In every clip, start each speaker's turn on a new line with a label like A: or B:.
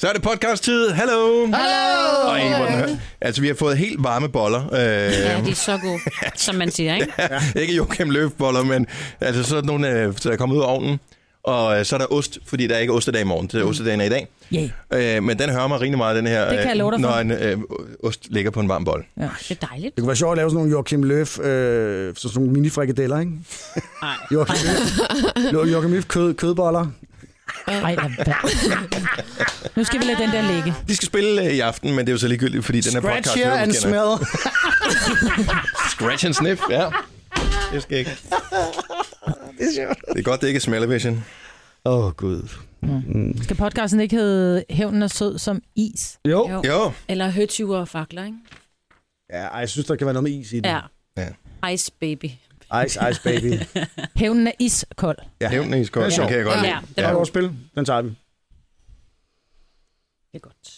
A: Så er det podcast-tid. Hallo!
B: Hallo!
A: Ej, hvor den hø- Altså, vi har fået helt varme boller. Øh, altså,
B: Ja, de er så gode, som man siger, ikke?
A: ikke Joachim Løf-boller, men altså, sådan nogle, øh, der er kommet ud af ovnen. Og øh, så er der ost, fordi der er ikke ostedag i morgen. Det er ostedagen er i dag.
C: Ja, yeah.
A: Øh, men den hører mig rigtig meget, den her,
C: Det kan jeg love dig for.
A: når en øh, ost ligger på en varm bold.
B: Det er dejligt.
D: Det kunne være sjovt at lave sådan nogle Joachim Løf, øh, sådan nogle mini-frikadeller, ikke?
B: Nej.
D: Joachim Løf, Joachim Løf kød, kødboller.
C: ej, lad være. Nu skal vi lade den der ligge.
A: De skal spille øh, i aften, men det er jo så ligegyldigt, fordi den her podcast...
D: Scratch here
A: hører vi
D: and
A: kender.
D: smell.
A: Scratch and sniff, ja. Det skal ikke. Det er godt, det ikke er smell
D: Åh, oh, Gud.
C: Skal podcasten ikke hedde Hævnen er sød som is?
D: Jo.
B: Jo.
A: Jo, Mm.
B: Eller høtyver og fakler, ikke?
D: Ja, ej, jeg synes, der kan være noget med is i den.
B: Ja.
A: Ja.
B: Ice baby.
D: Ice, ice baby.
C: Hævnen er iskold.
D: Ja.
A: hævnen er iskold,
D: Det er
A: den
D: sjovt.
A: kan jeg godt
B: Ja,
A: lide.
B: den
D: Der
B: er
D: er
B: god.
D: vores spil. Den tager vi.
B: Det er godt.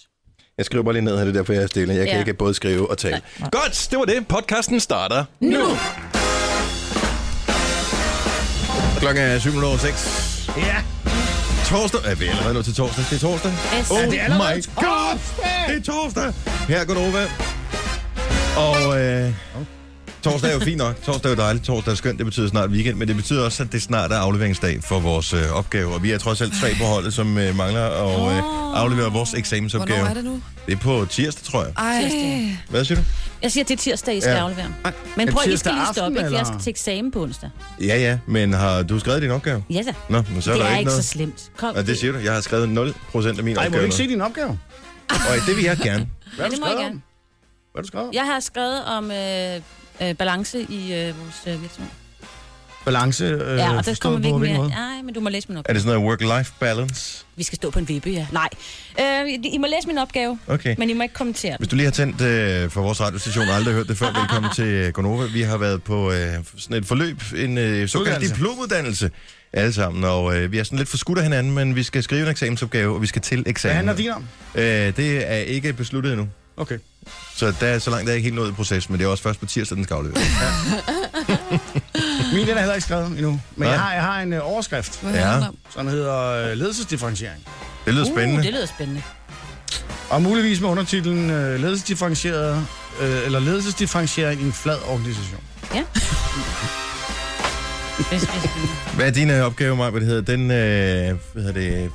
A: Jeg skriver bare lige ned her, det er derfor, jeg er stille. Jeg kan
B: Ja.
A: ikke både skrive og tale. Godt, det var det. Podcasten starter nu. Klokken er 7.06. Ja. Torsdag. Er vi allerede nået til torsdag? Det er torsdag.
B: Yes.
A: Oh
B: Er det allerede
A: my god! Det er torsdag. Her er Gunova. Og øh, torsdag er jo fint nok. Torsdag er jo dejligt. Torsdag er skønt. Det betyder snart weekend. Men det betyder også, at det snart er afleveringsdag for vores øh, opgave. Og vi er trods alt tre på holdet, som øh, mangler at øh, aflevere vores eksamensopgave.
E: Hvornår er det nu?
A: Det er på tirsdag, tror jeg.
E: Ej,
A: Hvad siger du?
B: Jeg siger, det er tirsdag, I skal
A: Ja.
B: ja. aflevere. Men prøv, I
D: tirsdag
B: skal lige
D: aften,
B: stoppe, ikke? For Jeg
D: eller?
B: skal til eksamen på onsdag.
A: Ja, ja, men har du skrevet din opgave?
B: Ja da.
A: Nå, men så er
B: det
A: der
B: er
A: ikke
B: ikke
A: noget.
B: så slemt. Kom.
A: Nå, det siger du. Jeg har skrevet 0% af min
D: Ej, må
A: opgave.
D: du ikke se din opgave?
A: Og det vil jeg gerne.
D: Hvad
B: Ja,
D: har du
B: det må jeg
D: skrevet
B: gerne.
D: om? Hvad har du skrevet om?
B: Jeg har skrevet om øh, øh, balance i øh, vores øh, virksomhed.
D: Balance. Øh,
B: Ja, og det
D: forstået
B: kommer vi
D: på
B: ikke
D: hvilken
B: mere.
D: måde?
B: Nej, men du må læse min
A: Er
B: opgave.
A: det sådan noget work-life balance?
B: Vi skal stå på en vippe, ja. Nej. Øh, I må læse min opgave,
A: Okay.
B: men I må ikke kommentere den.
A: Hvis du lige har tændt øh, for vores radiostation og aldrig hørt det før, velkommen til øh, Gonova. Vi har været på øh, sådan et forløb, en øh, såkaldt
D: Uddannelse.
A: diplomuddannelse alle sammen. Og øh, vi er sådan lidt for skudt af hinanden, men vi skal skrive en eksamensopgave, og vi skal til
D: Hvad
A: eksamen.
D: handler din om?
A: øh, det er ikke besluttet endnu.
D: Okay.
A: Så der, er- så langt der er ikke helt nået i processen, men det er også først på tirsdag, den skal afleveres.
D: Min den er heller ikke skrevet endnu. Men
A: Nej.
D: jeg har, jeg har en øh, overskrift,
E: hvad
A: Ja.
E: handler det om?
D: som hedder øh, ledelsesdifferentiering.
A: Det lyder spændende.
B: Uh, det lyder spændende.
D: Og muligvis med undertitlen øh, ledelsesdifferentieret, øh, eller ledelsesdifferentiering i en flad organisation.
B: Det er spændende.
A: Hvad er din øh, opgave, Maja? Hvad hedder den? Øh, hvad hedder det?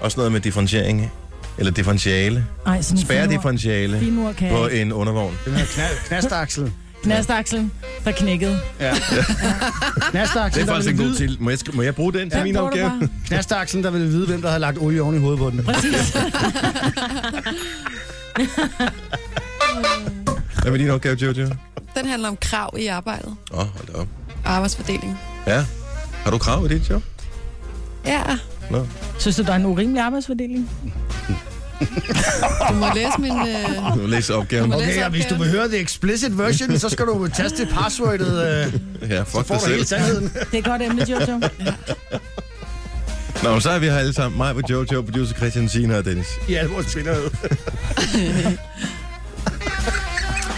A: Også noget med differentiering, eller differentiale.
C: Ej, sådan en finur.
A: Spærredifferentiale
C: Finur kan
A: på
C: jeg ikke.
A: en undervogn.
D: Den her kna- knastaksel.
C: Knastakselen, der knækkede.
D: Ja.
A: Det
D: Knastaksel,
A: er
D: der
A: faktisk en
D: ville
A: god
D: vide,
A: til. Må jeg, sk- må jeg bruge den til min
C: bruger du
A: opgave?
C: bare.
D: knastaksel, der ville vide, hvem der havde lagt olie oven i hovedet på den.
C: Præcis.
A: Hvad med din opgave, Jojo? Åh,
E: Den handler om krav i arbejdet.
A: oh, hold da op.
E: Arbejdsfordeling.
A: Ja. Har du krav i dit job?
E: Ja,
C: Synes du, der er en urimelig arbejdsfordeling?
E: du må læse min... Øh...
A: Nu læser opgaven.
E: Må jeg
D: Okay,
E: læse
D: og hvis du
E: opgaven?
D: vil høre det explicit version, så skal du taste passwordet, øh,
A: Ja,
D: så
A: fuck
D: får
A: dig
D: du hele
A: selv.
D: sandheden.
C: Det er et godt emne, Jojo.
A: Nå, men så er vi her alle sammen. Mig, Jojo, producer Christian Sina og Dennis.
D: I al vores tvinderhed.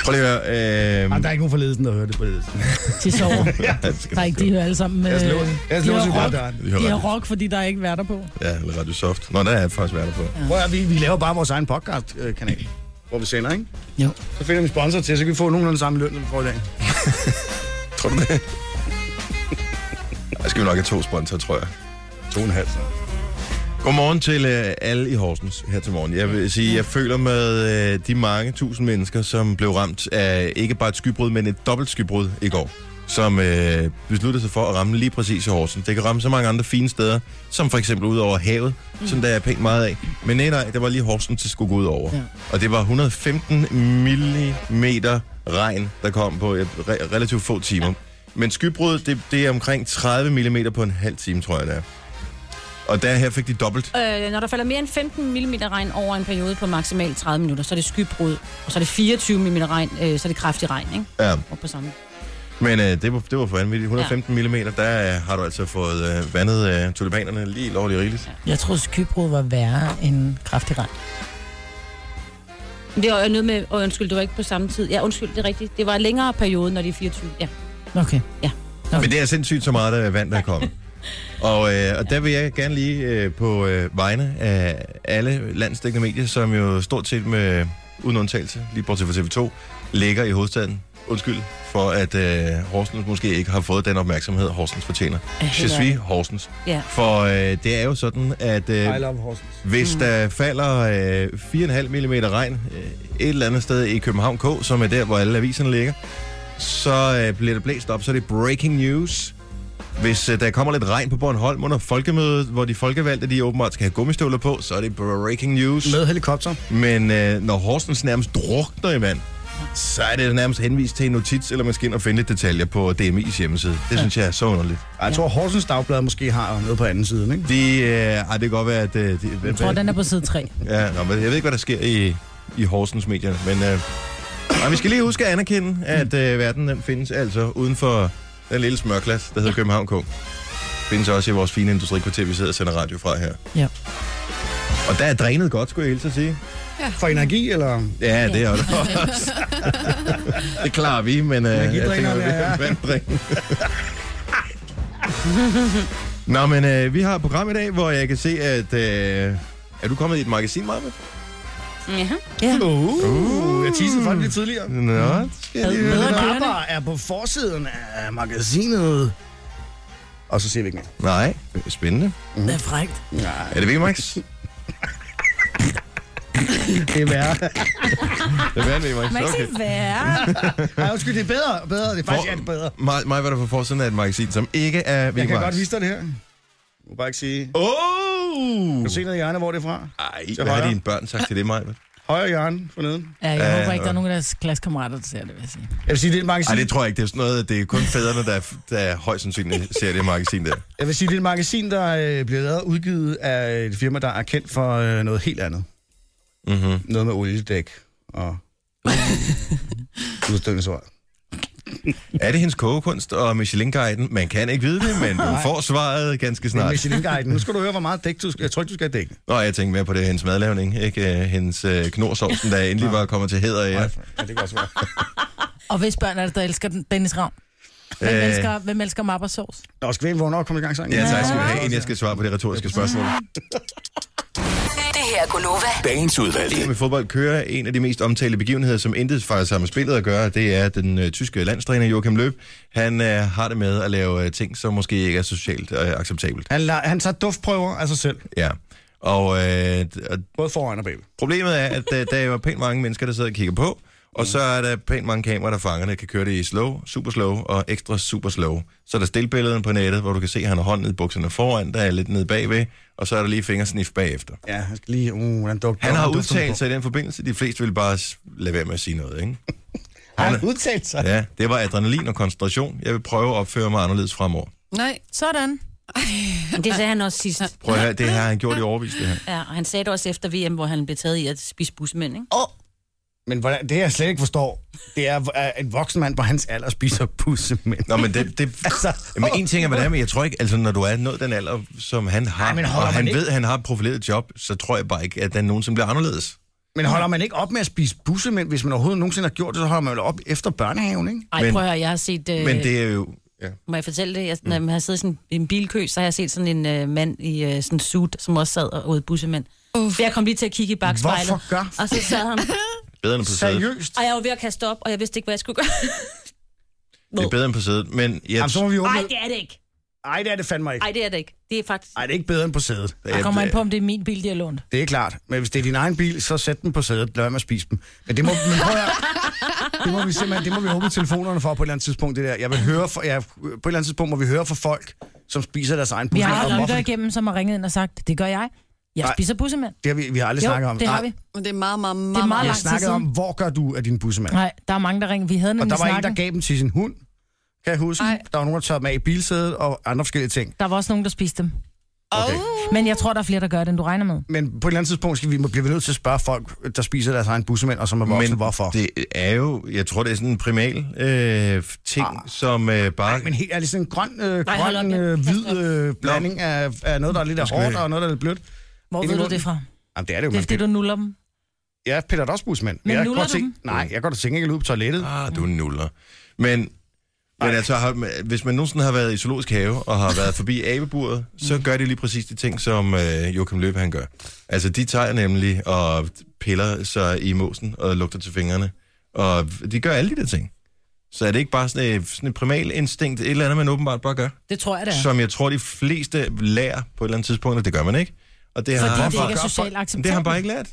A: Prøv lige at høre. Øh,
D: Jamen, der er ikke nogen for ledelsen, der hører det på
C: Øh,
D: ledelsen.
C: De sover. Nej, ikke, de hører alle sammen med...
D: Jeg slår- jeg slår
C: de
D: sig
C: har
D: bare
C: rock.
D: døren.
A: Vi har
C: De har
A: Radio-
C: rock, fordi der er ikke værter på.
A: Ja, eller Radio Soft. Nå, der er jeg faktisk værter på.
D: Prøv at, høre, vi, vi laver bare vores egen podcast-kanal, hvor vi sender, ikke?
C: Jo.
D: Så finder vi en sponsor til, så kan vi få nogenlunde samme løn, som vi får i dag.
A: Tror du det? Jeg skal vi nok have to sponsorer, tror jeg. To og en halv. så. Godmorgen til øh, alle i Horsens her til morgen. Jeg vil sige, jeg føler med øh, de mange tusind mennesker, som blev ramt af ikke bare et skybrud, men et dobbelt skybrud i går, som øh, besluttede sig for at ramme lige præcis i Horsens. Det kan ramme så mange andre fine steder, som for eksempel ud over havet, mm. som der er pænt meget af. Men nej, nej, det var lige Horsens, det skulle gå ud over. Ja. Og det var 115 millimeter regn, der kom på øh, re- relativt få timer. Ja. Men skybrud, det, det er omkring 30 mm på en halv time, tror jeg det er. Og der her fik de dobbelt.
B: Øh, når der falder mere end 15 mm regn over en periode på maksimalt 30 minutter, så er det skybrud, og så er det 24 mm regn, øh, så er det kraftig regn, ikke?
A: Ja,
B: Og på samme.
A: men øh, det, var, det var for vanvittigt. 115 ja. mm, der øh, har du altså fået øh, vandet øh, tulipanerne lige lovligt rigeligt.
C: Jeg troede, skybrud var værre end kraftig regn.
B: Men Det er jo noget med, og undskyld, det var ikke på samme tid. Ja, undskyld, det er rigtigt. Det var en længere periode, når det er 24. Ja.
C: Okay.
A: Men det er sindssygt så meget der er vand, der er kommet. Og, øh, og der vil jeg gerne lige øh, på øh, vegne af alle landsdækkende medier, som jo stort set med uden undtagelse, lige bortset fra TV2, ligger i hovedstaden. Undskyld for, at øh, Horsens måske ikke har fået den opmærksomhed, Horsens fortjener. Je suis Horsens.
B: Ja.
A: For øh, det er jo sådan, at øh,
F: I love Horsens.
A: hvis
C: Mm.
A: der falder øh, 4,5 mm regn øh, et eller andet sted i København K, som er der, hvor alle aviserne ligger, så øh, bliver det blæst op, så er det breaking news. Hvis øh, der kommer lidt regn på Bornholm under folkemødet, hvor de folkevalgte de åbenbart skal have gummistøvler på, så er det breaking news.
D: Med helikopter.
A: Men øh, når Horsens nærmest drukner i vand, så er det nærmest henvist til en notits, eller man skal ind og finde lidt detaljer på DMI's hjemmeside. Det synes jeg er så underligt.
D: Ej, Jeg tror, Horsens Dagblad måske har noget på anden side, ikke?
A: De, øh, ej, det kan godt være, at... Øh, de,
C: Jeg tror, den er på side 3.
A: Ja, nå, men jeg ved ikke, hvad der sker i, i Horsens medierne, men øh, nej, vi skal lige huske at anerkende, at øh, verden den findes altså uden for den lille smørklat, der hedder København K. Findes også i vores fine industrikvarter, vi sidder og sender radio fra her.
C: Ja.
A: Og der er drænet godt, skulle jeg hilse at sige.
D: For energi, eller?
A: Ja, det er det også. det klarer vi, men øh, jeg
D: Energidrinkerne,
A: tænker, vi
D: ja.
A: vanddrikken. Nå, men øh, vi har et program i dag, hvor jeg kan se, at... Øh, er du kommet i et magasin, Marvind?
B: Ja.
D: Uh, uh, jeg teasede for det lidt tidligere.
A: Nå, det skal jeg lige høre.
D: Madame
C: Bedre kørende.
D: Abba er på forsiden af magasinet. Og så siger vi ikke mere.
A: Nej, spændende.
C: Det er frækt.
D: Nej,
A: Er det ikke, Max? det
D: det er værre.
A: er vandet, Max.
B: Man kan
A: Okay.
B: ikke se værre.
D: Ej, undskyld, det er bedre. bedre. Det er faktisk
A: For-
D: er det bedre.
A: Mig, mig var der på forsiden af et magasin, som ikke er
D: Jeg
A: Vigmax.
D: kan godt vise dig det her. Jeg må bare ikke sige.
A: Åh!
D: Kan du se noget i hjørnet, hvor det er fra?
A: Ej,
D: Til
A: hvad har
D: højre.
A: dine børn sagt til det, Maja? Ej,
D: Højre hjørne forneden.
C: Ja, jeg
A: Ja,
C: håber ikke,
A: ja.
C: der er nogen af deres klassekammerater, der ser det, vil jeg sige.
D: Jeg vil sige, det er et magasin.
A: det tror jeg ikke. Det er sådan noget, det er kun fædrene, der, der højst sandsynligt ser det magasin der.
D: Jeg vil sige, det er et magasin, der øh, bliver lavet og udgivet af et firma, der er kendt for øh, noget helt andet.
A: Mm-hmm.
D: Noget med oliedæk og udstødende svar.
A: Er det hendes kogekunst og Michelin-guiden? Man kan ikke vide det, men du får svaret ganske
D: Det er
A: snart.
D: Michelin-guiden. Nu skal du høre, hvor meget dæk du skal... Jeg tror ikke, du skal have dæk.
A: Nå, jeg tænkte mere på det, hendes madlavning, ikke? Øh, Hendes øh, knorsovsen, der endelig var kommet til hæder. Ja.
D: Ja, det kan også være.
C: Og hvis børn er det, der elsker den, Dennis Ravn? Hvem
A: Øh.
C: elsker, hvem elsker mappersovs?
D: Nå, skal vi ind, hvornår kommer i gang sangen?
A: Ja, tak skal du have, inden jeg skal svare på det retoriske spørgsmål.
G: Det her er Gunova.
H: Dagens udvalgte.
A: Med fodbold kører en af de mest omtalte begivenheder, som intet faktisk har med spillet at gøre, det er den øh, tyske landstræner Joachim Løb. Han øh, har det med at lave øh, ting, som måske ikke er socialt øh, acceptabelt.
D: Han, la- han tager duftprøver af sig selv,
A: Ja. Og, øh, d- og
D: både foran og bag.
A: problemet er, at øh, der er jo pænt mange mennesker, der sidder og kigger på, og så er der pænt mange kameraer, der fanger det, kan køre det i slow, super slow og ekstra super slow. Så er der stillbillederne på nettet, hvor du kan se, at han har hånden ned i bukserne foran, der er lidt nede bagved, og så er der lige fingersnif bagefter.
D: Ja, han skal lige... Uh, han, duk,
A: Han har udtalt sig i den forbindelse, de fleste vil bare s- lade være med at sige noget, ikke?
D: Han har udtalt sig.
A: Ja, det var adrenalin og koncentration. Jeg vil prøve at opføre mig anderledes fremover.
E: Nej,
C: Sådan.
B: Men Det sagde han også sidst.
A: Prøv at høre, det her har han gjort i overvis, det her.
B: Ja, og han sagde det også efter VM, hvor han blev taget i at spise busmænd, ikke?
D: Oh. Men hvordan, det, jeg slet ikke forstår, det er, at en voksen mand på hans alder spiser pussemænd.
A: Nå, men det... det
D: Altså,
A: Jamen, en ting er, hvad det er, men jeg tror ikke, altså, når du er nået den alder, som han har,
D: Ej, men holder
A: og han
D: man ikke-
A: ved, at han har et profileret job, så tror jeg bare ikke, at der er nogen, som bliver anderledes.
D: Men holder man ikke op med at spise bussemænd, hvis man overhovedet nogensinde har gjort det, så holder man jo op efter børnehaven, ikke?
C: Ej,
A: Men-
C: prøv at høre, jeg har set... Øh,
A: Men det er jo... Ja.
B: Må jeg fortælle det? Jeg, når jeg har siddet i sådan en bilkø, så har jeg set sådan en øh, mand i øh, sådan en suit, som også sad og åd bussemænd.
E: Uff.
B: For jeg kom lige til at kigge i bagspejlet.
D: Hvorfor gør-
B: Og så sad han,
A: Bedre end på sædet.
D: Seriøst?
B: og jeg var ved at kaste op, og jeg vidste ikke, hvad jeg skulle gøre.
A: Det er bedre end på sædet, men jeg,
D: Jamen, så må vi åbne...
B: Nej, det er det ikke.
D: Ej, det er det fandme ikke.
B: Nej, det er det ikke. Det er faktisk...
D: Ej, det er ikke bedre end på sædet.
C: Der kommer an på, om det er min bil, de har lånt.
D: Det er klart. Men hvis det er din egen bil, så sæt den på sædet. Lad være med at spise dem. Men det må, men prøv at, høre. det må vi simpelthen, det må vi åbne telefonerne for på et eller andet tidspunkt, det der. Jeg vil høre for, ja, på et eller andet tidspunkt må vi høre fra folk, som spiser deres egen
C: Vi
D: pussemænd,
C: har
D: og
C: haft
D: hvorfor
C: lytter
D: de-
C: igennem, som har ringet ind og sagt, det gør jeg. Jeg
D: Nej.
C: spiser bussemænd.
D: Det har vi, vi har aldrig snakket
C: Jo,
D: om.
C: det har
D: Nej,
C: vi.
E: men det er meget, meget, meget,
C: Det er meget
D: Vi har
C: lang tid
D: snakket om,
C: siden.
D: hvor gør du af din bussemand?
C: Nej, der er mange, der ringer. Vi havde
D: Og
C: nemlig
D: der var en,
C: snakken.
D: der gav dem til sin hund, kan jeg huske.
E: Ej.
D: Der var nogen, der tørrede dem af i bilsædet og andre forskellige ting.
C: Der var også nogen, der spiste dem.
D: Okay.
C: Men jeg tror, der er flere, der gør det, end du regner med.
D: Men på et eller andet tidspunkt skal vi, bliver vi nødt til at spørge folk, der spiser deres egen bussemænd, og som er voksne,
A: men
D: hvorfor. Det...
A: det er jo, jeg tror, det er sådan en primal øh, ting, som øh, bare...
D: Ah. Men helt ærligt, sådan en grøn, øh,
B: Nej, hold op,
D: grøn
B: ja.
D: øh, hvid øh, blanding af, af noget, der er lidt af hårdt, og noget, der er lidt blødt.
C: Hvor
D: Ind i
C: ved du
D: munden.
C: det fra?
D: Jamen, det er det jo.
C: Det er,
D: man
C: fordi du nuller dem.
D: piller- Jeg piller da også bussemænd.
C: Men
D: jeg
C: nuller
D: godt
C: du
D: tænke-
C: dem?
D: Nej, jeg går da tænke, at jeg kan ud på toilettet.
A: Ah, du nuller. Ah, Men Men altså, har, hvis man nogensinde har været i zoologisk have og har været forbi abeburet,
B: Mm.
A: så gør de lige præcis de ting, som øh, Joachim Løbe han gør. Altså, de tager nemlig og piller sig i mosen og lugter til fingrene. Og de gør alle de der ting. Så er det ikke bare sådan et, sådan et primal instinkt, et eller andet, man åbenbart bare gør?
B: Det tror jeg, det
A: Ja.
B: er.
A: Som jeg tror, de fleste lærer på et eller andet tidspunkt, og det gør man ikke. Og det har,
B: Fordi
A: han
B: det
A: bare,
B: ikke er
D: gør
B: socialt
D: folk-
A: det har han
B: acceptabelt.
A: bare ikke lært.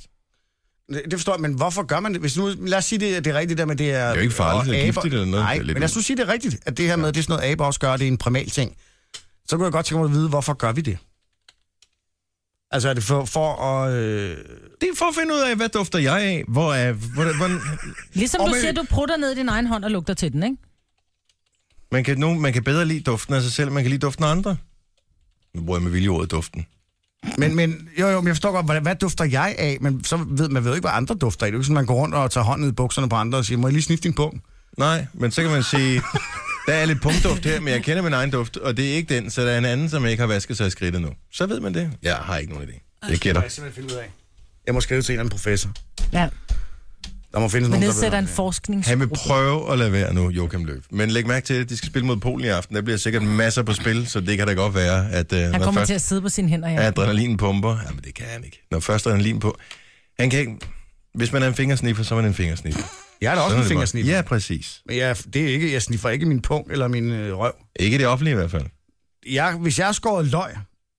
D: Det det forstår jeg, men hvorfor gør man det? Hvis nu, lad os sige, det, det er rigtigt der med, det er...
A: Det er jo ikke farligt,
D: og
A: det er
D: aber-
A: giftigt eller noget.
D: Nej,
A: Det er lidt
D: men lad os nu sige, det er rigtigt, at det her med, det er sådan noget, aber også gør, det er en primal ting. Så kunne jeg godt tænke mig at vide, hvorfor gør vi det? Altså, er det for, for at... Øh...
A: Det er for at finde ud af, hvad dufter jeg af? Hvor er, hvor, hvordan,
C: Ligesom
D: Og
C: du
D: men-
C: siger, du prutter ned i din egen hånd og lugter til den, ikke?
A: man, kan, nogen, man kan bedre lide duften af sig selv, man kan lide duften af andre. Nu bruger jeg med vilje ordet duften.
D: Men, men, jo, jo, men jeg forstår godt, hvad, hvad dufter jeg af? Men så ved man ved jo ikke, hvad andre dufter af. Det er jo ikke sådan, man går rundt og tager hånden ned i bukserne på andre og siger, må jeg lige snifte din pung?
A: Nej, men så kan man sige, der er lidt punktduft her, men jeg kender min egen duft, og det er ikke den, så der er en anden, som ikke har vasket sig i skridtet nu. Så ved man det. Jeg har ikke nogen idé. Jeg gætter.
D: simpelthen finde ud af. Jeg må skrive til en eller anden professor.
C: Ja.
D: Der må
C: Man
D: findes nogen, der ved
C: nedsætter
D: noget.
C: en
A: Han vil
C: forskningsgruppe.
A: prøve at lade være nu, Joachim Løv. Men læg mærke til, at de skal spille mod Polen i aften. Der bliver sikkert masser på spil, så det kan da godt være, at uh,
C: Han
A: når
C: kommer
A: først
C: til at sidde på sine hænder, ja.
A: adrenalin pumper... Jamen, det kan han ikke. Når først adrenalin på... Han kan ikke... Hvis man er en fingersniffer, så er man en fingersniffer.
D: Jeg er da også
A: Sådan er
D: en
A: det
D: fingersnip.
A: bare. Ja, præcis.
D: Men jeg, det er ikke, jeg sniffer ikke min pung eller min øh, røv.
A: Ikke i det offentlige i hvert fald.
D: jeg, hvis jeg har skåret løg,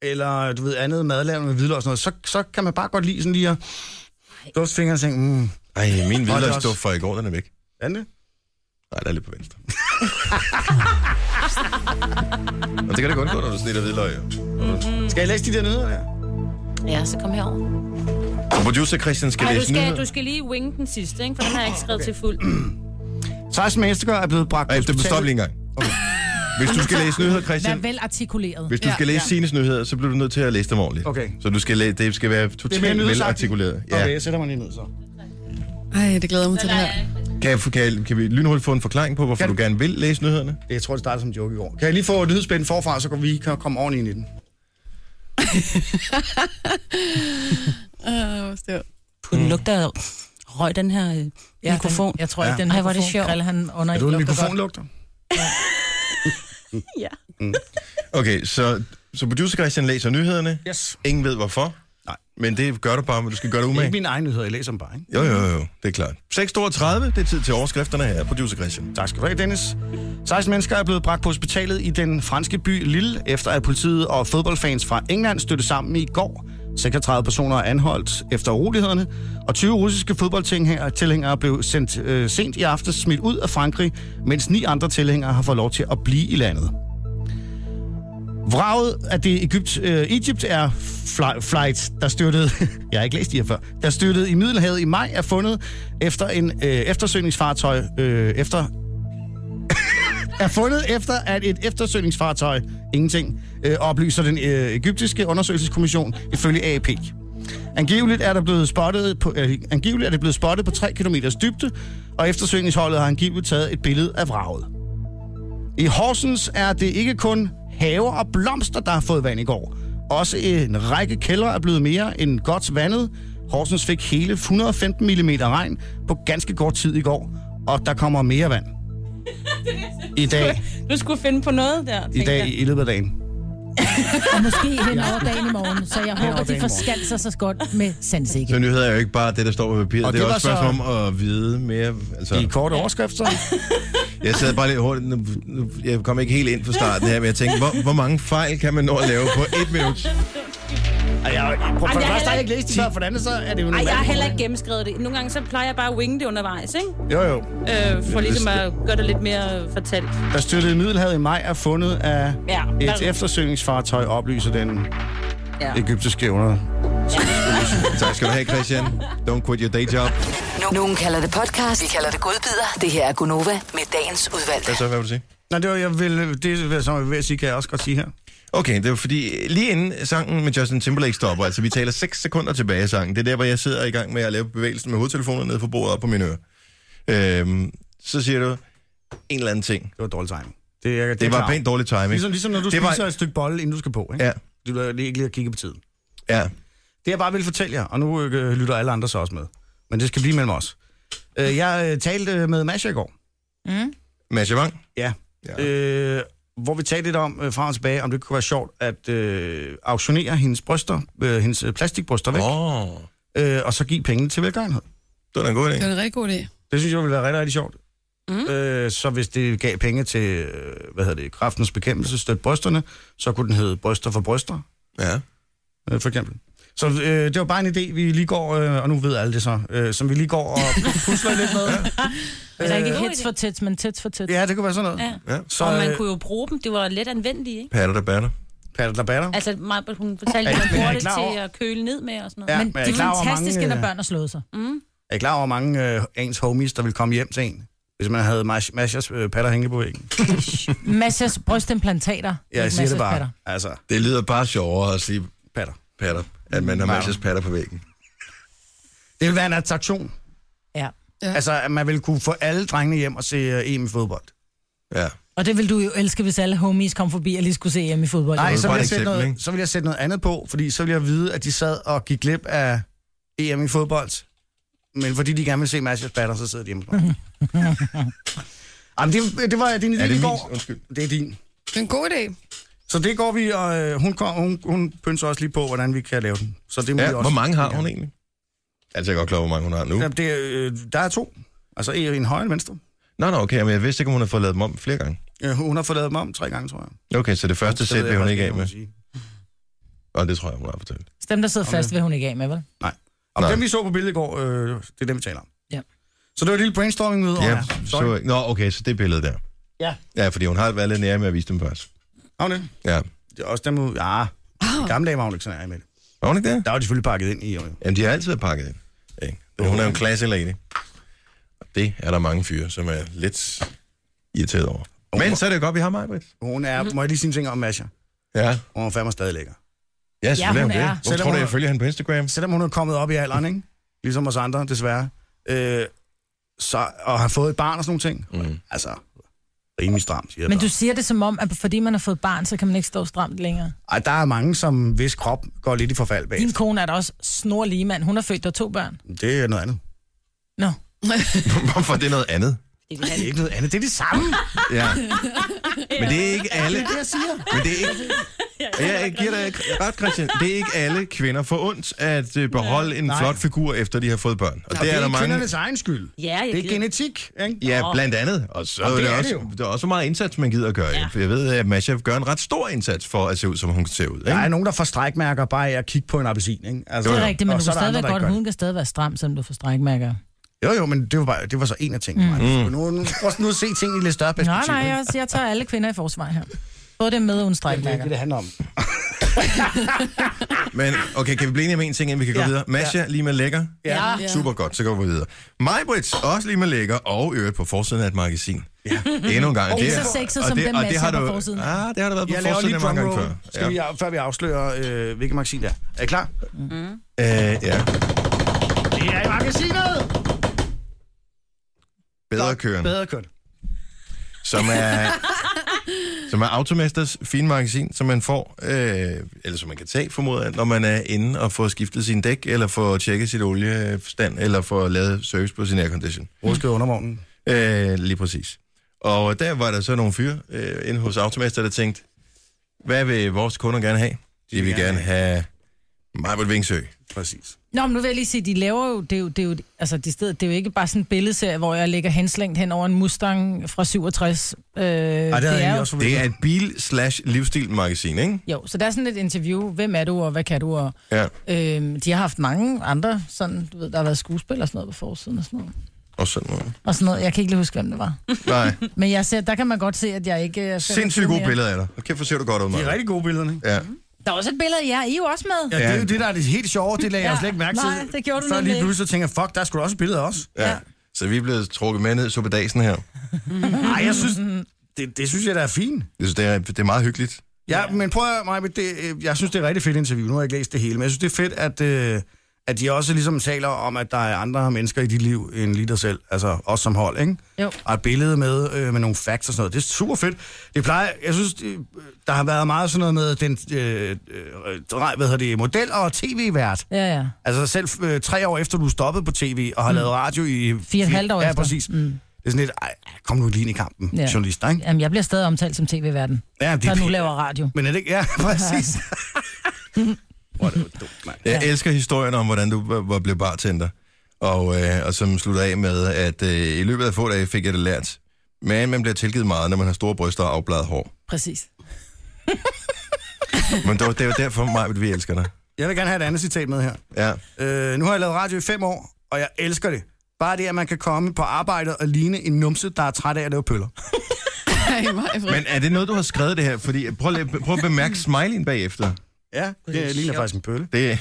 D: eller du ved, andet madlavning med hvidløg og sådan noget, så, så kan man bare godt lide sådan lige at dufte fingrene og tænke, mm,
A: Ej, min
D: er også-
A: hvidløgsduft fra i går, den er væk.
D: er den det?
A: Nej, der er lidt på venstre. Og det kan det godt gå, når du snitter hvidløg. jo.
D: Skal jeg læse de der nyheder der?
B: Ja, så kom herover.
A: Så producer Christian skal
B: Ej, du
A: læse
B: skal,
A: nyheder.
B: du skal lige winge den sidste, ikke? for den har jeg ikke skrevet til fuld.
D: 16 mennesker er blevet bragt
A: Ej, det stop lige en gang. Hvis du skal læse nyheder,
C: Vær
A: Christian,
C: vel artikuleret.
A: Hvis du
E: Ja,
A: skal læse
E: ja.
A: Sines nyheder, så bliver du nødt til at læse dem ordentligt.
D: Okay.
A: Så du skal læ- det skal være
D: mere
A: totalt
D: nyhedsagtigt.
A: velartikuleret.
D: Ja.
A: Ja.
D: Okay, jeg sætter mig lige ned så.
E: Ej, det glæder jeg mig til det her.
A: Kan, jeg, få- kan, jeg- kan vi lynhurtigt få en forklaring på, hvorfor
D: Kan-
A: du gerne vil læse nyhederne?
D: Det, jeg tror, det startede som en joke i går. Kan jeg lige få lydspænden forfra, så kan vi kan komme ordentligt ind i den?
E: Åh, hvor stort.
B: Den lugter røg den her øh,
C: Ja,
B: mikrofon.
C: Den, jeg tror ikke,
D: Ja.
C: den
B: Ej, hvor er det
C: mikrofon-
B: sjovt.
C: Grille, han under
D: Er
C: i,
D: du en
C: lugter godt.
D: mikrofonlugter?
A: Okay, så, så producer Christian læser nyhederne.
D: Yes.
A: Ingen ved hvorfor.
D: Nej.
A: Men det gør du bare, men du skal gøre det
D: Det er
A: umage.
D: ikke mine egne nyheder, jeg læser dem bare, ikke?
A: Jo, jo, jo, jo, det er klart. 6.32, det er tid til overskrifterne her, producer Christian.
D: Tak skal du have, Dennis. 16 mennesker er blevet bragt på hospitalet i den franske by Lille, efter at politiet og fodboldfans fra England stødte sammen i går. 36 personer er anholdt efter urolighederne, og 20 russiske fodboldtilhængere blev sendt øh, sent i aften smidt ud af Frankrig, mens ni andre tilhængere har fået lov til at blive i landet. Vraget af det Egypt, øh, Egypt er fly, flight, der styrtede, jeg har ikke læst de her før, der styrtede i Middelhavet i maj, er fundet efter en øh, eftersøgningsfartøj, øh, efter er fundet efter, at et eftersøgningsfartøj, ingenting, øh, oplyser den øh, egyptiske undersøgelseskommission ifølge AP. Angiveligt er, der blevet spottet på, øh, angiveligt er det blevet spottet på 3 km dybde, og eftersøgningsholdet har angiveligt taget et billede af vraget. I Horsens er det ikke kun haver og blomster, der har fået vand i går. Også en række kældre er blevet mere end godt vandet. Horsens fik hele 115 mm regn på ganske kort tid i går, og der kommer mere vand. I dag,
B: Du skulle finde på noget der,
D: i, dag, i løbet af dagen.
C: Og måske hen over dagen i morgen, så jeg håber,
D: dagen i
C: de forskanser sig så godt med sandsække.
A: Så nyheder er jo ikke bare det, der står på papiret.
D: Og
A: Og det, det
D: det
A: er også
D: var
A: et
D: så-
A: spørgsmål om at vide mere.
D: I
A: Altså,
D: korte overskrifter.
A: jeg sad bare lidt hurtigt. Nu, nu, jeg kom ikke helt ind fra starten her, men jeg tænkte, hvor, hvor mange fejl kan man nå at lave på et minut?
D: Og jeg, for, for
B: jeg
D: det
B: er
D: første har jeg
B: heller
D: ikke læst det før, for det andet så er det jo
B: Ej,
D: normalt.
B: jeg har heller ikke gennemskrevet det. Nogle gange så plejer jeg bare at winge det undervejs, ikke?
D: Jo, jo.
B: Øh, for ligesom at gøre det lidt mere øh, fortalt.
D: Der styrtede i Middelhavet i maj er fundet af
B: Ja.
D: et eftersøgningsfartøj, oplyser den
B: Ja.
D: egyptiske under.
A: Tak skal du have, Christian. Don't quit your day job.
G: Nu- Nogen kalder det podcast, vi kalder det godbider. Det her er Gunova med dagens udvalgte.
A: Hvad så, hvad vil du sige?
D: Nej, det var, jeg vil, det, som jeg var ved at sige, kan jeg også godt sige her.
A: Okay, det var fordi, lige inden sangen med Justin Timberlake stopper, altså vi taler 6 sekunder tilbage i sangen, det er der, hvor jeg sidder i gang med at lave bevægelsen med hovedtelefonerne nede på bordet op på mine ører. Øhm, så siger du en eller anden ting.
D: Det var dårlig timing. Det, er, det,
A: Det
D: er
A: var
D: klart.
A: pænt dårlig timing.
D: Ligesom, ligesom når du
A: Det var-
D: spiser et stykke bolle, inden du skal på. Ikke?
A: Ja,
D: Du lader lige ikke lige at kigge på tiden.
A: ja.
D: Det jeg bare vil fortælle jer, og nu øh, lytter alle andre så også med, men det skal blive mellem os. Øh, jeg øh, talte med Masha i går.
A: Masha Wang?
D: Ja.
A: Ja.
D: øh, hvor vi talte lidt om øh, fra og tilbage, om det kunne være sjovt at øh, auktionere hendes bryster, øh, hendes øh, plastikbryster væk,
A: Åh, oh,
D: øh, og så give pengene til velgørenhed.
A: det var da en god idé.
E: Det er en rigtig god idé.
D: Det synes jeg ville være rigtig, rigtig sjovt. Mm. Øh, så hvis det gav penge til, øh, hvad hedder det, kraftens bekæmpelse, støt brysterne, så kunne den hedde Bryster for Bryster,
A: Ja.
D: øh, for eksempel. Så øh, det var bare en idé, vi lige går, øh, og nu ved alle det så, øh, som vi lige går og pusler lidt med.
C: Eller
B: Øh,
C: ikke hits for tæt, men tæt for tæt.
D: Ja, det kunne være sådan noget.
B: Ja.
A: ja.
D: Så
B: Og man
D: øh,
B: kunne jo bruge dem. Det var let anvendelige, ikke?
A: Patter der batter.
D: patter der batter.
B: Altså, Maja, hun fortalte,
D: Ja,
B: at man
D: men er
B: bruger
D: I
B: det
D: klar
B: til
D: over-
B: at køle ned med og sådan noget.
D: Ja,
C: Men
D: men er
C: det
D: I
C: er
D: klar over, hvor
C: fantastisk,
D: mange,
C: når
D: øh,
C: børn har slået sig.
D: Er I klar over, hvor mange øh, ens homies, der ville komme hjem til en, hvis man havde Mas- Masjas øh, patter hængende på væggen?
C: Massas brystimplantater.
D: Ja, jeg
C: ikke
D: siger
C: Massas
D: det bare.
C: patter.
D: Altså,
A: Det lyder bare sjovere at sige
D: patter.
A: patter, at man har matches patter på væggen.
D: Det ville være en attraktion.
C: Ja.
D: Altså, at man ville kunne få alle drengene hjem og se øh, EM i fodbold.
A: Ja.
C: Og det vil du jo elske, hvis alle homies kom forbi og lige skulle se hjemme i fodbold.
D: Nej,
A: var
D: så
A: bare
D: vil,
A: et
D: jeg sætte
A: eksempel,
D: noget,
A: ikke?
D: så vil jeg sætte noget andet på, fordi så vil jeg vide, at de sad og gik glip af EM i fodbold. Men fordi de gerne vil se Masjas patter, så sidder de hjemme. hos mig. Jamen, det, det var din idé
A: Er det
D: i
A: min?
D: går.
A: Undskyld.
D: Det er din.
E: Det er en god idé.
D: Så det går vi, og øh, hun, kom, hun, hun pynser også lige på, hvordan vi kan lave den. Så det må vi
A: Ja,
D: også.
A: hvor mange har hun egentlig? Altså, jeg er godt klar, over, hvor mange hun har nu.
D: Ja, det, er, øh, der er to. Altså en, en højre og en venstre.
A: Nå, nå, okay, men jeg vidste ikke, om hun havde fået lavet dem om flere gange.
D: Øh, hun har fået lavet dem om tre gange, tror jeg.
A: Okay, så det første
D: Så ved
A: sæt
D: jeg
A: vil hun
D: faktisk
A: ikke af
D: hvad
A: med.
D: sige.
A: Og det tror jeg, hun har fortalt.
C: Så Dem, der sidder fast, vil hun ikke af med, vel?
D: Nej. Og
A: Nej.
D: dem, vi så på billedet i går, øh, det er dem, vi taler om.
C: Ja.
D: Så det var et lille brainstorming-møde.
A: Ja,
D: Åh,
A: så,
D: Sorry.
A: nå, okay, så det billede der.
D: Ja.
A: Ja, fordi hun har været lidt nære med at vise dem først.
D: Har hun det?
A: Ja.
D: Det er også dem ud. Ja, i gamle dage var hun ikke så nær med det.
A: Var hun ikke det?
D: Der var de selvfølgelig pakket ind i. Og...
A: Jamen, de har altid været pakket ind. Ikke? Men hun er jo en klasse lady. Og det er der mange fyre, som er lidt irriteret over. Men så er det jo godt, vi har mig, Britt.
D: Hun er,
C: Mm-hmm.
D: må jeg lige sige en ting om Masha?
A: Ja,
D: Hun er fandme stadig lækker.
A: ja, selvfølgelig
C: hun
A: er hun
C: er.
A: det. Hvor
D: Selvom
A: tror du,
D: hun
A: jeg
D: er-
A: følger hende på Instagram?
D: Selvom hun er kommet op i alderen, ikke? Ligesom os andre, desværre. Øh, så, og har fået et barn og sådan nogle ting. Mm. Altså, rimelig stram, siger jeg
C: Men
D: da.
C: du siger det som om, at fordi man har fået barn, så kan man ikke stå stramt længere.
D: Ej, der er mange, som hvis krop går lidt i forfald bag.
C: Din kone er da også snor lige, mand. Hun har født dig to børn.
D: Det er noget andet.
C: Nå.
A: Hvorfor er det noget andet?
D: Det er ikke noget andet. Det er det samme.
A: Ja. Men det er ikke alle.
D: Ah, Det er det, jeg siger.
A: Men det er ikke... Ja, jeg giver dig ret, Christian. Det er ikke alle kvinder for ondt at øh, beholde en
D: Nej.
A: flot figur, efter de har fået børn. Og det er der
D: ikke
A: mange...
D: kvindernes egen skyld.
B: Ja, jeg
D: det er
B: gider-
D: genetik, ikke?
A: Ja, blandt andet. Og så er
D: Jamen, det
A: det,
D: er
A: også,
D: det jo.
A: der er også meget indsats, man gider at gøre. Ja. For jeg ved, at Masha gør en ret stor indsats for at se ud, som hun ser ud. Ikke?
D: Der er nogen, der får strækmærker bare af at kigge på en appelsin, ikke? Altså,
C: Det er rigtigt, men
D: og
C: du
D: så
C: kan
D: er der
C: stadigvæk
D: andre, der
C: godt,
D: ikke
C: huden kan stadig være stram, selvom du får strækmærker.
D: gør det. Jo, jo, men det var, bare, det var så en af tingene. Mm. Nu, nu, prøv nu at se ting i lidt større
C: Nej,
D: perspektiv.
C: nej,
D: ikke?
C: jeg, jeg tager alle kvinder i forsvar her. Både dem med og uden
D: Det er
C: strækmærker.
D: det, det handler om.
A: Men okay, kan vi blive enige om en ting, inden vi kan gå
D: Ja,
A: videre? Masha, lige med lækker.
D: Ja.
E: Ja.
A: Super godt, så går vi videre. Majbrits, også lige med lækker, og i øvrigt på forsiden af et magasin. Ja. Endnu en gang.
C: Ikke så sexet som den Masha
A: har
C: på
A: du,
C: forsiden.
A: Ah, det har du været på
D: Jeg laver
A: forsiden
D: lige
A: af mange gange før.
D: drumroll, skal vi, før vi afslører, øh, hvilket magasin det er. Er I klar?
A: Ja. Øh, ja.
D: Det er i magasinet!
A: Bedre kørende.
D: Bedre kørt.
A: som er, som er Automasters fine magasin, som man får, øh, eller som man kan tage, formoder jeg, når man er inde og får skiftet sin dæk, eller får tjekket sit oliestand, eller får lavet service på sin aircondition.
D: Rusket undervognen.
A: Øh, lige præcis. Og der var der så nogle fyre øh, inde hos Automaster, der tænkte, hvad vil vores kunder gerne have? De vil gerne have Majbert Vingsø.
D: Præcis.
C: Nå, men nu vil jeg lige sige, de laver jo, det er jo, det er jo, altså, de sted, det er jo ikke bare sådan en billedserie, hvor jeg ligger henslængt hen over en Mustang fra 67. Øh, Ej, det,
D: Ej, det havde
C: er
D: jeg
C: jo,
D: også forventet.
A: Det er et bil-slash-livsstil-magasin, ikke?
C: jo, så der er sådan et interview, hvem er du, og hvad kan du, og
A: Ja.
C: øh, de har haft mange andre, sådan, du ved, der har været skuespil og sådan noget på forsiden og sådan noget.
A: Og sådan noget.
C: Og sådan noget, jeg kan ikke lige huske, hvem det var.
A: Nej.
C: Men jeg ser, der kan man godt se, at jeg ikke... er
A: Sindssygt
C: 25
A: gode
C: mere.
A: billeder af dig. Og kæft, hvor ser du godt ud,
D: De er
A: Majbert.
D: rigtig gode billeder, ikke?
A: Ja.
C: Der er også et billede af jer, I er jo også med.
D: Ja, det er jo det, der er det helt sjove. Det lagde jeg
C: Ja.
D: jo slet ikke mærke til.
C: Nej, det gjorde du
D: Før
C: nemlig
D: lige pludselig tænker jeg, fuck, der skulle også et billede af os.
A: Ja. Så vi er blevet trukket med ned i suppedasen her. Jeg
D: Nej, jeg synes, det, det synes jeg, der er fint.
A: synes, det er, det er meget hyggeligt.
D: Ja, ja. men prøv at Maja, det, øh, jeg synes, det er et rigtig fedt interview. Nu har jeg ikke læst det hele, men jeg synes, det er fedt, at, øh, at de også ligesom taler om, at der er andre mennesker i dit liv end lige dig selv. Altså os som hold, ikke?
C: Jo.
D: Og et billede med, øh, med nogle facts og sådan noget. Det er super fedt. Det plejer, jeg synes, det, øh, der har været meget sådan noget med den, øh, øh, drej- hvad hedder det, model og tv-vært.
C: Ja, ja.
D: Altså selv øh, tre år efter, du stoppede på tv og har mm. lavet radio i...
C: Fire og et halvt år
D: ja,
C: efter.
D: præcis. Mm. Det er sådan lidt, ej, kom nu lige ind i kampen,
C: Ja.
D: ja. journalister, ikke?
C: Jamen, jeg bliver stadig omtalt som tv-verden,
D: Ja, de,
C: der nu laver radio.
D: Men er det ikke? Ja, præcis. Hvor er det jo dumt, mand.
A: Jeg elsker historien om, hvordan du var- var blev bartender. Og, øh, og som slutter af med, at øh, i løbet af få dage fik jeg det lært. Men man bliver tilgivet meget, når man har store bryster og afbladet hår.
C: Præcis.
A: Men det, var- det er jo derfor, mig, at vi elsker dig.
D: Jeg vil gerne have et andet citat med her.
A: Ja.
D: Øh, nu har jeg lavet radio i fem år, og jeg elsker det. Bare det, at man kan komme på arbejde og ligne en numse, der er træt af at lave pøller.
E: Ej, mig,
A: Men er det noget, du har skrevet det her? Fordi, prøv, lige- prøv at bemærke smileyen bagefter.
D: Ja, det ligner faktisk en pølle.
A: Det,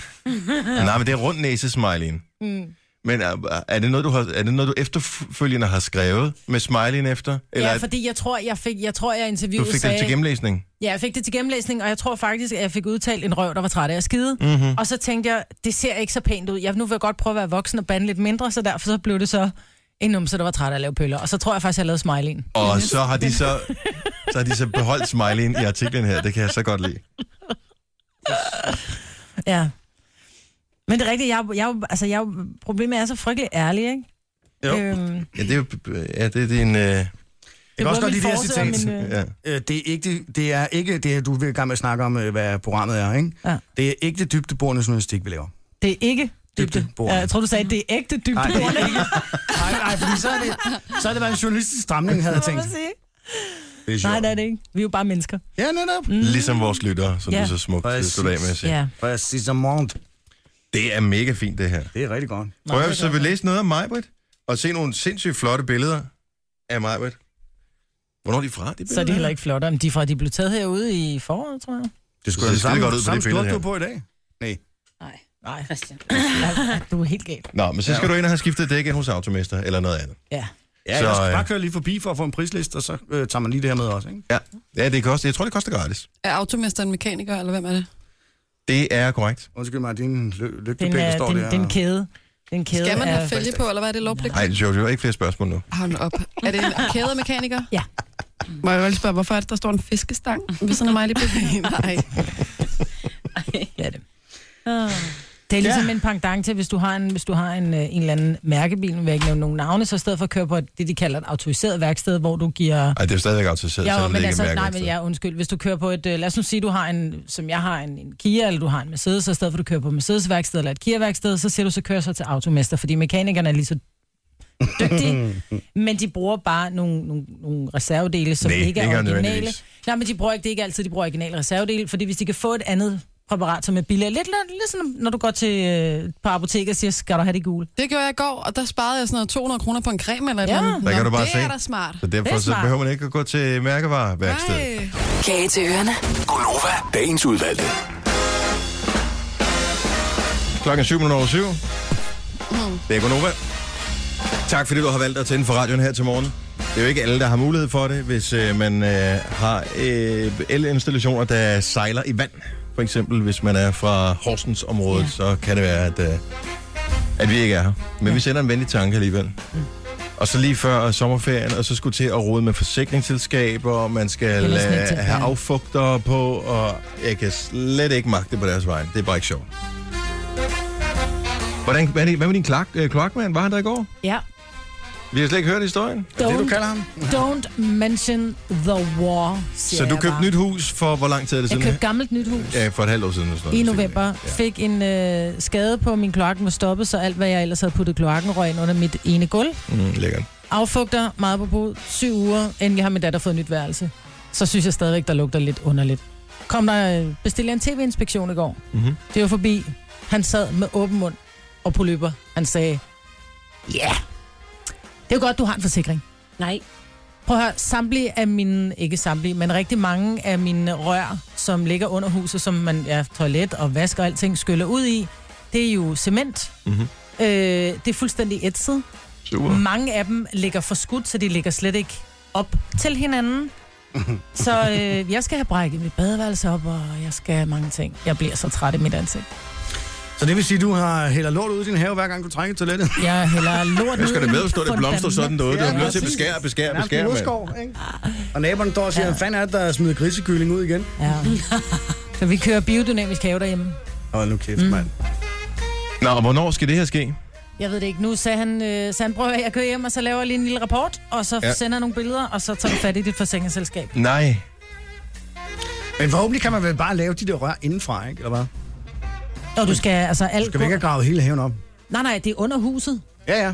A: nej, men det er rundt næse smileyen. Mm. Men er, er, det noget, du har, er det noget, du efterfølgende har skrevet med smileyen efter? Eller
C: Ja,
A: er-
C: fordi jeg tror, jeg fik, jeg tror, jeg
A: du
C: interviewet
A: fik det til gennemlæsning?
C: Ja, jeg fik det til gennemlæsning, og jeg tror faktisk, at jeg fik udtalt en røv, der var træt af at skide.
D: Mhm.
C: Mm-hmm. Og så tænkte jeg, det ser ikke så pænt ud. Jeg, nu vil jeg godt prøve at være voksen og bande lidt mindre, så derfor så blev det så en numse, der var træt af at lave pøller. Og så tror jeg faktisk, jeg lavede smileyen.
A: Og så har de så, så, har de så beholdt smileyen i artiklen her. Det kan jeg så godt lide.
C: Ja. Men det er rigtigt, jeg, jeg, altså, jeg, problemet er, at jeg er så frygtelig ærlig, ikke?
D: Jo.
C: Øhm,
A: Ja, det er, jo, ja, det er din... Øh,
D: kan
C: både
D: også godt
C: min
D: lide de her
C: forsæt og
D: citater.
C: min, øh,
A: ja.
D: Øh, det, er ikke det, det er ikke det, du vil i gang med at snakke om, øh, hvad programmet er, ikke?
C: Ja.
D: Det er ikke det dybdeborende journalistik, vi laver.
C: Det er ikke dybde.
D: Dybdeborende.
C: Ja, jeg tror, du sagde, at det er ægte dybde.
D: Nej, det er ikke. Nej, nej, fordi så er det, så er det bare en journalistisk stramning, havde jeg tænkt. Det er
C: Nej,
D: sjovt.
C: det er det ikke. Vi er jo bare mennesker.
D: Ja, netop.
A: Ligesom vores lyttere, som
C: Mm. Ja.
A: ja. du så smukt
D: Præcis.
A: slutter af med at sige. Ja.
D: Præcis, amount.
A: Det er mega fint, det her.
D: Det er rigtig godt.
A: Prøv at så vi læse noget af Majbrit, og se nogle sindssygt flotte billeder af Majbrit. Hvornår er de fra, de billeder?
C: Så er de heller ikke flotte. Men de er fra, de blev taget herude i foråret, tror jeg.
A: Det
D: Skulle
A: skulle se skide godt ud på
D: samme
A: det billede
D: skjorte, du
A: her.
D: har på i dag? Nej.
B: Nej,
C: Nej,
B: Christian.
C: du er helt galt.
A: Nå, men så skal ja. du ind og have skiftet dæk ind hos automester eller noget andet.
C: Ja.
D: Ja,
A: Så,
D: jeg skal
A: øh,
D: bare køre lige forbi for at få en prisliste, og så øh, tager man lige det her med også, ikke?
A: Ja, ja det koster, jeg tror, det koster gratis.
E: er automesteren mekaniker, eller hvem er det?
A: Det er korrekt.
D: Undskyld mig, din lø-
C: Den,
D: lygtepæl, der
C: er,
D: står
C: den,
D: der.
C: den kæde. Den kæde
E: Skal man
C: er-
E: have fælge på, eller hvad er det lovpligt?
A: Nej, det er sjovt, det var ikke flere spørgsmål nu.
E: Hold nu op. Er det en arcade-mekaniker?
C: Ja.
E: Må jeg godt lige spørge, hvorfor er det, der står en fiskestang ved sådan af mig lige pludselig? Nej.
C: Ja, det.
E: Ah.
C: Det er ligesom en pangdang til, hvis du har en, hvis du har en, øh, en eller anden mærkebil, nu vil jeg ikke nævne nogen navne, så i stedet for at køre på et- det, de kalder et autoriseret værksted, hvor du giver...
A: Ej, det er stadigvæk autoriseret,
C: Ja,
A: selvom det
C: men
A: ikke
C: altså,
A: er
C: nej, men ja, undskyld. Hvis du kører på et, øh, lad os nu sige, du har en, som jeg har, en, en Kia, eller du har en Mercedes, så i stedet for at du kører på Mercedes-værksted eller et Kia-værksted, så siger du, så kører så til automester, fordi mekanikerne er lige så dygtige, men de bruger bare nogle, nogle, nogle reservedele, som
A: Nej,
C: ikke er
A: ikke
C: originale.
A: nødvendigvis.
C: Nej, men de bruger ikke, det er ikke altid, de bruger originale reservedele, fordi hvis de kan få et andet præparat, som er billigere, lidt, lidt, lidt sådan, når du går til, øh, på apoteket og siger, skal du have det gule?
E: Det gjorde jeg i går, og der sparede jeg sådan noget 200 kroner på en creme eller et
C: Ja.
E: eller andet.
A: Der kan
E: Nå,
A: du bare
E: det
A: se.
E: er da smart.
A: Så derfor
C: Det er
A: så
C: smart.
A: behøver man ikke at gå til mærkevareværkstedet.
E: Nej.
G: Kage til ørerne.
F: Gonova, dagens udvalgte.
A: Klokken er syv minutter over syv.
C: Mm.
A: Det er Gunova. Tak fordi du har valgt at tænde for radioen her til morgen. Det er jo ikke alle, der har mulighed for det, hvis øh, man øh, har øh, elinstallationer, der sejler i vand. For eksempel, hvis man er fra Horsens området, ja. så kan det være, at, øh, at vi ikke er her. Men ja. vi sender en venlig tanke alligevel. Mm. Og så lige før sommerferien, og så skulle til at rode med forsikringsselskaber, og man skal
C: Eller sådan
A: øh,
C: ikke til-
A: have
C: ja.
A: affugtere på, og jeg kan slet ikke magte det på deres vej. Det er bare ikke sjovt. Hvordan, hvad, er det, hvad med din klak, øh, kloakmand? Var han der i går?
C: Ja.
A: Vi har slet ikke hørt historien.
D: Er det, du
C: Don't,
D: kalder ham?
C: don't mention the war, siger
A: Så du
C: jeg
A: købte
C: bare.
A: nyt hus for, hvor lang tid er det
C: Jeg
A: siden?
C: købte gammelt nyt hus.
A: Ja, for et halvt år siden. eller sådan
C: i
A: noget.
C: november
A: Ja.
C: fik en øh, skade på min kloakken var stoppet, så alt hvad jeg ellers havde puttet kloakken røg ind under mit ene gulv.
A: Mm, lækkert.
C: Affugter, meget på bod, syv uger, endelig har min datter fået nyt værelse. Så synes jeg stadigvæk, der lugter lidt underligt. Kom der øh, bestilte jeg en tv-inspektion i går.
A: Mhm.
C: Det var forbi. Han sad med åben mund og på løber. Han sagde, ja, yeah. det er jo godt, du har en forsikring.
B: Nej.
C: Prøv at høre, samtlige af mine, ikke samtlige, men rigtig mange af mine rør, som ligger under huset, som man ja, toilet og vask og alting skyller ud i, det er jo cement.
A: Mhm.
C: Øh, det er fuldstændig ætset.
A: Super.
C: Mange af dem ligger forskudt, så de ligger slet ikke op til hinanden.
A: Mhm.
C: så øh, jeg skal have brækket mit badeværelse op, og jeg skal have mange ting. Jeg bliver så træt i mit ansigt.
D: Så det vil sige, du har hælder lort ud i din have, hver gang du trænger til toilettet?
C: Jeg hælder lort
A: Nu skal det
C: ud,
A: vedstå,
C: for
A: det blomster
C: fanden.
A: sådan noget. Du
D: Ja,
A: er nødt til at
D: præcis.
A: beskære, beskære,
D: Nærmest
A: beskære,
D: en
A: mand.
D: urskov, ikke? Og naboen står og siger, hvad fanden er det, der smider grisekylling ud igen?
C: Ja. Så vi kører biodynamisk have derhjemme.
D: Åh, nu kæft, mand.
A: Nå, og hvornår skal det her ske?
C: Jeg ved det ikke. Nu sagde han, øh, så han prøver, jeg kører hjem, og så laver jeg lige en lille rapport, og så
A: Ja.
C: ja. sender jeg nogle billeder, og så tager du fat i dit forsikringsselskab.
A: Nej.
D: Men forhåbentlig kan man vel bare lave de der rør indenfra, ikke? Eller hvad?
C: Og du skal altså alt...
D: Skal vi ikke have gravet hele haven op?
C: Nej, nej, det er under huset.
D: Ja, ja.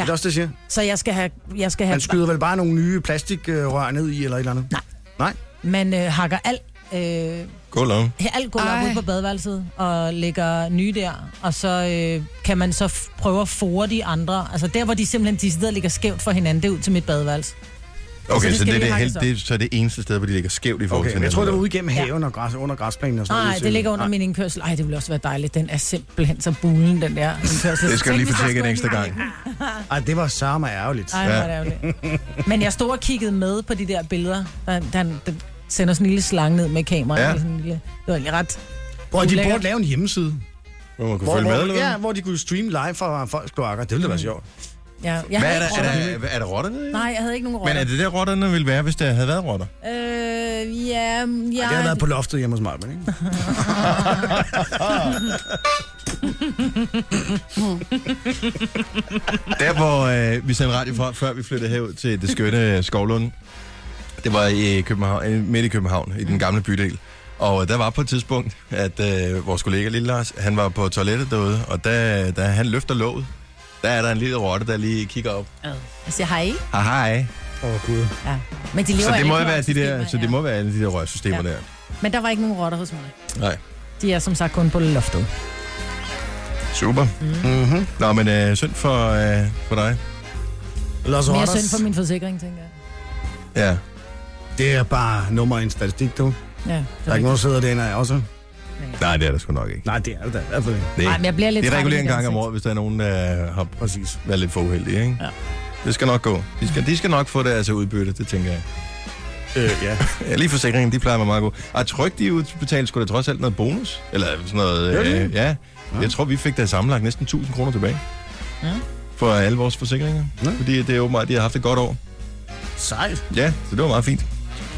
D: Det er også det, jeg siger.
C: Så jeg skal have... Jeg skal have
D: Man skyder vel bare nogle nye plastikrør ned i, eller et eller andet?
C: Nej.
D: Nej?
C: man øh, hakker alt, øh,
A: Gå long.
C: alt gulv op
E: Ej.
C: ude på badeværelset og lægger nye der. Og så øh, kan man så f- prøve at fore de andre. Altså der, hvor de simpelthen de sidder og ligger skævt for hinanden, det er ud til mit badeværelse.
A: Okay,
C: Altså, det
A: så,
C: skal
A: det, er
C: lige
A: det,
C: hakkes
A: hel- det, er- så er det eneste sted, hvor de ligger skævt i forhold
D: Okay,
A: til
D: men jeg tror, det var
A: hinanden.
D: ude igennem haven og græs, under græsplænen og sådan
C: Nej,
D: noget.
C: det ligger under min indkørsel. Ej, det ville også være dejligt. Den er simpelthen så bulen, den der indkørsel.
A: Det skal du lige
C: Tænk, hvis
A: få
C: jeg
A: tjekket en
C: skulle
A: ekstra
C: ind i
A: gang.
D: Ej, det var samme ærgerligt.
C: Ej,
A: Ja.
C: ja. det ærgerligt. Men jeg stod og kiggede med på de der billeder. Der, der, der sender sådan en lille slange ned med kameraet.
A: Ja.
C: Ja. Sådan en lille, det var egentlig ret...
D: Hvor de
C: ulækkert.
D: burde lave en hjemmeside.
A: Hvor man kunne
D: Hvor,
A: følge med,
D: hvor,
A: eller hvad?
D: ja, hvor de kunne streame live fra folks kloakker. Det ville da være
C: Mm.
D: sjovt.
C: Ja, jeg
A: Hvad
C: havde
A: er der?
C: ikke rotter.
A: Er der, er der rotter nede? i?
C: Nej, jeg havde ikke nogen rotter.
A: Men er det der, rotterne ville være, hvis der havde været rotter?
C: Øh, ja, ja,
D: Det har været på loftet hjemme hos mig, men ikke?
A: Der, hvor øh, vi sendte radio fra, før vi flyttede herud til det skønne øh, Skovlund, det var i København, øh, midt i København, i den gamle bydel. Og der var på et tidspunkt, at øh, vores kollega Lille Lars, han var på toilettet derude, og da, da han løfter låget, der er der en lille rotte, der lige kigger op.
C: Altså, Jeg siger hej.
A: Ah, hej.
D: Åh, oh, gud.
C: Ja. Men de lever
A: Så det
C: alle
A: må
C: i
A: jo være de der,
C: rørsystemer,
A: så det må være alle de der rørsystemer
C: Ja.
A: der.
C: Men der var ikke nogen rotter hos mig.
A: Nej.
C: De er som sagt kun på loftet.
A: Super.
D: Mhm.
A: Mm-hmm. Nå, men øh, synd for, øh, for dig.
D: Los
C: Mere
D: Rotters.
C: synd for min forsikring, tænker jeg.
A: Ja.
D: Det er bare nummer i en statistik, du. Der
C: Ja, det er
D: er ikke
C: ikke
D: nogen, der sidder derinde af også.
A: Nej, det er der sgu nok ikke.
D: Nej, det er det da i hvert fald ikke.
A: Det, er
C: Nej,
A: ikke-
C: men jeg bliver lidt
A: det er
C: træt i
A: reguleret en
C: mit
A: gang om
C: ansigt.
A: året, hvis der er nogen, der har
D: Præcis.
A: været lidt for uheldige, ikke?
C: Ja.
A: Det skal nok gå. De skal, de skal nok få deres udbytte, det tænker jeg.
D: Øh, ja.
A: Ja, lige forsikringen, de plejer at være meget gode. Og tryk, de udbetalte sgu da trods alt noget bonus. Eller sådan
D: Ja,
A: noget.
D: det er
A: Øh, ja. Jeg tror, vi fik da sammenlagt næsten 1000 kroner tilbage. For alle vores forsikringer.
D: Ja.
A: Fordi det er åbenbart, de har haft et godt år.
D: Sejt.
A: Ja, så det var meget fint.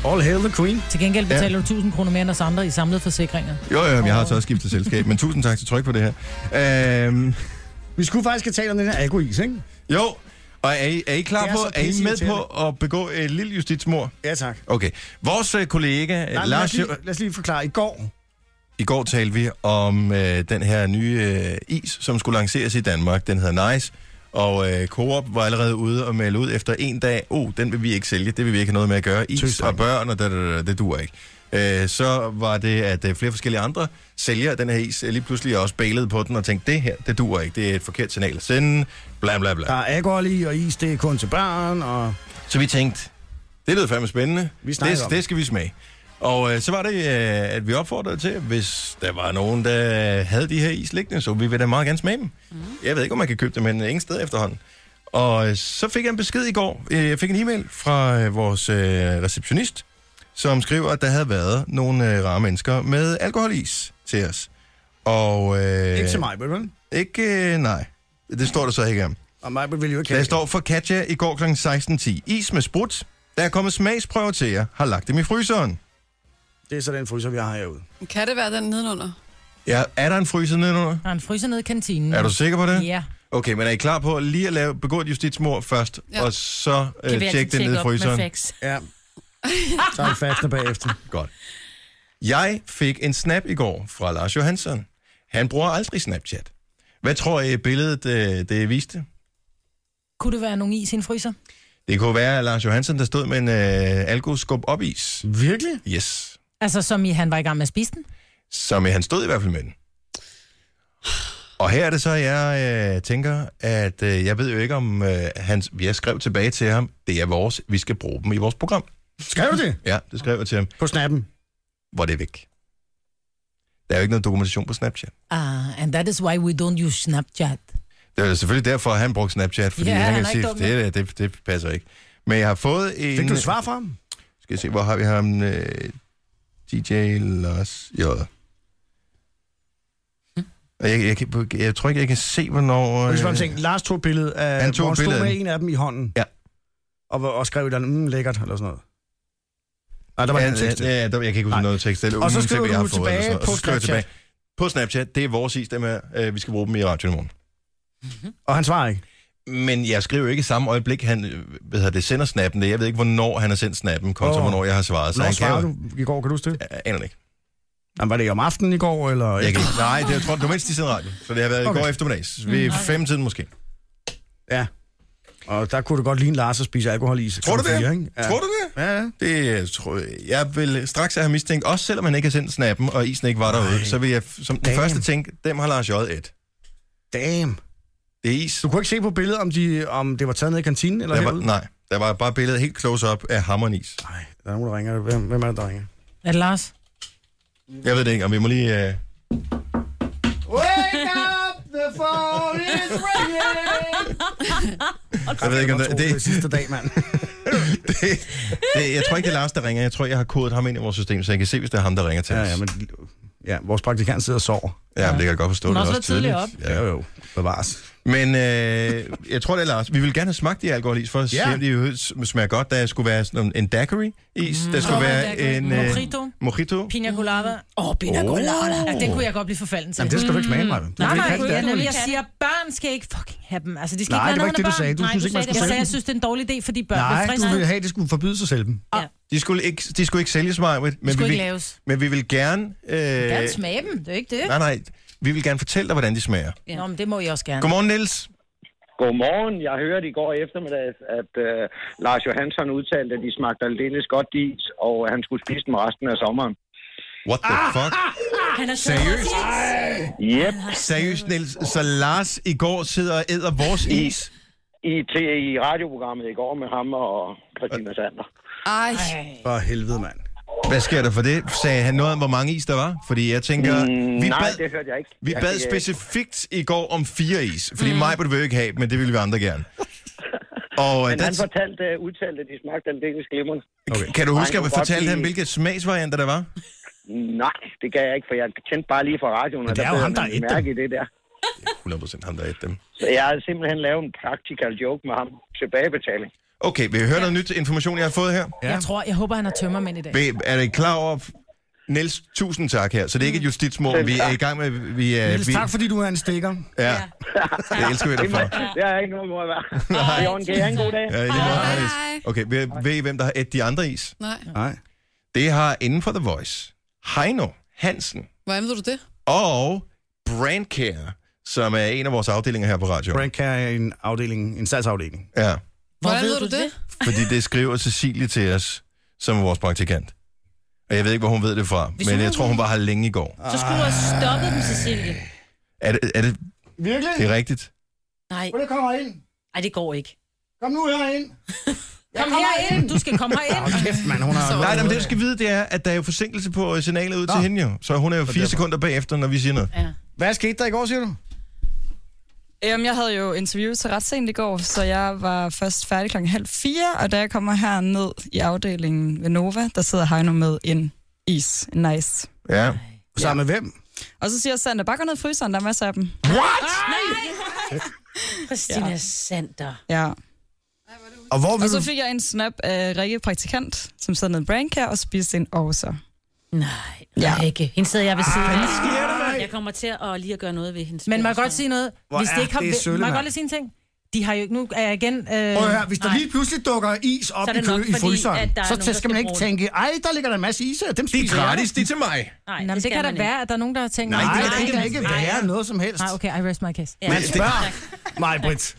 D: All hail the queen.
C: Til gengæld betaler du 1000 kroner mere end os andre i samlede forsikringer.
A: Jo, jo, men jeg har så også skiftet selskab. Men tusind tak til tryk på det her. Øhm,
D: Vi skulle faktisk have talt om den her alkois, ikke?
A: jo, og er I, er I klar
D: Det er
A: på,
D: så
A: er I med
D: pisseirriterende.
A: på at begå et lille justitsmord?
D: Ja, tak.
A: Okay. Vores øh, kollega, øh,
D: Nej, men lad,
A: Lars...
D: os lige, lad os lige forklare. I går,
A: I går talte vi om øh, den her nye øh, is, som skulle lanceres i Danmark. Den hedder Nice. Og øh, Coop var allerede ude og melde ud efter en dag, oh, den vil vi ikke sælge, det vil vi ikke have noget med at gøre. Is
D: Tøsdreng.
A: og børn, og da, da, da, det duer ikke. Øh, så var det, at øh, flere forskellige andre sælgere af den her is øh, lige pludselig også bailede på den og tænkte, det her, det duer ikke, det er et forkert signal at sende, bla bla bla.
D: der er alkohol i, og is, det er kun til børn, og...
A: Så vi tænkte, det lyder fandme spændende.
D: Vi snakker
A: det,
D: om
A: det
D: det.
A: skal vi smage. Og øh, så var det, øh, at vi opfordrede til, at hvis der var nogen, der havde de her is liggende, så vi ville da meget gerne smage dem. Mm. Jeg ved ikke, om man kan købe dem, men ingen sted efterhånden. Og øh, så fik jeg en besked i går. Øh, Jeg fik en e-mail fra øh, vores øh, receptionist, som skriver, at der havde været nogle øh, rare mennesker med alkoholis til os. Og, øh,
D: Ikke til mig, vel?
A: Ikke, øh, nej. Det står der så ikke om.
D: Og mig vil jo ikke
A: Der står for Katja i går kl. 16.10. Is med sprut. Der er kommet smagsprøver til jer. Har lagt dem i fryseren.
D: Det er så den fryser, vi har herude.
E: Kan det være den nedenunder?
A: Ja, er der en fryser nedenunder?
C: Der er en fryser nede i kantinen.
A: Er du sikker på det?
C: Mm. Ja.
A: Okay, men er I klar på lige at lave, begå et justitsmord først,
E: Ja.
A: og så øh,
B: Kan vi
A: tjekke det
B: altid
A: ned
B: tjekke
A: i
B: op med
A: fryseren?
B: fax?
D: Ja. Så er vi faster bagefter.
A: Godt. Jeg fik en snap i går fra Lars Johansson. Han bruger aldrig Snapchat. Hvad tror I billedet øh, det viste?
C: Kunne det være nogen is i en fryser?
A: Det kunne være at Lars Johansson, der stod med en øh, alkoskub op is.
D: Virkelig?
A: Yes.
C: Altså, som i, han var i gang med at spise den?
A: Som i, han stod i hvert fald med den. Og her er det så, jeg øh, tænker, at øh, jeg ved jo ikke, om øh, han, jeg skrev tilbage til ham, det er vores, vi skal bruge dem i vores program.
D: Skal du det?
A: Ja, det skrev jeg til ham.
D: På snappen.
A: Hvor er det væk? Der er jo ikke noget dokumentation på Snapchat.
C: Ah, and that is why we don't use Snapchat.
A: Det er jo selvfølgelig derfor, at han brugte Snapchat, fordi
C: Ja,
A: han kan
C: han er ikke dum,
A: sige, det, det, det passer ikke. Men jeg har fået en...
D: Fik du et svar fra ham?
A: Skal jeg se, hvor har vi ham? Øh, DJ Lars J.
C: Hm?
A: Og Jeg, jeg, kan- jeg, tror ikke, jeg kan se, hvornår...
D: Hvis man
A: øh,
D: tænkte, Lars tog et billede af,
A: Han tog
D: hvor han stod
A: billedet.
D: med en af dem i hånden.
A: Ja.
D: Og, og skrev et eller andet, mm, lækkert, eller sådan noget. Nej, der var
A: Ja,
D: en tekst. til.
A: ja, ja, der, jeg kan ikke huske
D: Nej.
A: noget tekst. Eller,
D: Og så
A: nogen
D: skriver
A: ting, jeg
D: du
A: har fået,
D: tilbage
A: eller sådan noget. Og
D: på
A: så skriver jeg
D: Snapchat.
A: Tilbage. På Snapchat, det er vores is, dem er, øh, vi skal bruge dem i radioen i morgen.
D: Og han svarer ikke.
A: Men jeg skriver jo ikke i samme øjeblik, han øh, hvad hedder det, sender snappen. Jeg ved ikke, hvornår han har sendt snappen, kontra
D: Åh.
A: hvornår jeg har svaret.
D: Når
A: Altså, han
D: svarede
A: jo-
D: du i går, kan du huske det?
A: Jeg aner det ikke.
D: Jamen, var det om aftenen i går, eller...
A: Jeg kan, ikke- nej, det er, jeg tror, det var mindst, de sendte radio. Så det har været okay. Mm. i
D: Okay.
A: går eftermiddags. Ved okay. femtiden måske.
D: Ja. Og der kunne det godt ligne Lars at spise alkohol i.
A: Tror du det?
D: klokken fire, ikke?
A: Tror du det?
D: Ja, ja.
A: Det øh, tror jeg, jeg vil straks have mistænkt, også selvom han ikke har sendt snappen, og isen ikke var derude, så vil jeg f- som den
D: Damn.
A: første tænke, dem har Lars J. et.
D: Damn.
A: Det er is.
D: Du kunne ikke se på billedet, om, de, om det var taget ned i kantinen eller
A: Der var,
D: herude?
A: nej, der var bare billedet helt close up af hammer og en is.
D: Nej, der er nogen, der ringer. Hvem, hvem er det, der ringer?
C: Er det Lars?
A: Jeg ved det ikke, om vi må lige... Øh...
D: Wake up! The phone is ringing!
A: Jeg ved ikke, om det,
D: det, er
A: det,
D: sidste dag, mand.
A: det, det, jeg tror ikke, det er Lars, der ringer. Jeg tror, jeg har kodet ham ind i vores system, så jeg kan se, hvis det er ham, der ringer til
D: ja,
A: os.
D: ja, men... Ja, vores praktikant sidder og sover.
A: ja, men det kan jeg godt forstå.
C: Hun
A: det er
C: har også været tidligt
A: Ja.
D: jo. Bevares.
A: Men øh, jeg tror, det er Lars. Vi vil gerne have smagt de alkoholis, for at
D: Ja.
A: se, om de i øvrigt sm- smager godt. Der skulle være sådan en daiquiri-is. Der skulle
C: Mm. Åh,
A: være
C: daiquiri.
A: en... Øh,
C: Mojito.
A: Mojito.
C: Pina colada.
B: Åh, oh, pina colada.
C: Ja, den kunne jeg godt blive forfalden til.
D: Jamen, det skal du ikke smage, mig.
C: Nej, nej,
B: ikke
C: jeg,
B: det.
C: nemlig, jeg siger, børn skal ikke fucking have dem. Altså, de skal
D: Nej,
C: ikke
D: det var
C: være
D: ikke det, du
C: børn.
D: sagde. Du
C: Nej,
D: synes ikke, man
C: sagde det. Jeg
D: skulle sælge
C: sagde, jeg synes, det er en dårlig idé, fordi børn
D: Nej,
C: vil
D: du
C: friste.
D: ville have, at det skulle forbyde sig selv.
A: De skulle ikke, de skulle ikke sælges mig, men, men, vi,
C: skulle ikke
A: vil,
C: laves.
A: men vi vil gerne... Øh,
C: Gerne smage dem, det er ikke det.
A: nej, nej. Vi vil gerne fortælle dig, hvordan de smager.
C: Nå, men det må jeg også gerne.
A: Godmorgen, Niels.
H: Godmorgen. Jeg hørte i går eftermiddag, at øh, Lars Johansson udtalte, at de smagte aldeles godt is, og han skulle spise dem resten af sommeren.
A: What the
H: Ah!
A: fuck?
B: Han er
A: Seriøst?
H: Yep,
A: Seriøst, Niels. Så Lars i går sidder og æder vores is?
H: i, til, i radioprogrammet i går med ham og Christina Sander.
E: Ej,
D: For helvede, mand.
A: Hvad sker der for det? Sagde han noget om, hvor mange is der var? Fordi jeg tænker,
H: Mm,
A: vi
H: nej,
A: bad,
H: det hørte jeg ikke.
A: vi
H: Jeg
A: bad
H: fik, øh,
A: specifikt i går om fire is. Fordi mm. mig burde vi jo ikke have, men det ville vi andre gerne. Og
H: Men
A: der,
H: han fortalte, øh, udtalte, at de smagte aldeles glimrende.
A: okay. kan du
H: Nej,
A: huske,
H: han
A: at vi
H: kunne godt
A: fortalte ham,
H: lide-
A: hvilke smagsvarianter der var?
H: Nej, det kan jeg ikke, for jeg kendte bare lige fra radioen, og
D: det er jo
H: blev
D: ham,
H: jeg
D: der er
H: nemlig
D: et
H: mærke i det der.
A: 100% ham, der ædte dem.
H: Så jeg havde simpelthen lavet en practical joke med ham. Tilbagebetaling.
A: Okay, vil I høre noget nyt information, jeg har fået her?
D: Ja.
C: Jeg tror, jeg håber, han har tømmermænd i dag.
A: Vil, er det klar over... Niels, tusind tak her. Så det er ikke et justitsmål, vi er i gang med... Vi er,
D: Niels,
A: vi,
D: tak fordi du er en stikker.
A: ja. Det elsker vi dig for.
H: Det er ikke noget, må jeg være. Jørgen, kan I have en god dag?
A: Ja, i lige måde. Hej, Niels.
E: Hej.
A: Okay, ved, ved I, hvem der har et de andre is?
E: nej.
D: Nej.
A: Det har inden for The Voice Heino Hansen
E: Hvordan ved du det?
A: og Brandcare, som er en af vores afdelinger her på radio.
D: Frank er en afdeling, en salgsafdeling.
A: Ja,
E: Hvordan ved du det?
A: fordi det skriver Cecilie til os, som er vores praktikant. Og jeg ved ikke, hvor hun ved det fra,
B: Hvis
A: men
B: hun
A: jeg
B: ved
A: tror,
B: det.
A: hun var her længe i går.
B: Så skulle du have stoppet dem, Cecilie.
A: Er det, er det,
D: Virkelig?
A: det er rigtigt?
B: Nej,
D: Hvor det kommer ind?
B: nej, det går ikke.
D: Kom nu herind.
C: Kom herind, du skal komme herind.
D: Kæft, mand, hun har...
A: Nej, nej, men det du skal vide, det er, at der er jo forsinkelse på øh, signalet ud til hende jo. Så hun er jo fire sekunder bagefter, når vi siger noget.
D: Hvad skete der i går, siger du?
I: Øhm, jeg havde jo interview til ret sent i går, så jeg var først færdig klokken halv fire, og da jeg kommer her ned i afdelingen ved Nova, der sidder Heino med en is. En nice.
A: Ja.
D: Sammen med hvem?
I: Og så siger Sander, bare gå ned i fryseren, der er masser af dem.
B: Christina Sander.
I: Ja.
D: Og hvor
I: Og
D: vil
I: så
D: du...
I: fik jeg en snap af Rikke Praktikant, som sad nede i Brandcare og spiste en overser.
B: Nej,
I: Ja.
B: ja. ikke. Hende sidder jeg ved siden af. Jeg kommer til at lige at gøre noget ved hendes
C: Men må jeg
B: bryster.
C: godt sige noget?
D: Hvor
C: Hvis
D: er
C: det ikke har...
D: det sølle,
C: må jeg
D: mand.
C: godt lige sige en ting? De har jo ikke... Nu er jeg igen... Øh...
D: Prøv at høre, hvis der
B: Nej.
D: lige pludselig dukker is op
B: Så er
D: i
B: det nok
D: kø i
B: fordi,
D: fryseren,
B: at der er
D: så,
B: nogen,
D: så
B: der
D: skal
B: skal
D: man ikke
B: bruge
D: tænke, ej, der ligger der en masse is her, dem
A: Det
D: spiser
A: er gratis, det er til mig.
B: Nej,
C: Nå, men det
B: skal
C: kan da
B: man ikke.
C: være, at der er nogen, der har tænkt...
D: Nej,
C: Nej,
D: det
A: nej,
D: kan da
A: nej,
D: ikke være noget som helst.
C: nej, okay, I rest my case.
B: Ja.
D: Men spørg mig, Britt.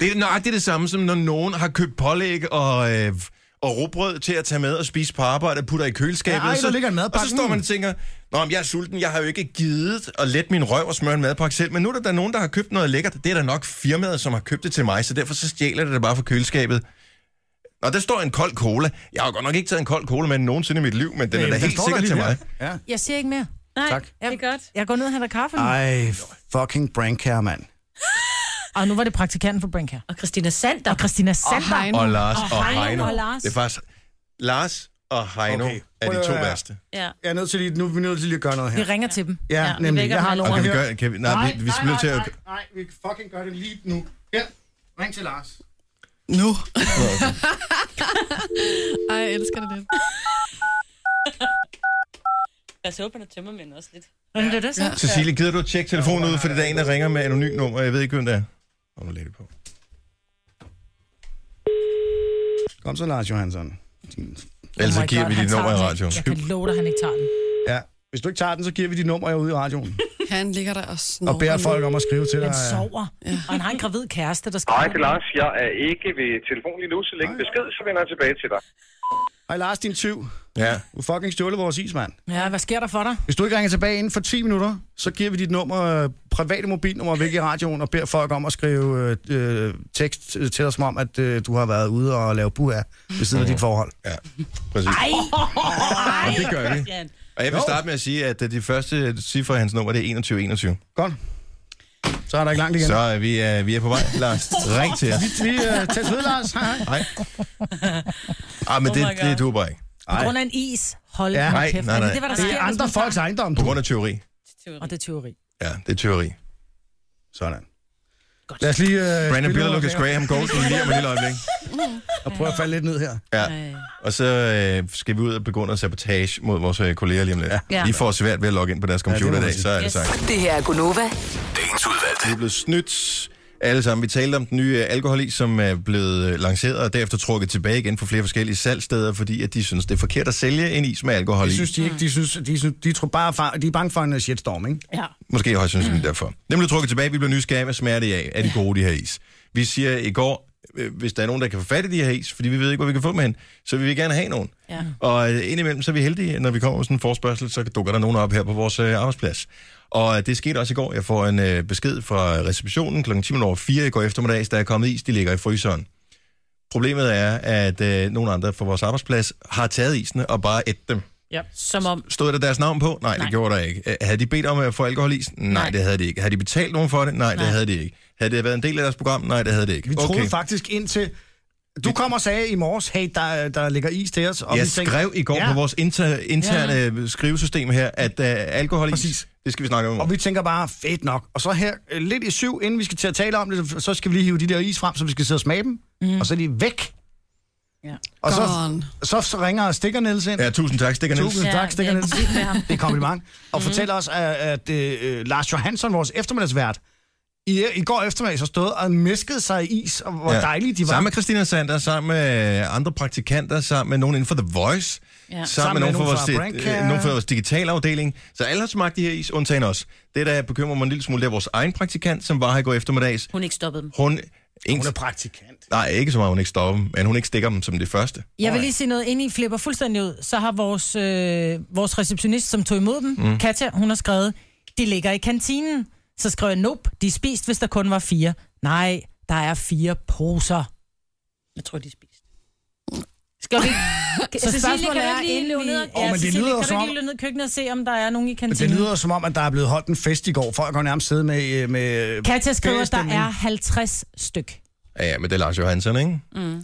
A: Det er nøjagtigt det samme, som når nogen har købt pålæg og, øh, og råbrød til at tage med og spise på arbejde og putter i køleskabet.
D: Ja, ej,
A: og så-
D: der ligger en
A: Og
D: madpakke. Mm.
A: så står man og tænker, Nå, men jeg er sulten, jeg har jo ikke givet at lette min røv og smøre en madpakke selv, men nu er der da nogen, der har købt noget lækkert. Det er der nok firmaet, som har købt det til mig, så derfor så stjæler det det bare fra køleskabet. Nå, der står en kold cola. Jeg har godt nok ikke taget en kold cola med nogensinde i mit liv, men den er da
D: Den
A: helt
D: Øh, står der
A: sikkert
D: lige
A: til
D: her.
A: mig.
D: Ja.
C: Jeg siger ikke mere.
B: Nej,
D: Tak.
B: det er godt.
C: Jeg går ned og henter kaffe nu.
D: Ej, fucking brankær, mand.
C: Og nu var det praktikanten for Brink her.
B: Og Christina Sander.
C: Og Christina Sander.
E: Hej nu.
A: Og Lars og,
C: Mm. Og Heino
A: Heino.
C: og Lars.
A: Det er faktisk... Lars og Heino
D: Okay.
A: okay. er de
D: Prøv
A: to
D: at-
A: værste.
B: Ja.
D: Jeg er nødt til lige, nu er vi nødt til lige at gøre noget
C: Vi
D: her.
C: ringer til dem.
D: Ja,
B: vi
D: nemlig.
B: vækker
D: Jeg har
B: dem
D: nogle
A: Og kan vi
D: her.
A: gøre... Kan vi, nej, nej, vi, vi bliver nødt til at...
D: nej, nej, vi fucking gør det lige nu. Her, ring til Lars.
E: Nu. Ej, jeg elsker det lidt.
B: Lad os håbe, han er tømmermænd også lidt.
C: Men det er det så.
A: Cecilie, gider du at tjekke telefonen ud, for det er en, der ringer med anonym nummer. Jeg ved ikke, hvem det er. Og nu lægger vi på.
D: Kom så, Lars Johansson. Din-
A: Ellers så
C: Oh my
A: giver
C: God,
A: vi
C: han
A: dit
C: tager
A: nummer i
C: den.
A: radioen.
C: Jeg kan love dig, han ikke tager den.
D: Ja, hvis du ikke tager den, så giver vi dit nummer herude i radioen.
E: Han ligger der og snorer.
D: Og beder
E: nu.
D: folk om at skrive til dig.
C: Han
D: øh,
C: sover. Og han har en gravid kæreste, der skal...
H: Hej, det er Lars. Jeg er ikke ved telefonen lige nu, så længe besked, så vender jeg tilbage til dig.
D: Hej Lars, din tyv.
A: Ja.
D: Du har fucking stjålet vores is, mand.
C: Ja, hvad sker der for dig?
D: Hvis du ikke ringer tilbage inden for 10 minutter, så giver vi dit nummer, øh, private mobilnummer væk i radioen og beder folk om at skrive øh, øh, tekst øh, til dig, som om, at øh, du har været ude og lave buha ved siden af dit forhold.
A: Ja, præcis. Ej! Ej! Det gør vi. Og jeg vil starte med at sige, at øh, de første cifre af hans nummer, det er 2121.
D: Godt. Så er der ikke langt igen.
A: Så
D: Så.
A: er vi, uh, vi er på vej, Lars. Ring til os.
D: Vi øh, tager ved, Lars. Hej, hej.
A: Hej. Ah, men
C: Oh
A: det,
C: my God.
A: det du bare ikke.
C: På grund af en is. Hold
D: Ja.
C: ja,
A: Nej,
C: kæft.
A: nej,
C: Er
A: nej.
C: Det, det, hvad der
D: Det
C: sker,
D: er
C: hvis
D: andre
C: man
D: folks ejendom,
A: På
D: du.
A: grund af teori.
C: tager- Og det er teori.
A: Ja, det er teori.
D: Sådan. Lad os lige... Øh,
A: Brandon
D: spille
A: Biller,
D: noget
A: Lucas
D: mere
A: Graham, Golden lige om et lille øjeblik.
D: Og prøve at falde lidt ned her.
A: Ja. Og så øh, skal vi ud og begrunde sabotage mod vores øh, kolleger lige om lidt.
B: Ja.
A: De får svært ved at logge ind på deres
D: det må
A: computer i
D: man
A: dag,
D: sige.
A: så er det
B: Yes.
A: sagt.
G: Det her er Gunova.
F: Dagens udvalgte.
A: Vi er blevet snydt alle sammen. Vi talte om den nye øh, alkoholis, som er blevet øh, lanceret og derefter trukket tilbage igen fra flere forskellige salgsteder, fordi at de synes, det er forkert at sælge en is med alkohol
D: Det
A: i.
D: synes de ikke. De, synes, de, synes, de, tror bare, far, de er bange for en øh, shitstorm, ikke?
C: Ja.
A: Måske højst sandsynligt derfor. Dem blev trukket tilbage, vi blev nysgerrige, hvad smager det af? Er de gode, de her is? Vi siger i går, øh, hvis der er nogen, der kan få fat i de her is, fordi vi ved ikke, hvor vi kan få dem hen, så vil vi gerne have nogen.
B: Ja.
A: Og øh, indimellem, så er vi heldige, når vi kommer med sådan en forspørgsel, så dukker der nogen op her på vores øh, arbejdsplads. Og øh, det skete også i går. Jeg får en øh, besked fra receptionen kl. 10 over 4 i går eftermiddags, der er kommet is, de ligger i fryseren. Problemet er, at øh, nogle andre fra vores arbejdsplads har taget isene og bare ædt dem.
C: ja.
B: Som om,
A: Stod der deres navn på? Nej, Nej.
B: Nej.
A: det gjorde der ikke. Øh, Havde de bedt om at få alkoholis? Nej, Nej,
B: Nej.
A: det havde de ikke. Havde de betalt nogen for det? Nej, Nej,
B: Nej.
A: det havde de ikke. Havde det været en del af deres program? Nej, det havde det ikke.
D: Vi troede faktisk indtil... Du kom og sagde i morges, hey, der, der ligger is til os. Og
A: Jeg
D: vi tænkte,
A: skrev i går
D: ja,
A: ja. på vores inter, interne ja. skrivesystem her, at uh, alkoholis,
D: Præcis.
A: det skal vi snakke om i
D: Og
A: morgen.
D: vi tænker bare, fedt nok. Og så her, øh, lidt i syv, inden vi skal til at tale om det, så skal vi lige hive de der is frem, så vi skal sidde og smage dem.
B: Mhm.
D: Mm. Og så er de væk.
C: Ja.
D: Og så,
E: Gone.
D: så, så ringer Stikker Niels ind.
A: Ja, tusind tak, Stikker Niels.
D: Tusind
B: Ja,
D: tak, Stikker
B: det er
D: Niels.
B: vild med ham. Mhm.
D: Det er kompliment. Og fortæller os, at, at øh, Lars Johansson, vores eftermiddagsvært, i, i går eftermiddag så stod og mæskede sig i is, og hvor ja. dejlige de var.
A: Sammen med Christina Sander, sammen med øh, andre praktikanter, sammen med nogen inden for The Voice, ja. sammen, sammen med, nogen, fra vores,
D: Branca.
A: øh, nogen fra vores digitale afdeling. Så alle har smagt de her is, undtagen os. Det, der bekymrer mig en lille smule, det er vores egen praktikant, som var her i går eftermiddags.
B: hun ikke stoppede dem.
A: Hun, en,
D: Hun er praktikant.
A: Nej, ikke så meget, hun ikke stopper dem, men hun ikke stikker dem som det første.
C: Jeg vil lige sige noget, inden I flipper fuldstændig ud, så har vores, øh, vores receptionist, som tog imod dem, mm. Katja, hun har skrevet, de ligger i kantinen. Så skrev jeg, nope, de er spist, hvis der kun var fire. Nej, der er fire poser.
B: Jeg tror, de spiste. Skal vi ikke?
C: Så spørgsmålet er, inden vi...
D: Åh, men det
C: Cecilie,
D: lyder jo
C: kan du
D: som
C: ikke
D: om-
C: lige løbe ned i køkkenet og se, om der er nogen i
D: Men Det
C: kantinen?
D: lyder som om, at der er blevet holdt en fest i går. Folk har nærmest siddet med... øh, med
C: Katja skriver, at der
D: feriestemning.
C: er 50 styk.
A: Ja, ja, men det er Lars Johansson, ikke?
C: Og men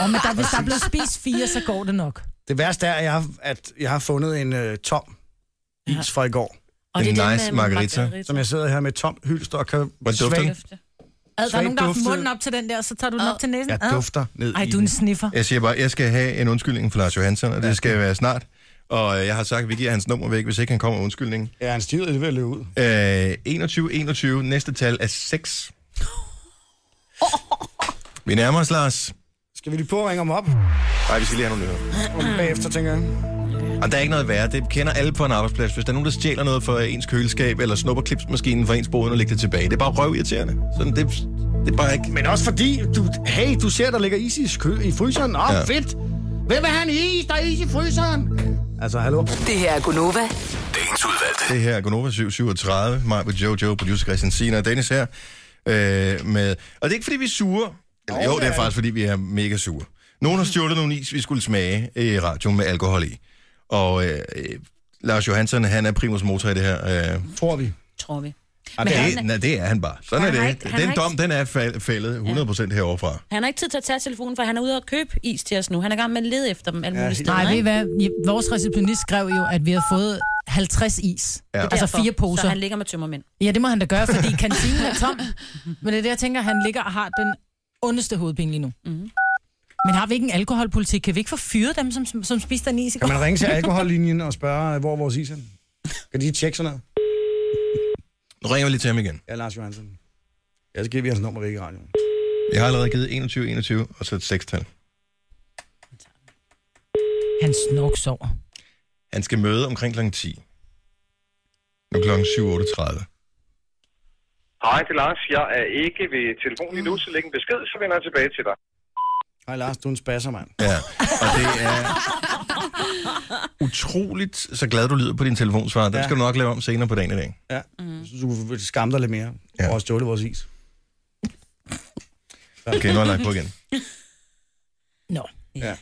C: der, hvis der er blevet spist fire, så går det nok.
D: Det værste er, at jeg har, at jeg har fundet en øh, tom is fra i går,
A: En
B: det er den
A: nice
B: med
A: margarita.
D: som jeg sidder her med et tom hylster og kan
A: dufter den?
C: Ad, der er
D: Svagt
C: nogen, der har haft
D: duftet.
C: munden op til den der, så tager du den op til næsen.
D: Jeg
C: Ad.
D: dufter ned
C: Ej,
D: i
C: du er en
D: den.
C: sniffer.
A: Jeg siger bare, jeg skal have en undskyldning for Lars Johansson, og det skal være snart. Og øh, jeg har sagt, at vi giver hans nummer væk, hvis ikke han kommer med undskyldningen.
D: Ja, han stiger det ved at løbe ud.
A: Øh, 21, 21, næste tal er 6. Vi nærmer os, Lars.
D: Skal vi lige på at ringe ham op?
A: Nej, vi skal lige have nogle nyheder.
D: Og
C: Ah.
D: bagefter tænker jeg.
A: Og der er ikke noget værre. Det kender alle på en arbejdsplads. Hvis der er nogen, der stjæler noget fra ens køleskab, eller snupper klipsmaskinen fra ens bord, og lægger det tilbage. Det er bare røvirriterende. Sådan, det, det er bare ikke...
D: Men også fordi, du, hey, du ser, der ligger is i, kø, i fryseren. Åh, oh,
A: Ja.
D: ja. fedt! Hvem vil have en is? Der er is i fryseren! Altså, hallo?
G: Det her er Gunova.
F: Dagens udvalgte.
A: Det her er Gonova 737, mig med Jojo, producer Christian Sina og Dennis her. Øh, med, og det er ikke, fordi vi er sure. Eller, jo, det er faktisk, fordi vi er mega sure. Nogen har stjålet nogle is, vi skulle smage i radioen med alkohol i. Og øh, øh, Lars Johansson, han er primus motor i det her. Øh,
D: Tror vi.
B: Tror vi.
A: men det, han, nej, det er han bare. Sådan
B: Han
A: er
B: har
A: det.
B: ikke- han
A: den
B: har
A: dom, den er fal- fældet 100% ja. heroverfra.
B: Han har ikke tid til at tage telefonen, for han er ude og købe is til os nu. Han er i gang med at lede efter dem alle mulige
D: helt-
B: steder.
C: Nej, ved I
B: ikke?
C: hvad? I- Vores receptionist skrev jo, at vi har fået 50 is.
A: Ja.
C: Ja. Altså
B: Derfor.
C: fire poser.
B: Så han ligger med tømmermænd.
C: Ja, det må han da gøre, fordi kantinen er tom. Men det er det, jeg tænker, han ligger og har den ondeste hovedpine lige nu. Mm.
B: Mhm.
C: Men har vi ikke en alkoholpolitik? Kan vi ikke få fyret dem, som, som, som spiste den is i går?
D: Kan man ringe til alkohollinjen og spørge, øh, hvor er vores is er? Kan de tjekke sådan noget?
A: Nu ringer vi lige til ham igen.
D: Ja, Lars Johansen. Ja, så giver vi hans nummer væk i radioen.
A: Jeg har allerede givet 21, 21 og så et sekstal.
C: Han snork sover.
A: Han skal møde omkring kl. 10. Nu er klokken 7.38.
J: Hej, det er Lars. Jeg er ikke ved telefonen lige nu, så læg en besked, så vender jeg tilbage til dig.
D: Hej Lars, du er en spasser, mand.
A: Ja, og det er utroligt, så glad du lyder på din telefonsvar. Den
D: Ja.
A: skal du nok lave om senere på dagen i dag.
D: Ja, mm. så du kunne skamme dig lidt mere.
A: Ja.
D: Ja. Og også stjålet vores is.
A: Okay, nu har jeg lagt på igen.
C: Nå.
D: Ja.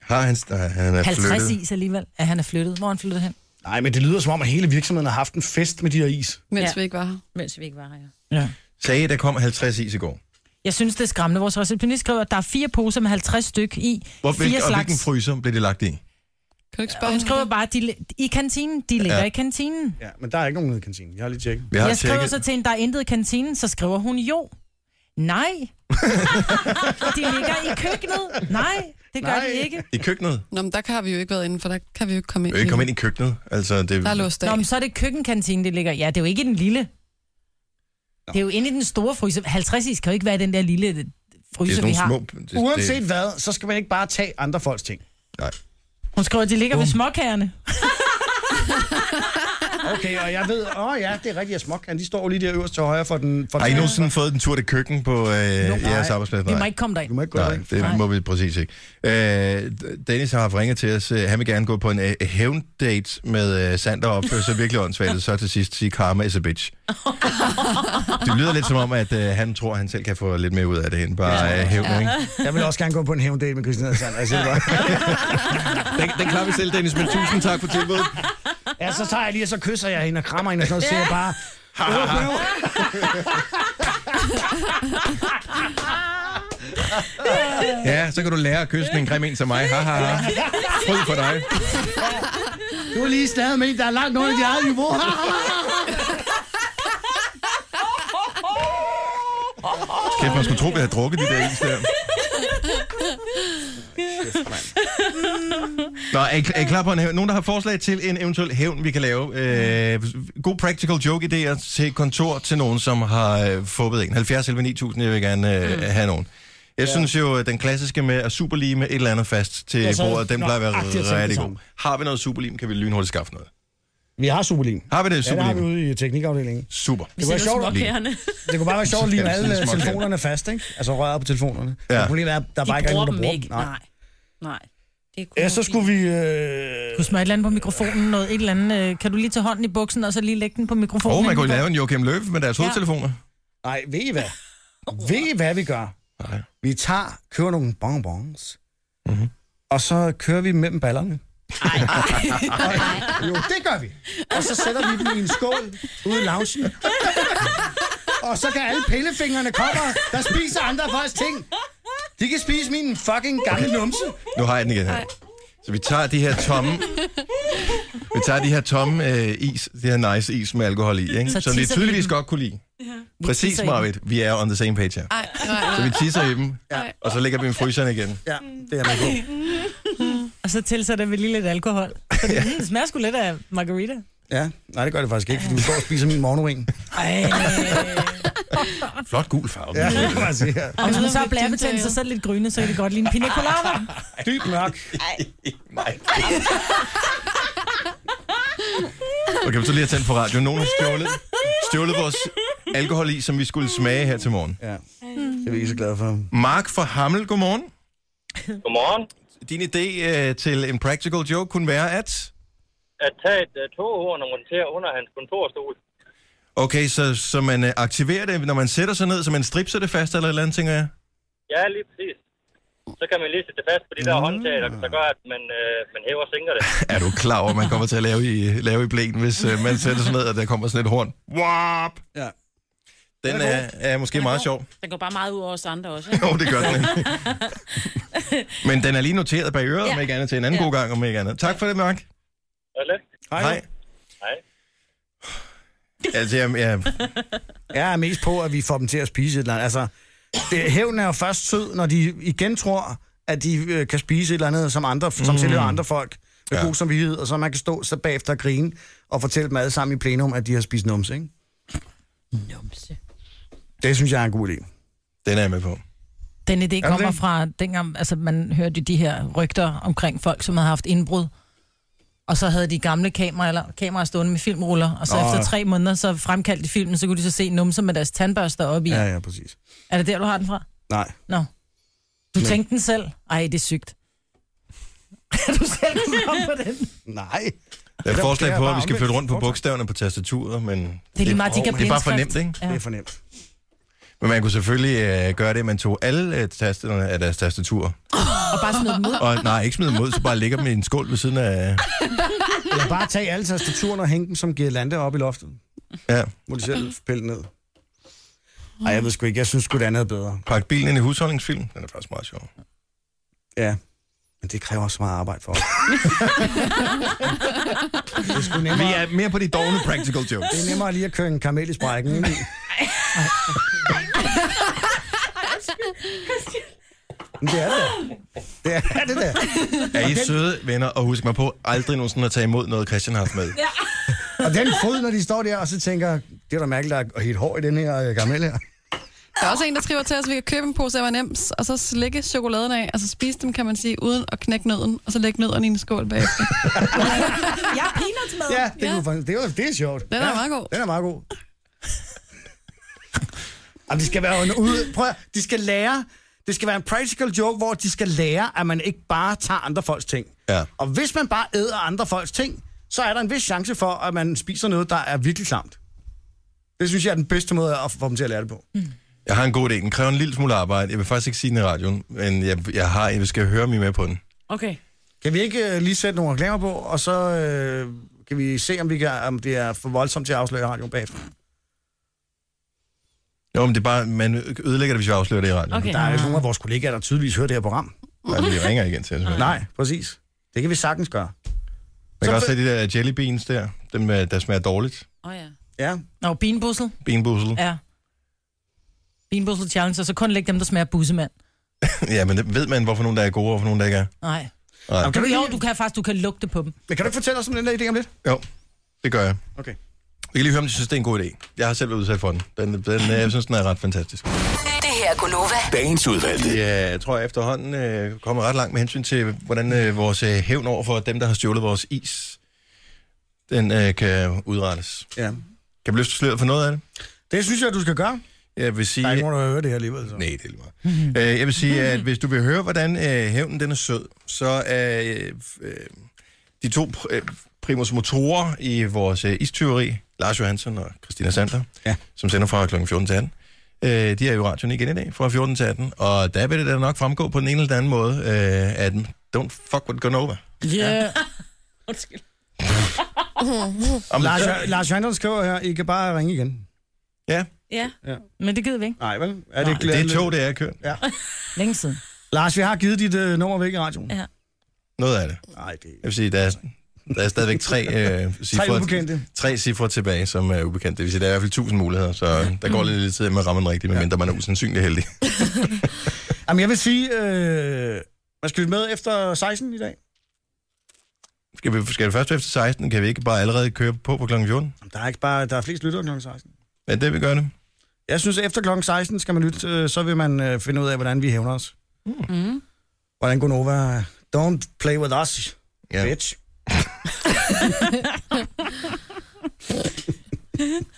A: Har han, nej, han er
C: 50
A: flyttet?
C: is alligevel. Ja, han er flyttet. Hvor er han flyttet hen?
D: Nej, men det lyder som om, at hele virksomheden har haft en fest med de der is.
E: mens
B: Ja.
E: ja. vi ikke var her.
B: mens vi ikke var her.
C: Ja.
A: Sagde, der kom 50 is i går.
C: Jeg synes, det er skræmmende. Vores receptionist skriver, at der er fire poser med 50 styk i.
A: Hvor,
C: fire
A: hvilken, og hvilken fryser blev det lagt i?
E: Kan du ikke
C: Og
E: spørge
C: hun
E: hende?
C: skriver bare, at de, li- i kantinen. De ligger ja. i kantinen.
D: Ja, men der er ikke nogen nede i kantinen. Jeg har lige tjekket.
A: Vi
C: Jeg,
A: har
C: jeg skriver
A: tjekket,
C: så til hende, der er intet i kantinen, så skriver hun jo. Nej. de ligger i køkkenet. Nej, det gør
D: Nej.
C: Nej. de ikke.
A: i køkkenet.
E: Nå, men der har vi jo ikke været inde, for der kan vi jo ikke komme
A: Vi
E: ind.
A: kan ikke komme
E: endnu.
A: ind i køkkenet. Altså, det,
E: Der er låst af.
C: Nå, men så er det køkkenkantinen, det ligger. Ja, det er jo ikke i den lille. Det er jo inde i den store fryser. 50 is kan jo ikke være i den der lille øh,
A: det er
C: fryser,
A: sådan
C: vi
A: nogle
C: har.
A: små... Det,
D: Uanset
A: Det,
D: hvad, så skal man ikke bare tage andre folks ting.
A: nej.
C: Hun skriver, at de ligger ved småkagerne.
D: Okay, og jeg ved, åh oh, ja, det er rigtigt, at småkagerne, de står jo lige der øverst til højre for den... For
A: Har I
D: den
A: nogensinde fået en tur til køkken på øh, jeres arbejdsplads?
C: Vi
A: Nej.
C: må ikke komme derind.
D: Du må ikke gå
A: Nej,
D: derind.
A: det
C: Nej.
A: må vi præcis ikke. Øh, Dennis har haft ringet til os. Øh, Han vil gerne gå på en øh, hævndate med øh, Sander og opføre sig virkelig åndssvagt, så til sidst sige, karma is a bitch. det lyder lidt som om, at øh, han tror, han selv kan få lidt mere ud af det end bare øh, hævn, ikke?
D: Jeg vil også gerne gå på en hævndate med Christian Sand. Altså,
A: Den, den klarer vi selv, Dennis, men tusind tak for tilbuddet.
D: ja, så tager jeg lige, og så kysser jeg hende og krammer hende, og sådan noget, så siger jeg bare... "Øv, øv."
A: Ja, så kan du lære at kysse med en grim en som mig. Ha, ha, ha. Fryd for dig.
D: Du er lige stadig med en, der er langt under dit eget niveau.
A: Kæft, man skulle tro, vi havde drukket de der is der. Nå, er I, er I klar på en hævn? Nogen, der har forslag til en eventuel hævn, vi kan lave? Øh, god practical joke-idéer til kontor til nogen, som har øh, fubbet en. 70 11 9000, jeg vil gerne øh,
D: Mm.
A: have nogen. Jeg ja. synes jo, at den klassiske med at superlime et eller andet fast til ja,
D: Ja, så-
A: bordet, den
D: Nå,
A: plejer at være
D: agtigt at tænke det
A: rigtig god.
D: samme.
A: Har vi noget superlim, kan vi lynhurtigt skaffe noget.
D: Vi har Superlim.
A: Har vi det,
D: Ja, det har vi
A: superlim?
D: ude i teknikafdelingen.
A: Super.
D: Det var sjovt, at-
B: Småkagerne.
D: det kunne bare være sjovt at
A: Ja,
D: lime
A: det er
D: alle
A: sådan en småkage.
D: telefonerne fast, ikke? Altså røret på telefonerne.
A: Ja.
D: Men Problemet er, at der
B: De
D: bare ikke er
B: bruger
D: nogen,
B: dem
D: der bruger
B: ikke.
D: dem. Nej.
B: Nej. Nej. Det kunne
D: Ja, så skulle vi... Øh...
C: Du smører et eller andet på mikrofonen, noget, et eller andet. øh, Kan du lige tage hånden i buksen, og så lige lægge den på mikrofonen?
A: Og oh, man
C: inden
A: kunne
C: du går?
A: lave en Joachim Løve med deres
C: Ja.
A: hovedtelefoner.
D: Nej, ved I hvad? Ved I hvad vi gør?
A: Nej.
D: Vi tager, kører nogle bonbons, mm-hmm. og så kører vi mellem ballerne. Nej. jo, det gør vi. Og så sætter vi dem i en skål ude i loungen. og så kan alle pillefingrene komme, der spiser andre folks ting. De kan spise min fucking gamle numse.
A: Nu har jeg den igen her. Så vi tager de her tomme... vi tager de her tomme øh, is, det her nice is med alkohol i, ikke?
C: Så
A: som vi
C: tisser vi
A: tydeligvis
C: dem.
A: godt kunne lide. Præcis,
C: tisser i dem.
A: Marvitt. Vi er on the same page her.
E: Nej, nej,
A: Så
E: nej.
A: vi tisser i dem, og så lægger vi dem i fryseren igen.
D: Ja, det er jeg med på.
C: Og så tilsætter vi lige lidt alkohol. Fordi ja. den smager sgu lidt af margarita.
D: Ja, nej, det gør det faktisk ikke, fordi du står og spiser min morgenring.
C: Ej.
A: Flot gul farve.
D: Ja,
A: Ja.
D: det kan man sige. Ja.
C: Og hvis man så har blærebetændelse, så er det lidt gryne, så kan det godt lide en pina colada.
D: Dyb mørk.
A: Okay, men så lige at tænde på radio. Nogen har stjålet, stjålet vores alkohol i, som vi skulle smage her til morgen.
D: Ja, det er vi så glade for.
A: Mark fra Hammel, godmorgen.
J: Godmorgen.
A: Din idé øh, til en practical joke kunne være, at...
J: At tage et uh, toghorn og montere under hans kontorstol.
A: Okay, så, så man øh, aktiverer det, når man sætter sig ned, så man stripser det fast eller et eller andet, tænker jeg.
J: Ja, lige præcis. Så kan man lige sætte det fast på de der håndtag, der, der gør, at man, øh, man hæver og sænker det.
A: Er du klar over, at man kommer til at lave i, lave i blæen, hvis uh, man sætter sig ned, og der kommer sådan et horn? Wap!
D: Ja.
A: Den er, er måske meget sjov.
B: Den går bare meget ud over os andre også. Ikke?
A: Jo, det gør den. Men den er lige noteret bag øret, ja. om
B: Ja.
A: ikke andet, til en anden ja. god gang, om ikke andet. Tak for det, Mark.
J: Er det?
A: Hej. Hej.
J: Hej.
A: Altså, jeg, jeg,
D: Jeg er mest på, at vi får dem til at spise et eller andet. Altså, det, hævn er jo først sød, når de igen tror, at de øh, kan spise et eller andet, som, andre, som tilhører andre folk med
A: Ja.
D: ja. god samvittighed, og så man kan stå så bagefter og grine og fortælle dem alle sammen i plenum, at de har spist nums, ikke?
B: Numse.
D: Det synes jeg er en god idé.
A: Den er jeg med på.
C: Den idé
D: det
C: kommer
D: det?
C: fra dengang, altså man hørte jo de her rygter omkring folk, som havde haft indbrud. Og så havde de gamle kameraer, eller kameraer stående med filmruller, og så
D: Nå.
C: oh. efter tre måneder, så fremkaldte de filmen, så kunne de så se numser med deres tandbørster op i.
D: Ja, ja, præcis.
C: Er det der, du har den fra?
D: Nej.
C: Nå. Du
D: Men-
C: tænkte den selv? Ej, det er sygt. du selv kunne komme på den.
D: Nej.
A: Der er et
D: Der
A: forslag
D: kan
A: på,
D: jeg
A: at vi
D: bare
A: skal
D: omvendt
A: flytte rundt på
D: fortegn.
A: bogstaverne på tastaturet, men
C: Det er lige meget, de kan
A: det er bare for
C: blindskrift.
A: nemt, ikke?
C: Ja.
D: Det er for nemt.
A: Men man kunne selvfølgelig øh, gøre det, at man tog alle øh, tasterne af deres tastatur.
C: Og bare smide den ud.
A: Og nej, ikke smide dem ud, så bare lægger dem i en skål ved siden af...
D: Eller bare tage alle tastaturerne og hænge dem som girlande op i loftet.
A: Ja,
D: Må de selv pille ned. Ej, jeg ved sgu ikke. Jeg synes sgu, det andet er bedre.
A: pakke bilen ind i husholdningsfilm. Den er faktisk meget sjov.
D: Ja. Men det kræver også meget arbejde for os. det er sgu
A: Vi
D: nemmere,
A: er mere på de dogne practical jokes.
D: det er nemmere lige at køre en karamel i sprækken. ikke? Men det er det. da. Det er det der.
A: Er I søde venner, og husk mig på aldrig nogensinde at tage imod noget, Christian har haft med.
D: Og den fod, når de står der, og så tænker, det er da mærkeligt at have et hår i den her øh, karamel her.
E: Der er også en, der skriver til os, at vi kan købe en pose M&M's, og så slikke chokoladen af, og så spise dem, kan man sige, uden at knække nøden, og så lægge nødderne i en skål bagefter.
C: Jeg er peanuts med.
D: Ja, det,
E: Ja.
D: Kunne, faktisk- det, var, det er sjovt.
E: Den er
D: ja,
E: meget god.
D: Den er meget god. Jamen, det skal være en ud... Prøv at, de skal lære... Det skal være en practical joke, hvor de skal lære, at man ikke bare tager andre folks ting.
A: Ja.
D: Og hvis man bare æder andre folks ting, så er der en vis chance for, at man spiser noget, der er virkelig klamt. Det synes jeg er den bedste måde at få dem til at lære det på.
A: Jeg har en god idé. Den kræver en lille smule arbejde. Jeg vil faktisk ikke sige den i radioen, men jeg, jeg har en, vi skal høre mig med på den.
B: Okay.
D: Kan vi ikke øh, lige sætte nogle reklamer på, og så øh, kan vi se, om, vi kan, om det er for voldsomt til at afsløre i radioen bagefter?
A: Jo, men det er bare, man ødelægger det, hvis vi afslører det i radioen.
B: Okay.
D: Der er jo nogle af vores kollegaer, der tydeligvis hører det her program.
A: Nej, vi ringer igen til os. Man
D: Nej, præcis. Det kan vi sagtens gøre.
A: kan
D: Så-
A: også se de der jelly beans der, dem, øh, der smager dårligt.
B: Oh, ja.
D: Ja.
C: Nå, beanbussel.
A: Benbussel.
C: Ja. Beanbussel challenge, og så kun læg dem, der smager bussemand.
A: Ja, men det ved man, hvorfor nogen der er gode, og hvorfor nogen der ikke er.
C: Nej.
A: Nej.
D: Jamen,
C: Du,
D: kan, du
C: jo,
D: ikke,
C: du kan faktisk du kan lugte på dem.
D: men kan du ikke fortælle os om den der idé om lidt?
A: Jo, det gør jeg.
D: Okay.
A: Jeg kan lige høre, om de synes, det er en god idé. Jeg har selv været udsat for den. den, den øh, jeg synes, den er ret fantastisk.
G: Det her er Gunova.
F: Dagens udvalgte.
A: Ja, jeg tror, jeg efterhånden øh, kommer ret langt med hensyn til, hvordan øh, vores øh, hævn over for dem, der har stjålet vores is, den øh, kan udrettes.
D: Ja.
A: Kan vi løfte sløret for noget af det?
D: Det synes jeg, du skal gøre.
A: Jeg vil sige...
D: Der er ikke nogen, der hører det her alligevel. Så.
A: Nej, det er lige meget. øh, jeg vil sige, at hvis du vil høre, hvordan øh, hævnen den er sød, så er øh, øh, de to pr- øh, primus motorer i vores øh, istyveri, Lars Johansson og Christina Sander,
D: Ja.
A: som sender fra kl. 14 til 18, øh, de er jo i radioen igen i dag fra 14 til 18, og der vil det da nok fremgå på den ene eller den anden måde, øh, at don't fuck with Gonova.
C: Yeah.
A: Om
D: Lars, Lars Johansson skriver her, I kan bare ringe igen.
A: Ja,
B: Ja.
C: Men det gider vi ikke.
D: Nej, vel? Er det,
A: det er to, det er kørt.
C: Længe siden.
D: Lars, vi har givet dit øh, nummer væk i radioen.
B: Ja.
A: Noget af det.
D: Nej, det
A: Jeg vil sige, der er, der er stadigvæk tre, øh, cifre,
D: ubekendte.
A: tre cifre tilbage, som er ubekendte. Det vil sige, der er i hvert fald tusind muligheder, så der går lidt, lidt tid, at man rammer den rigtige, medmindre man er usandsynlig heldig.
D: Jamen, jeg vil sige, øh, man skal lytte med efter 16 i dag.
A: Skal, vi, skal det først være efter 16, kan vi ikke bare allerede køre på på kl. 14?
D: Der er, ikke bare, der er flest lyttere kl. 16.
A: Ja, det vi gør det.
D: Jeg synes, efter kl. 16 skal man lytte, øh, så vil man øh, finde ud af, hvordan vi hævner os.
B: Mm.
D: Hvordan Gonova, don't play with us,
A: Ja.
D: bitch.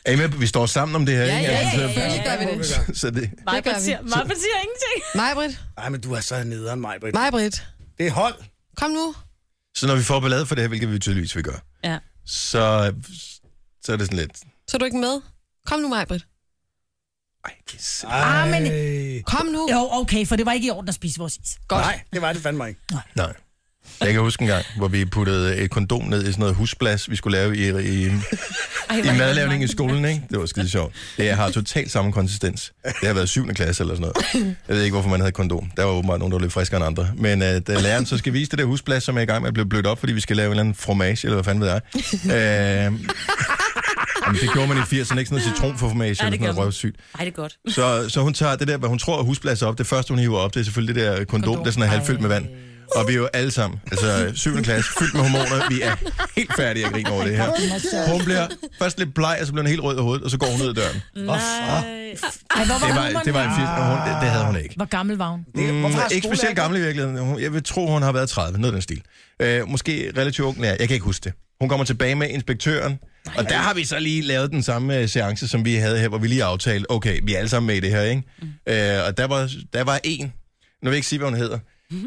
A: Er I med? på- Vi står sammen om det her,
E: Ja,
A: ikke?
E: ja,
A: Altså,
E: ja, ja, ja, gør vi det.
A: så- Så det,
E: Det gør vi.
B: Mig siger ingenting.
E: Majbrit,
D: Ej, men du er så nederen, mig, Britt.
E: Majbrit,
D: Det er hold.
E: kom nu.
A: så når vi får ballade for det her, hvilket vi tydeligvis vil gøre,
B: Ja.
A: så, så er det sådan lidt...
E: Så er du ikke med? Kom nu, Majbrit.
A: Ej, det er sind-
E: Ah,
D: Ej,
C: men-
E: Kom nu.
C: Jo, okay, for det var ikke i orden at spise vores is.
E: Godt.
D: Nej, det var det fandme ikke.
A: Nej. Jeg kan huske en gang, hvor vi puttede et kondom ned i sådan noget husplads, vi skulle lave i, i I madlavning i skolen, ikke? Det var skide sjovt. Det har totalt samme konsistens. Det har været 7. klasse eller sådan noget. Jeg ved ikke, hvorfor man havde kondom. Der var åbenbart nogen, der var lidt friskere end andre. Men at øh, læreren så skal vise det der husplads, som er i gang med at blive blødt op, fordi vi skal lave en eller anden fromage, eller hvad fanden ved jeg. Øh, jamen, det gjorde man i 80'erne, ikke? Sådan noget citronformage eller sådan noget
B: gør man.
A: røvsygt.
B: Ej, det er godt.
A: Så, så hun tager det der, hvad hun tror er husplads op. Det første, hun hiver op, det er selvfølgelig det der kondom, der sådan er halvfyldt med vand. Og vi er jo alle sammen, altså 7. klasse, fyldt med hormoner. Vi er helt færdige at grine over det her. Hun bliver først lidt bleg, og så bliver hun helt rød i hovedet, og så går hun ned ad døren.
C: Nej. Ej, hvor var
A: Det var,
C: humoren
A: det var en
C: her?
A: fisk, og hun, det, det havde hun ikke.
C: Hvor gammel var hun?
A: Mm, ikke specielt gammel i virkeligheden. Hun- Jeg vil tro, hun har været 30, noget af den stil. Øh, måske relativt ung, lærer. jeg kan ikke huske det. Hun kommer tilbage med inspektøren, og der har vi så lige lavet den samme øh, seance, som vi havde her, hvor vi lige aftalte, okay, vi er alle sammen med i det her, ikke? Mm. Øh, og der var, der var en, nu vil jeg ikke sige, hvad hun hedder,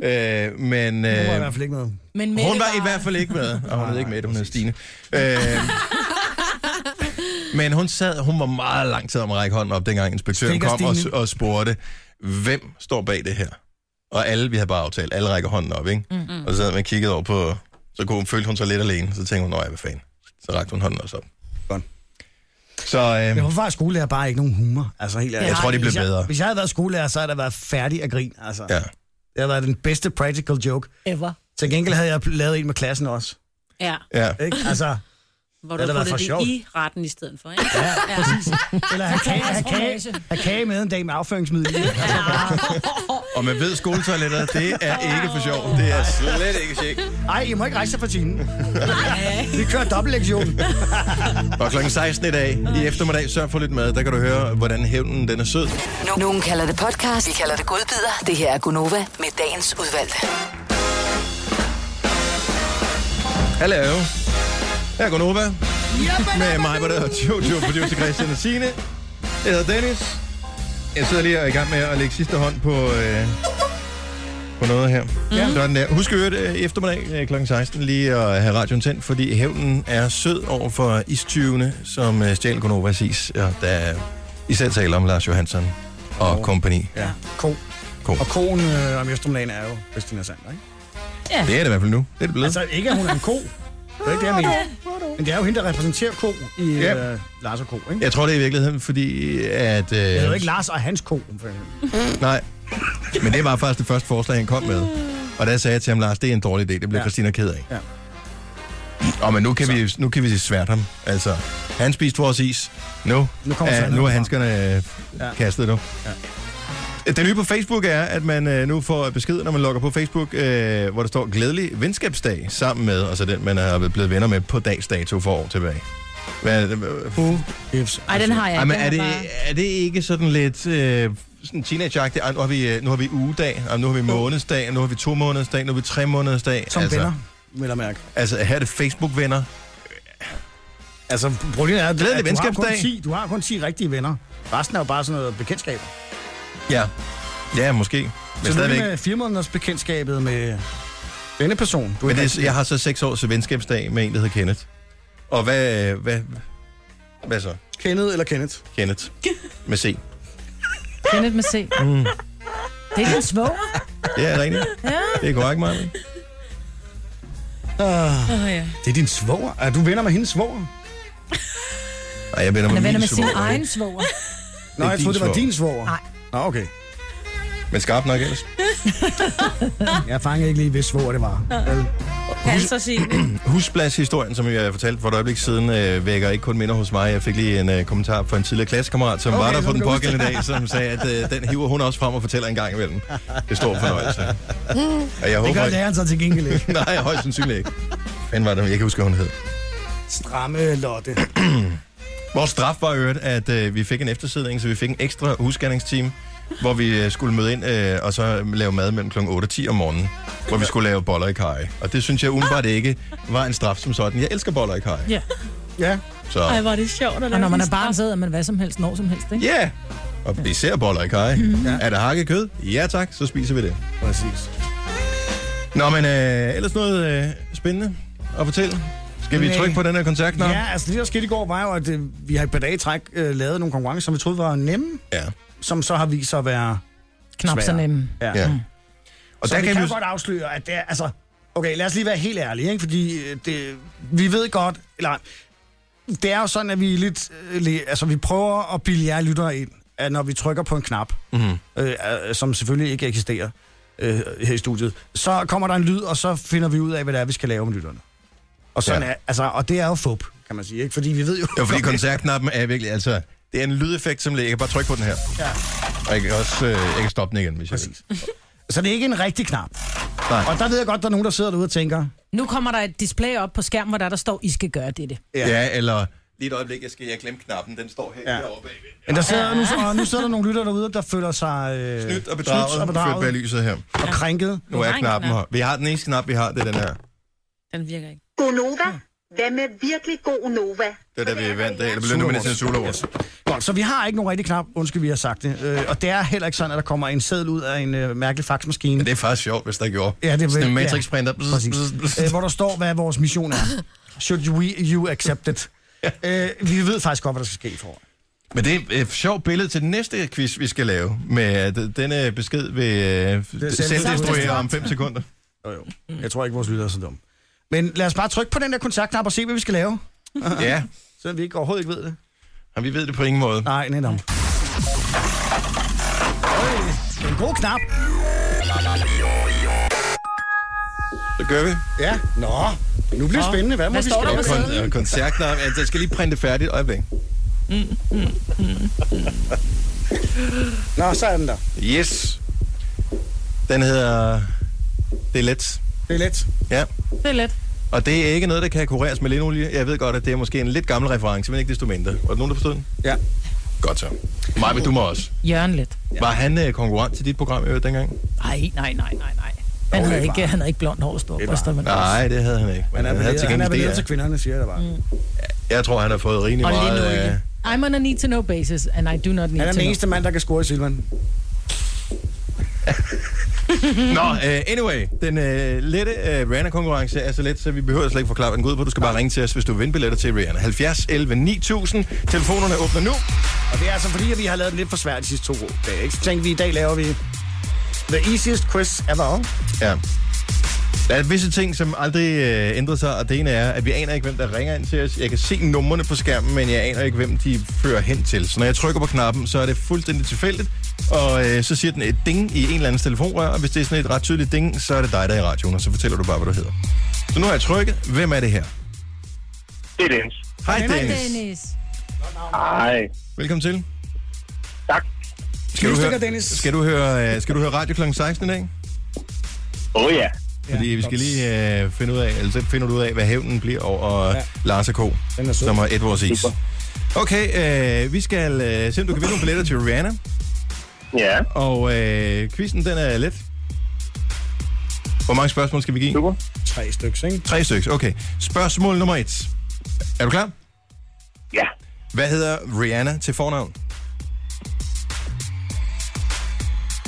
A: øh, men...
D: Hun var i
A: Øh,
D: hvert fald ikke med.
C: Men Mette
A: hun var i hvert fald ikke med, og hun hed ikke med, hun hed Stine. Øh, men hun sad, hun var meget lang tid om at række hånden op, dengang inspektøren
D: Stikker
A: kom og,
D: Stine.
A: og spurgte, hvem står bag det her? Og alle, vi havde bare aftalt, alle rækker hånden op, ikke? Mm. Og så sad man og kiggede over på, så kunne hun, følte hun sig lidt alene, så tænkte hun, nej, hvad fanden. Så rakte hun hånden også op.
D: Godt.
A: Så øh,
D: Men hvorfor er skolelærer bare ikke nogen humor? Altså, helt ærligt.
A: Jeg tror, de blev
D: Hvis jeg-
A: bedre.
D: Hvis jeg havde været skolelærer, så havde der været færdig at grin. Altså.
A: ja.
D: Det havde været den bedste practical joke.
C: Ever.
D: Til gengæld havde jeg lavet en med klassen også.
B: Ja,
A: ja.
D: Ikke? Altså,
B: hvor
D: Det har
B: du
D: da været
B: puttede
D: for
B: det
D: sjovt.
B: i retten i stedet for, ikke?
D: ja, præcis. Eller have kage, have
C: Fromage.
D: kage, have kage med en dag med afføringsmiddel. i. Altså,
A: Og man ved, skoletoiletter, det er ikke for sjov. Det er slet ikke sjæk.
D: Ej, I må ikke rejse jer fra timen. Vi kører dobbeltlektion.
A: Og klokken 16 i dag, i eftermiddag, sørg for lidt mad. Der kan du høre, hvordan hævnen den er sød.
G: Nu- Nogen kalder det podcast, vi kalder det godbider. Det her er Gunova med dagens udvalgte.
A: Hallo. Her er Gunova. Med mig, hvor der er Jojo, producer Christian og Signe. Jeg hedder Dennis. Jeg sidder lige og er i gang med at lægge sidste hånd på, øh, på noget her. Mm. Sådan der. Husk at høre det eftermiddag kl. 16 lige at have radioen tændt, fordi hævnen er sød over for istyvene, som øh, stjal Gunova sis. Og der er især tale om Lars Johansson og kompagni.
D: Ja, ko.
A: Ko.
D: Og koen øh, om eftermiddagen er jo Christina Sander, ikke?
A: Det er det i hvert fald nu. Det er det blevet.
D: Altså, ikke at hun er en ko. Det er ikke det, jeg mener. Men det er jo hende, der repræsenterer ko i
A: Ja.
D: øh, Lars og ko, ikke?
A: Jeg tror, det er i virkeligheden, fordi at... Øh,
D: Det hedder jo ikke Lars og hans ko, for eksempel.
A: Nej. Men det var faktisk det første forslag, han kom med. Og der sagde jeg til ham, Lars, det er en dårlig idé. Det bliver ja.
D: Ja.
A: Christina ked af.
D: Ja.
A: Og men nu kan, vi, nu kan vi svært ham. Altså, han spiste vores is. Nu,
D: Nu kommer
A: er,
D: Sandra
A: nu er
D: frem.
A: handskerne øh,
D: Ja.
A: kastet nu. Ja. Det nye på Facebook er, at man øh, nu får besked, når man logger på Facebook, øh, hvor der står glædelig venskabsdag sammen med, og så den, man er blevet venner med på dagsdato for år tilbage. Hvad, er det?
D: Who gives
B: Ej, den har jeg
A: Ja,
B: ikke.
A: men er det,
B: Den bare-
A: er det ikke sådan lidt øh, sådan teenageagtigt? Ej, Nu har vi, øh, nu har vi ugedag, og nu har vi månedsdag, og nu har vi to månedsdag, nu har vi tre månedsdag.
D: som
A: altså,
D: venner, vil jeg mærke.
A: Altså, her er det Facebook-venner.
D: Altså, problemet er, at,
A: Glædelig
D: at du, har kun
A: venskabsdag.
D: 10, du har kun 10 rigtige venner. Resten er jo bare sådan noget bekendtskab.
A: Ja. Ja, måske. Men
D: Så nu er det
A: stadigvæk.
D: med fire måneders bekendtskabet med denne person. Du
A: Men
D: ikke
A: det, er- jeg har så seks års venskabsdag med en, der hedder Kenneth. Og hvad, øh, hvad, hvad så?
D: Kenneth eller Kenneth.
A: Kenneth. Med C.
C: Kenneth med C. Mm. Det er din svoger.
A: Det er rigtigt.
C: Ja.
A: Det er korrekt, Maja.
B: Åh, ja.
D: Det er din svoger. Er du venner med hendes svoger?
A: Ej, jeg vender
C: Han er venner med
A: min
C: sin
A: svoger.
C: egen svoger.
D: Nå, jeg
A: din
D: troede, det var
A: svoger.
D: din svoger.
C: Nej.
D: Nå, okay.
A: Men skarp nok ellers.
D: Jeg fangede ikke lige, hvis svoger det var.
B: Altså, Signe.
A: Huspladshistorien, som jeg fortalte for et øjeblik siden, øh, vækker ikke kun minder hos mig. Jeg fik lige en øh, kommentar fra en tidligere klassekammerat, som okay,
D: Okay,
A: var der
D: så
A: på
D: du
A: den
D: kan
A: pågældende dag, som sagde, at øh, den hiver hun også frem og fortæller en gang imellem. Det står fornøjelse. Og jeg
D: Det
A: håber
D: gør
A: ikke...
D: læreren så til gengæld ikke.
A: Nej, højst sandsynligt ikke. Fanden var det, jeg kan huske, hvad hun hed.
D: Stramme Lotte.
A: Vores straf var i øvrigt, at øh, vi fik en eftersidning, så vi fik en ekstra huscanningsteam, hvor vi øh, skulle møde ind øh, og så lave mad mellem kl. 8 og 10 om morgenen, hvor vi skulle lave boller i kaj. Og det synes jeg umiddelbart ikke var en straf som sådan. Jeg elsker boller i kaj.
C: Ja.
D: Ja.
A: Så...
B: Ej, hvor er det sjovt at lave
C: Og når man er
B: sådan
C: barn, så æder man hvad som helst, når som helst, ikke?
A: Ja! Yeah. Og især boller i kaj. Mm. Er der hakket kød? Ja tak, så spiser vi det.
D: Præcis.
A: Nå, men øh, ellers noget øh, spændende at fortælle. Skal vi
D: Nej.
A: trykke på den her kontaktknap?
D: Ja, altså det der skete i går var jo, at øh, vi har et par dage i træk øh, lavet nogle konkurrencer, som vi troede var nemme,
A: Ja.
D: som så har vist sig at være...
C: Knap så
D: Svær.
C: nemme.
A: ja. Og
D: Og
A: der
D: så vi
A: kan
D: kan
A: vi...
D: jo godt afsløre, at det er, altså... Okay, lad os lige være helt ærlige, ikke? fordi øh, det, vi ved godt, eller det er jo sådan, at vi er lidt, øh, le- altså vi prøver at bilde jer lyttere ind, at når vi trykker på en knap,
A: Mm.
D: øh, øh, som selvfølgelig ikke eksisterer øh, her i studiet, så kommer der en lyd, og så finder vi ud af, hvad det er, vi skal lave med lytterne. Og, sådan
A: Ja.
D: ja. er, altså, og det er jo fup, kan man sige, ikke? fordi vi ved jo...
A: Jo, fordi kontaktknappen er virkelig, altså... Det er en lydeffekt, som jeg kan bare trykke på den her.
D: Ja.
A: Og jeg kan også øh, jeg kan stoppe den igen, hvis jeg vil.
D: Så det er ikke en rigtig knap.
A: Nej.
D: Og der ved jeg godt, der er nogen, der sidder derude og tænker,
C: Nu kommer der et display op på skærmen, hvor der, der står, I skal gøre dette.
A: Ja. ja, eller... Lige et øjeblik, jeg skal jeg glemme knappen. Den står her, ja. herovre bagved.
D: men der sidder, nu, og nu sidder der nogle lytter derude, der føler sig øh,
A: Snydt og bedraget,
D: snydt
A: Snydt
D: og bedraget.
A: bag lyset her.
D: og krænket.
A: Nu er knappen her. Vi har den eneste knap, vi har, det er den her.
B: Den virker ikke.
K: Gonova. Hvad med virkelig god Nova?
A: Det er da, vi vandt af. Eller blev nu med det til en soloawards.
D: Godt, så vi har ikke nogen rigtig knap, undskyld, vi har sagt det. Øh, og det er heller ikke sådan, at der kommer en seddel ud af en øh, mærkelig faxmaskine.
A: Ja, det er faktisk sjovt, hvis der gjorde.
D: Ja, det er
A: Sådan en
D: vel-
A: matrixprinter.
D: ja, præcis. Øh, hvor der står, hvad vores mission er. Should we, you accept it? Øh, vi ved faktisk godt, hvad der skal ske i foråret.
A: Men det er et sjovt billede til den næste quiz, vi skal lave. Med øh, denne besked vil øh, selvdestruere om 5 sekunder.
D: Jo, jo. Jeg tror ikke, vores lytter er så dumme. Men lad os bare trykke på den der kontaktknap og se, hvad vi skal lave.
A: Ja.
D: Så vi ikke overhovedet ikke ved det.
A: Og vi ved det på ingen måde.
D: Nej, nej, nej. Det er en god knap.
A: Så gør vi.
D: Ja, nå. Nu bliver det spændende. Hvad må
C: Hvad
D: vi
C: står der
D: skrive?
C: på
A: Og kon- og koncertnavn. Altså, jeg skal lige printe det færdigt. Øjeblik.
D: Nå, så er den der.
A: Yes. Den hedder... Det er let.
D: Det er let.
A: Ja.
C: Det er let.
A: Og det er ikke noget, der kan kureres med linolie. Jeg ved godt, at det er måske en lidt gammel reference, men ikke desto mindre. Var der nogen, der forstod den?
D: Ja.
A: Godt så. Maja, du må også.
C: Jørgen let.
A: Ja. Var han øh, konkurrent til dit program i øvrigt dengang?
C: Nej, nej, nej, nej, nej. Han havde ikke, han havde ikke blond hår og store bryster, men også.
A: Nej, det havde han ikke. Men
D: Han er
A: havde
D: belæret, han er
A: det
D: belæret
A: af-
D: til kvinderne, siger jeg da bare.
A: Jeg tror, han har fået rimelig
C: Og
A: meget...
C: linolie.
A: øh,
C: I'm on a need to know basis, and I do not need
D: Han er
C: to
D: den
C: know.
D: eneste mand, der kan score i Silvan.
A: Nå, uh, anyway, den uh, lette uh, Rihanna-konkurrence er så let, så vi behøver slet ikke forklare, hvad den går ud på. Du skal bare ringe til os, hvis du vil vinde billetter til Rihanna. 70 11 9000. Telefonerne åbner nu.
D: Og det er altså fordi, at vi har lavet den lidt for svært de sidste to dage, ikke? Så tænkte vi, i dag laver vi the easiest quiz ever.
A: Ja. Der er visse ting, som aldrig øh, ændrer sig, og det ene er, at vi aner ikke, hvem der ringer ind til os. Jeg kan se numrene på skærmen, men jeg aner ikke, hvem de fører hen til. Så når jeg trykker på knappen, så er det fuldstændig tilfældigt, og øh, så siger den et ding i en eller andens telefonrør, og hvis det er sådan et ret tydeligt ding, så er det dig, der er i radioen, og så fortæller du bare, hvad du hedder. Så nu har jeg trykket. Hvem er det her?
J: Det er Dennis.
A: Hej,
C: Hej,
A: Dennis.
C: Dennis.
J: Hej.
A: Velkommen til.
J: Tak.
A: Skal du,
D: Tillykke,
A: høre,
D: Dennis.
A: skal, du høre, øh, skal du høre radio kl. 16 i dag?
J: Åh oh, ja.
A: Fordi vi skal lige øh, finde ud af, eller så finder du ud af, hvad hævnen bliver over ja.
D: Ja.
A: Lars og K.,
D: Den er sød.
A: som har et vores is.
J: Super.
A: Okay, øh, vi skal øh, se, om du kan vinde nogle billetter til Rihanna.
J: Ja,
A: Og øh, quizzen, den er let. Hvor mange spørgsmål skal vi give?
J: super.
D: Tre stykker, ikke?
A: Tre stykker, okay. Spørgsmål nummer et. Er du klar?
J: Ja.
A: Hvad hedder Rihanna til fornavn?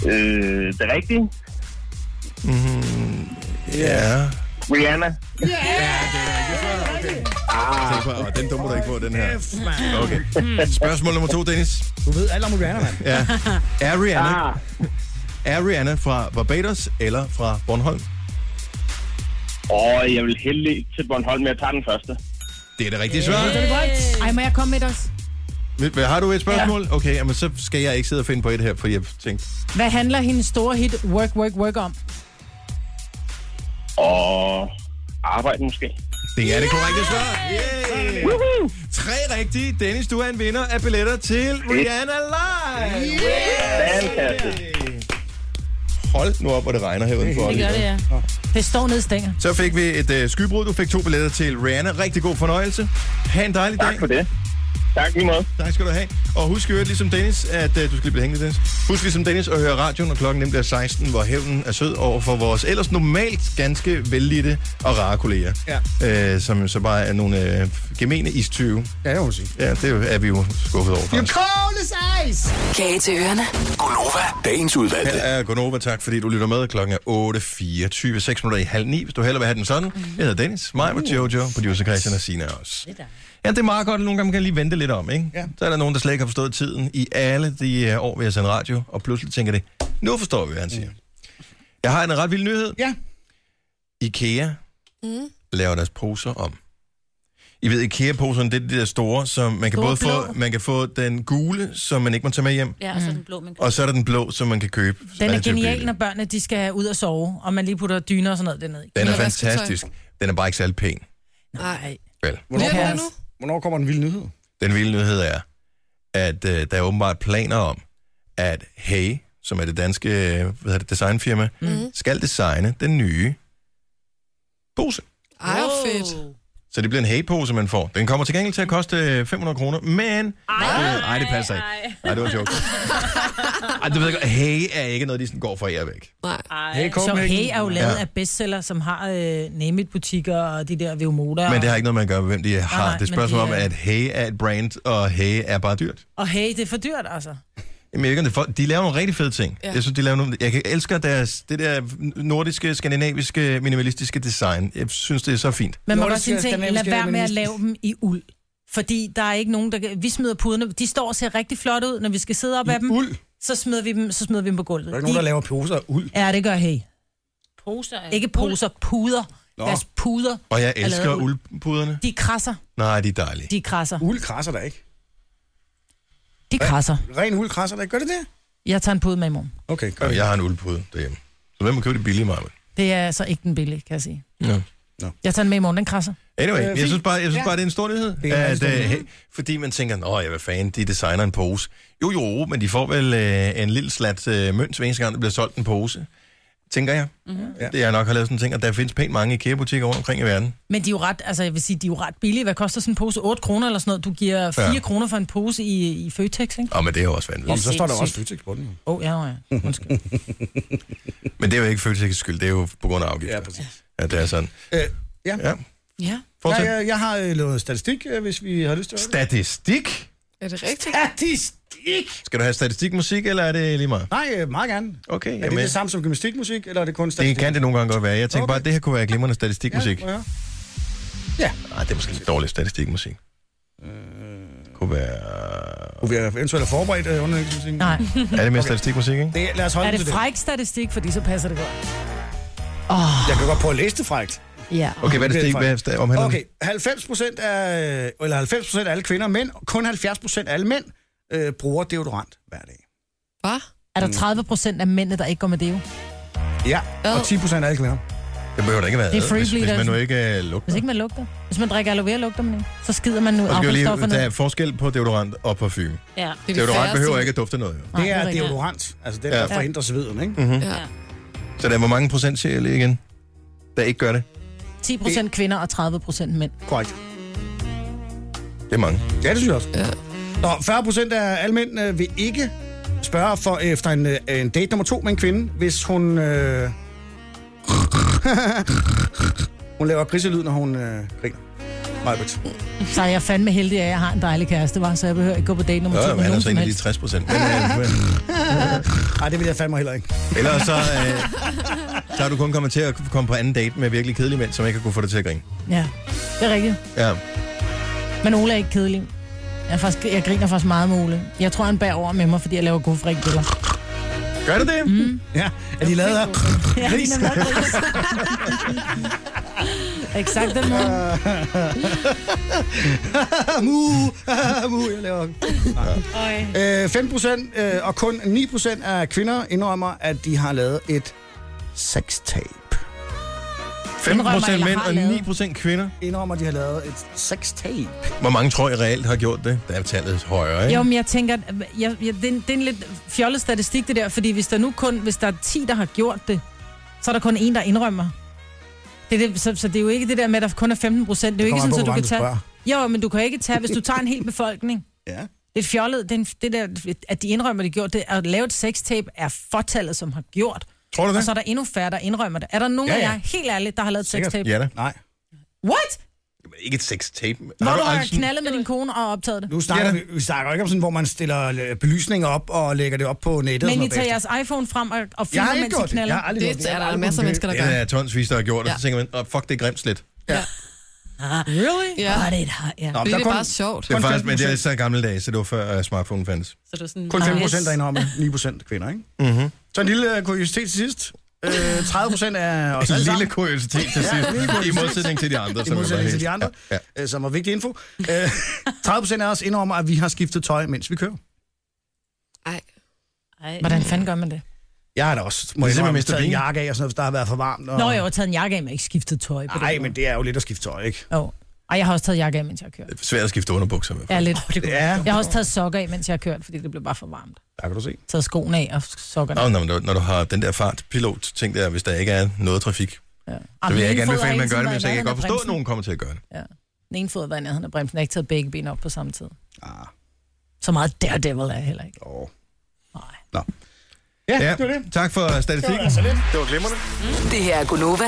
J: Øh, det er rigtigt.
A: Ja.
J: Rihanna.
A: Tænk på, åh, den dummer du ikke på, den her. Okay. Spørgsmål nummer to, Dennis.
D: Du ved alt om Rihanna, mand.
A: Ja. Er Rihanna,
J: Ah,
A: er Rihanna fra Barbados eller fra Bornholm?
J: og jeg vil hælde til Bornholm med at tage den første.
A: Det er det rigtige svar.
C: Ej, må jeg komme med os?
A: Vil- vil- Har du et spørgsmål? Ja. Okay, jamen, så skal jeg ikke sidde og finde på et her, for jeg tænkte,
C: Hvad handler hendes store hit Work, Work, Work om?
J: Og arbejde måske.
A: det er det korrekte svar. Yeah! Tre rigtige. Dennis, du er en vinder af billetter til Rihanna Live.
J: Fantastisk.
A: Hold nu op, hvor det regner her udenfor.
B: Det gør det, ja.
C: Det står ned i stænger.
A: Så fik vi et øh, skybrud. Du fik to billetter til Rihanna. Rigtig god fornøjelse. Ha' en dejlig
J: Tak
A: dag.
J: for det. Tak lige måde.
A: Tak skal du have. Og husk jo, ligesom Dennis, at øh, du skal lige blive hængende, Dennis. Husk ligesom Dennis at høre radioen, når klokken nemlig er 16, hvor hævnen er sød over for vores ellers normalt ganske vellidte og rare kolleger. Ja. Øh, som jo så bare er nogle øh, gemene istyve.
D: Ja, det må man sige.
A: Ja, det er jo- er vi jo skuffet over.
D: You
A: faktisk.
D: cold as ice!
G: Kage til ørerne.
F: Gonova, dagens udvalgte.
A: Her er Gonova, tak fordi du lytter med. Klokken er 8.24, 6 minutter i halv 9, hvis du hellere vil have den sådan. Jeg hedder Dennis, mig og Jojo, producer Christian og Sina også. Ja, det er meget godt, at nogle gange man kan lige vente lidt om, ikke? Ja. Så er der nogen, der slet ikke har forstået tiden i alle de øh, år, vi har sendt radio, og pludselig tænker det, nu forstår vi, hvad han siger. Jeg har en ret vild nyhed.
D: Ja.
A: IKEA
E: Mm.
A: laver deres poser om. I ved, IKEA-poserne, det er de der store, som man kan
C: Store
A: både få,
C: blå.
A: man kan få den gule, som man ikke må tage med hjem,
B: Ja, og så den blå, man kan.
A: og så er der den blå, som man kan købe.
C: Den er
A: relativt
C: genial,
A: billigt.
C: når børnene de skal ud og sove, og man lige putter dyner og sådan noget dernede.
A: Den er
E: Eller vasketøj.
A: fantastisk. Den er bare ikke særlig pæn.
C: Nej.
A: Vel.
D: Hvornår,
E: Bliver
D: kommer,
E: det nu?
D: hvornår kommer den vilde nyhed?
A: Den vilde nyhed er, at øh, der er åbenbart planer om, at Hey, som er det danske øh, hvad hedder det, designfirma, mm. skal designe den nye pose.
E: Ej, hvor fedt.
A: Så det bliver en hagepose, man får. Den kommer til gengæld til at koste øh, 500 kroner, men... Nej, nej, det passer ikke. Nej, det var en joke. Ej, du ved godt, hage er ikke noget, de sådan går for jer væk.
C: Nej.
A: Hey,
C: så
A: Copenhagen.
C: Hey er jo lavet
A: Ja.
C: ja. af bestseller, som har øh, name it butikker og de der Veomoda.
A: Men det har
C: og-
A: ikke noget med at gøre, med, hvem de har.
C: Nej,
A: det er
C: men
A: et spørgsmål om,
C: de er-
A: at hage er et brand, og hage er bare dyrt.
C: Og hey, det er for dyrt, altså.
A: Jamen, jeg ved ikke, om det er for, de laver nogle rigtig fede ting.
C: Ja.
A: Ja. Jeg synes, de laver nogle, jeg kan- elsker deres, det der nordiske, skandinaviske, minimalistiske design. Jeg synes, det er så fint.
C: Men man kan
A: Nordiske,
C: også sige en ting, lad
A: skandinaviske,
C: være med at
A: minimalistiske.
C: lave dem i uld. Fordi der er ikke nogen, der kan... Vi smider puderne, de står og ser rigtig flot ud, når vi skal sidde op af dem.
D: Uld?
C: Så smider vi dem, så smider vi dem på gulvet.
D: Der er ikke nogen, der
C: De-
D: laver poser af uld.
C: Ja, det gør hey.
B: Poser af
C: Ikke poser, puder.
D: Nå.
C: Nå. Deres puder.
A: Og jeg
C: er lavet
A: elsker
C: af uld.
A: uldpuderne.
C: De krasser.
A: Nej, de er dejlige.
C: De krasser.
D: Uld krasser der ikke.
C: De krasser.
D: Ren uld krasser der ikke. Gør det det?
C: Jeg tager en pude med i morgen.
D: Okay,
A: gør Jeg har en uldpude derhjemme. Så hvem må købe det billige, Marve?
C: Det er altså ikke den billige, kan jeg sige.
A: Ja.
C: Jeg tager den med i morgen, den krasser.
A: Anyway,
C: Øh,
A: jeg
C: fint.
A: synes bare, jeg synes
C: Ja.
A: bare det er en stor nyhed.
C: Det er en
A: at,
C: rigtig stor
A: øh,
C: nyhed.
A: hey, fordi man tænker, åh, ja, hvad fanden, de designer en pose. Jo, jo, men de får vel øh, en lille slat øh, mønt, hver eneste gang, der bliver solgt en pose. Tænker jeg.
C: Mhm.
A: Mm-hmm. Det jeg nok har lavet sådan en ting, og der findes pænt mange IKEA-butikker rundt omkring i verden.
C: Men de er jo ret, altså jeg vil sige, de er jo ret billige. Hvad koster sådan en pose? 8 kroner eller sådan noget? Du giver 4
A: Ja.
C: ja. kroner for en pose i, i Føtex, ikke?
A: Åh, men det er jo også vanvittigt.
C: Jamen, så står der jo også
D: Føtex på den.
C: Åh, oh, ja, ja.
A: Mm. Men det er jo ikke Føtex' skyld, det er jo på grund af afgifter. Ja,
D: præcis.
A: Ja, det er sådan.
D: Øh, ja.
A: ja.
C: Ja.
A: Fortsæt.
D: Jeg, jeg, jeg har øh, lavet statistik, øh, hvis vi har lyst til at høre det.
A: Statistik?
E: Er det rigtigt?
D: Statistik!
A: Skal du have statistikmusik, eller er det lige meget?
D: Nej, øh, meget gerne.
C: Ah.
A: Okay,
D: er det
A: jamen.
D: det samme som gymnastikmusik, eller er det kun statistik?
A: Det kan det nogle gange godt være. Jeg tænker
D: Okay.
A: okay. bare, at det her kunne være glimrende statistikmusik.
D: Ja, må jeg høre?
A: Nej, Ah, det er måske lidt dårlig statistikmusik. Kunne være...
D: Kunne vi eventuelt have forberedt øh, underlægningsmusik?
C: Nej.
A: Er det mere statistikmusik, ikke?
D: Det, lad os holde
C: Er
D: den
C: det
D: til
C: fræk statistik? Fordi så passer det godt.
D: Jeg kan godt prøve at læse det frækt.
C: Ja.
A: Okay, hvad er det stik,
D: frækt.
A: hvad omhandler
D: Okay, 90 procent af, eller 90 procent af alle kvinder og mænd, og kun 70 procent af alle mænd, øh, bruger deodorant hver dag.
E: Hvad?
C: Er der 30 procent af mændene, der ikke går med det?
D: Ja, og 10 procent af alle kvinder.
A: Det behøver da ikke være
C: Det er
A: ad,
C: free
A: hvis, hvis
C: bleeder,
A: man nu
C: altså.
A: ikke uh, lugter.
C: Hvis ikke man lugter. Hvis man drikker aloe vera, lugter man ikke. Så skider man nu
A: Og skal jo lige,
C: affaldsstofferne.
A: der er forskel på deodorant og parfume.
B: Ja.
A: Deodorant behøver ikke at dufte noget. Jo.
C: Nej,
D: Det
C: det er
D: er
C: rigtigt.
D: deodorant, altså den,
A: Ja.
D: der forhindrer sveden, ikke?
A: Mhm.
E: Ja.
A: Så der er hvor mange procent, siger jeg lige igen, der ikke gør det.
C: 10 procent kvinder og 30 procent mænd.
D: Korrekt.
A: Det er mange.
D: Ja, det synes jeg også. Ja. Nå, 40 procent af alle mænd øh, vil ikke spørge for, efter en, øh, en date nummer to med en kvinde, hvis hun... Øh, hun laver griselyd, når hun øh, griner. Majbert.
C: Så er jeg fandme heldig, at jeg har en dejlig kæreste, var, så jeg behøver ikke gå på date nummer
A: Jo,
C: 2
A: men
C: med
A: han er
C: nogen
A: så
C: som
A: egentlig lige
C: helst.
A: 60 procent. Men, øh, men-
D: Nej, det vil jeg fandme heller ikke.
A: ellers så, øh, så har du kun kommet til at komme på anden date med virkelig kedelige mænd, som ikke har kunne få dig til at grine.
C: Ja, det er rigtigt.
A: Ja.
C: Men Ole er ikke kedelig. Jeg, er faktisk, jeg griner faktisk meget med Ole. Jeg tror, han bærer over med mig, fordi jeg laver gode frikbiller.
A: Gør det det?
C: Mm.
D: Ja, er de lavet af
C: Ja,
D: gris?
C: de er lavet af Exakt den måde.
D: mu, mu, jeg laver. Nej. Øh, 5 procent øh, og kun 9 procent af kvinder indrømmer, at de har lavet et sextape.
A: 15 procent mænd og 9 procent kvinder.
D: Indrømmer, at de har lavet et sextape.
A: Hvor mange tror I reelt har gjort det? Der er tallet højere, ikke?
C: Jo, men jeg tænker, at jeg, jeg, det, er en, det er en lidt fjollet statistik, det der, fordi hvis der nu kun, hvis der er 10, der har gjort det, så er der kun en, der indrømmer. Det er det, så, så det er jo ikke det der med, at der kun er 15 procent. Det er jo
D: Det
C: ikke sådan,
D: kommer
C: så
D: an på,
C: du kan tage...
D: hvor
C: Jo, men du kan ikke tage, hvis du tager en hel befolkning.
D: Ja.
C: Det er fjollet, den, det der, at de indrømmer, at de gjort det. At lave et sextape er fortallet, som har gjort.
A: Tror du det?
C: Og så er der endnu færre, der indrømmer det. Er der nogen
A: Ja,
C: ja,
A: ja.
C: ja. af jer, helt ærligt, der har lavet et sextape?
A: Ja da.
D: Nej.
C: What?
A: Ikke et sextape.
C: Hvor du har
A: aldrig sådan-
C: knaldet med din kone og optaget det?
D: Nu snakker vi, vi snakker ikke om sådan, hvor man stiller øh, belysninger op og lægger det op på nettet.
C: Men
D: og sådan
C: I tager
D: noget
C: jeres iPhone frem og, og
D: Jeg har
C: filmer,
D: ikke
C: mens
D: gjort
C: I
D: det.
C: knaller?
D: Jeg har aldrig gjort det. Jeg har aldrig
E: masser af mennesker, der
A: Ja, der er tonsvis, der har gjort det. Ja. Så tænker man, oh, fuck, det er grimt lidt.
E: Ja.
C: Really?
E: Ja.
C: Var det et har, ja.
E: Nå, men Det der er kun- bare sjovt.
A: Det er
E: Kun
A: faktisk, men det er
E: 15%.
A: så gamle dage, så det var før uh, smartphone fandtes.
B: Så du er sådan...
D: bagefter. Kun 5
C: Ah,
B: Yes.
D: procent er indrømmer, 9 procent kvinder, ikke?
E: Mhm.
A: Mm-hmm.
D: Så en lille øh, kuriositet til sidst. Øh, 30 procent af os alle
A: En
D: sammen.
A: lille kuriositet til
D: Altså- Ja,
A: sidst,
D: en lille
A: i
D: kuriositet.
A: modsætning til de andre.
D: I
A: som er
D: modsætning
A: bare
D: til de
A: helt-
D: andre,
A: Ja,
D: ja. som var vigtig info. Øh, 30 procent af os indrømmer, at vi har skiftet tøj, mens vi kører.
C: Hvordan fanden gør man det?
D: Jeg har da også,
A: Det
D: må
A: er
D: jeg indrømme,
A: simpelthen Mr.
D: taget en
A: Bean.
D: jakke af, og sådan noget, hvis der har været for varmt. Og...
C: Nå, jeg har taget en jakke af, men ikke skiftet tøj på
D: Nej, men det er jo lidt at skifte tøj, ikke?
C: Jo. Ej, jeg har også taget jakke af, mens jeg har kørt.
A: Det er svært at skifte underbukser med.
C: Ja, lidt. Oh, det jeg har også taget sokker af, mens jeg har kørt, fordi det blev bare for varmt.
A: Der kan du se.
C: Taget skoene af og sokkerne.
A: Nå, når, når, når du har den der fartpilot, ting der, hvis der ikke er noget trafik, ja. så vil
C: min
A: jeg ikke
C: fod
A: anbefale, at
C: har hele
A: man gør
C: tiden
A: det, men jeg
C: været
A: kan jeg
C: i nærheden af
A: godt forstå, at
C: bremsen.
A: nogen kommer til at gøre det.
C: Ja. Den ene fod har været i nærheden af bremsen. Jeg har ikke taget begge ben op på samme tid. Ah. Så meget daredevil er jeg heller ikke.
D: Oh.
A: Ja, ja. Det det. tak for statistikken.
D: Det var altså
A: det var glimrende.
G: Det her er Gunova.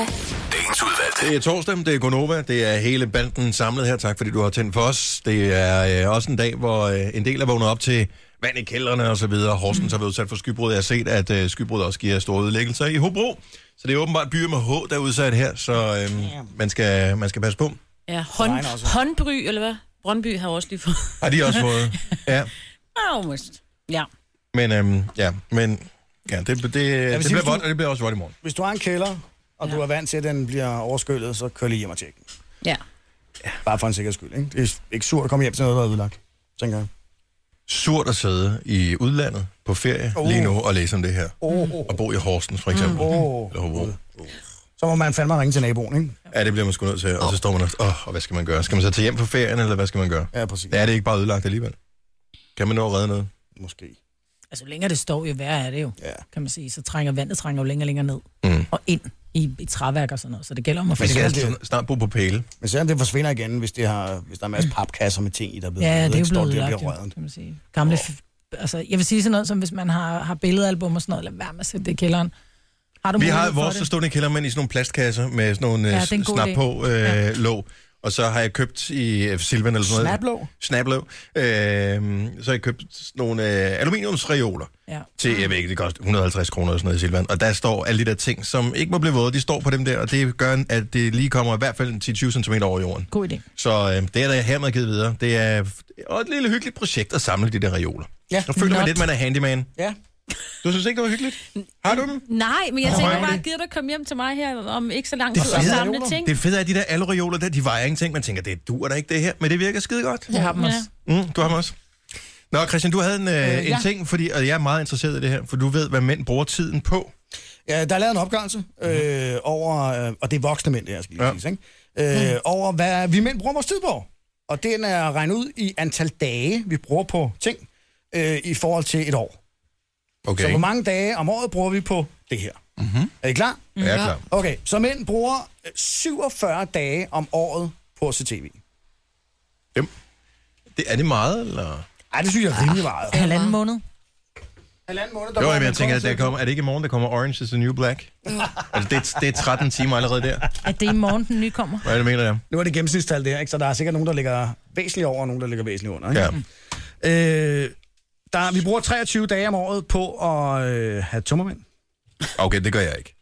A: Dagens udvalgte. Det er torsdag, det er Gonova, det er hele banden samlet her. Tak fordi du har tændt for os. Det er øh, også en dag, hvor øh, en del er vågnet op til vand i kældrene og så videre. Horsens har været udsat for skybrud. Jeg har set, at øh, skybrud også giver store ødelæggelser i Hobro. Så det er åbenbart byer med H, der er udsat her, så øh, man, skal, man skal passe på.
B: Ja, hånd,
A: regner også.
B: håndbry, eller hvad? Brøndby har også lige fået.
A: Har de også fået? Ja,
B: Almost. Ja.
A: men, øh, ja, men ja, det, det, det, det
D: hvis
A: bliver
D: du-
A: vådt, og det bliver også vådt i morgen.
D: Hvis du har en kælder, og ja. du er vant til, at den bliver overskyllet, så kør lige hjem og tjek. den.
B: Ja.
D: Bare for en sikkerheds skyld. Ikke? Det er ikke surt at komme hjem til noget, der er ødelagt, tænker jeg.
A: Surt at sidde i udlandet på ferie oh. Mm. lige nu og læse om det her.
D: Oh.
A: Og bo i Horsens, for eksempel.
D: Åh.
A: Eller Hobro.
D: Så må man fandme ringe til naboen, ikke?
A: Ja, det bliver man sgu nødt til. Og så står man og, åh, og hvad skal man gøre? Skal man så tage hjem på ferien, eller hvad skal man gøre?
D: Ja, præcis.
A: Er det ikke bare ødelagt alligevel? Kan man nå at redde noget?
D: Måske.
C: Altså, jo længere det står, jo værre er det jo,
D: ja.
C: kan man sige. Så trænger vandet trænger jo længere og længere ned
A: Mm.
C: og ind i, i træværk og sådan noget. Så det gælder om at få
D: Men skal
C: det.
D: det-
A: snart bo på pæle.
D: Men selvom det forsvinder igen, hvis, det har, hvis der er en masse papkasser med ting i, der er blevet
C: Ja,
D: ødelagt,
C: det er jo
D: står
C: blevet
D: der og
C: ødelagt,
D: bliver
C: jo,
D: røget.
C: kan man sige. Gamle, f- altså, jeg vil sige sådan noget, som hvis man har, har billedalbum og sådan noget, lad være med at sætte det i kælderen. Har du
A: Vi
C: mulighed
A: har
C: for
A: vores
C: det?
A: stående i kælderen, men i sådan nogle plastkasser med sådan nogle
C: Ja,
A: ja,
C: det er en god
A: snap
C: idé.
A: på øh,
C: Ja.
A: ja. låg. Og så har jeg købt i øh, Silvan eller sådan noget.
D: Snaplåg?
A: Snaplåg. Øh, så har jeg købt sådan nogle øh, aluminiumsreoler.
C: Ja.
A: til, jeg ved ikke, det koster 150 kroner eller sådan noget i Silvan. Og der står alle de der ting, som ikke må blive våde, de står på dem der, og det gør, at det lige kommer i hvert fald 10-20 cm over jorden.
C: God idé.
A: Så øh, det er der hermed givet videre. Det er og et lille hyggeligt projekt at samle de der reoler.
D: Ja.
A: Så føler man
B: Not.
A: lidt, man er handyman.
D: Ja.
A: Du synes ikke, det var hyggeligt? Har du dem?
B: Nej, men jeg
A: Hvor
B: tænker
A: røv
B: bare,
A: det?
B: gider du komme hjem til mig her om ikke så lang
A: Det
B: tid og
A: fede,
B: samle
A: er,
B: ting?
A: det fede er, at de der alreoler der, de vejer ingenting. Man tænker, det duer da ikke det her, men det virker skide godt.
C: Jeg har dem også.
A: Mm, du har dem også. Nå, Christian, du havde en, øh, en
D: ja.
A: ting, fordi, og jeg er meget interesseret i det her, for du ved, hvad mænd bruger tiden på.
D: Ja, der er lavet en opgørelse øh, over, øh, og det er voksne mænd, det her skal lige ja. sige, ikke? Øh, over hvad vi mænd bruger vores tid på. Og den er regnet ud i antal dage, vi bruger på ting, øh, i forhold til et år.
A: Okay.
D: Så hvor mange dage om året bruger vi på det her? Mm-hmm. Er I klar?
A: Ja, jeg er klar.
D: Okay, så mænd bruger øh, 47 dage om året på at se tv.
A: Det, er det meget, eller?
D: Ej, det synes jeg er rimelig meget.
C: Halvanden måned.
D: Halvanden måned,
A: Jo,
D: var
A: men
D: den
A: jeg tænker, at
D: korte
A: der kommer, er det ikke i morgen, der kommer Orange is the New Black? altså, det, er- det er 13 timer allerede der.
C: At det er i morgen, den nye kommer.
A: Hvad er det, mener jeg?
D: Nu er det gennemsnitstal det her, ikke? så der er sikkert nogen, der ligger væsentligt over, og nogen, der ligger væsentligt under. Ikke?
A: Ja.
D: Øh, der, vi bruger 23 dage om året på at øh, have tømmermænd.
A: Okay, det gør jeg ikke.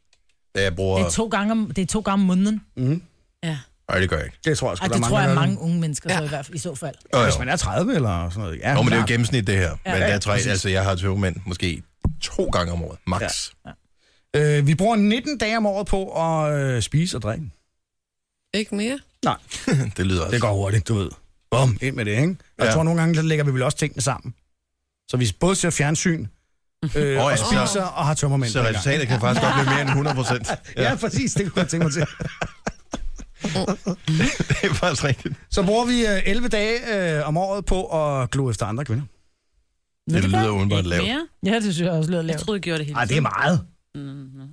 A: Det jeg bruger...
C: Det er to gange om, det er to gange om måneden.
D: Mm.
C: Ja.
A: Nej, det gør jeg ikke.
D: Det tror jeg sgu,
C: Ej,
D: der
C: det
D: er
C: tror jeg
D: der
C: er
D: gør
C: mange unge mennesker så i, hvert fald, i så fald.
D: det.
A: Jo, jo.
D: Hvis man er 30 eller sådan noget. Ja,
A: Nå, men det er jo
D: klart.
A: gennemsnit, det her.
D: Ja.
A: Men der
D: Ja,
A: er tre,
D: præcis.
A: altså, jeg har tøvmænd måske to gange om året, max.
D: Øh, vi bruger 19 dage om året på at øh, spise og drikke.
E: Ikke mere?
D: Nej,
A: det lyder også.
D: det går hurtigt, du ved. Bum, ind med det, ikke? Jeg
A: Ja.
D: tror, nogle gange, der lægger vi vel også tingene sammen. Så vi både ser fjernsyn, øh,
A: Åh,
D: oh,
A: ja,
D: ja, og
A: så-
D: spiser og har tømmermænd.
A: Så
D: på en gang.
A: resultatet kan faktisk godt blive mere end 100 procent.
D: Ja, præcis. Det kunne jeg tænke mig til.
A: det er faktisk rigtigt.
D: Så bruger vi øh, 11 dage øh, om året på at glo efter andre kvinder.
A: Det lyder udenbart
B: Ikke
A: lavt.
B: mere?
C: Ja, det synes jeg også lyder
B: Jeg
C: lavt.
B: troede, jeg gjorde det hele
D: Nej, det er meget.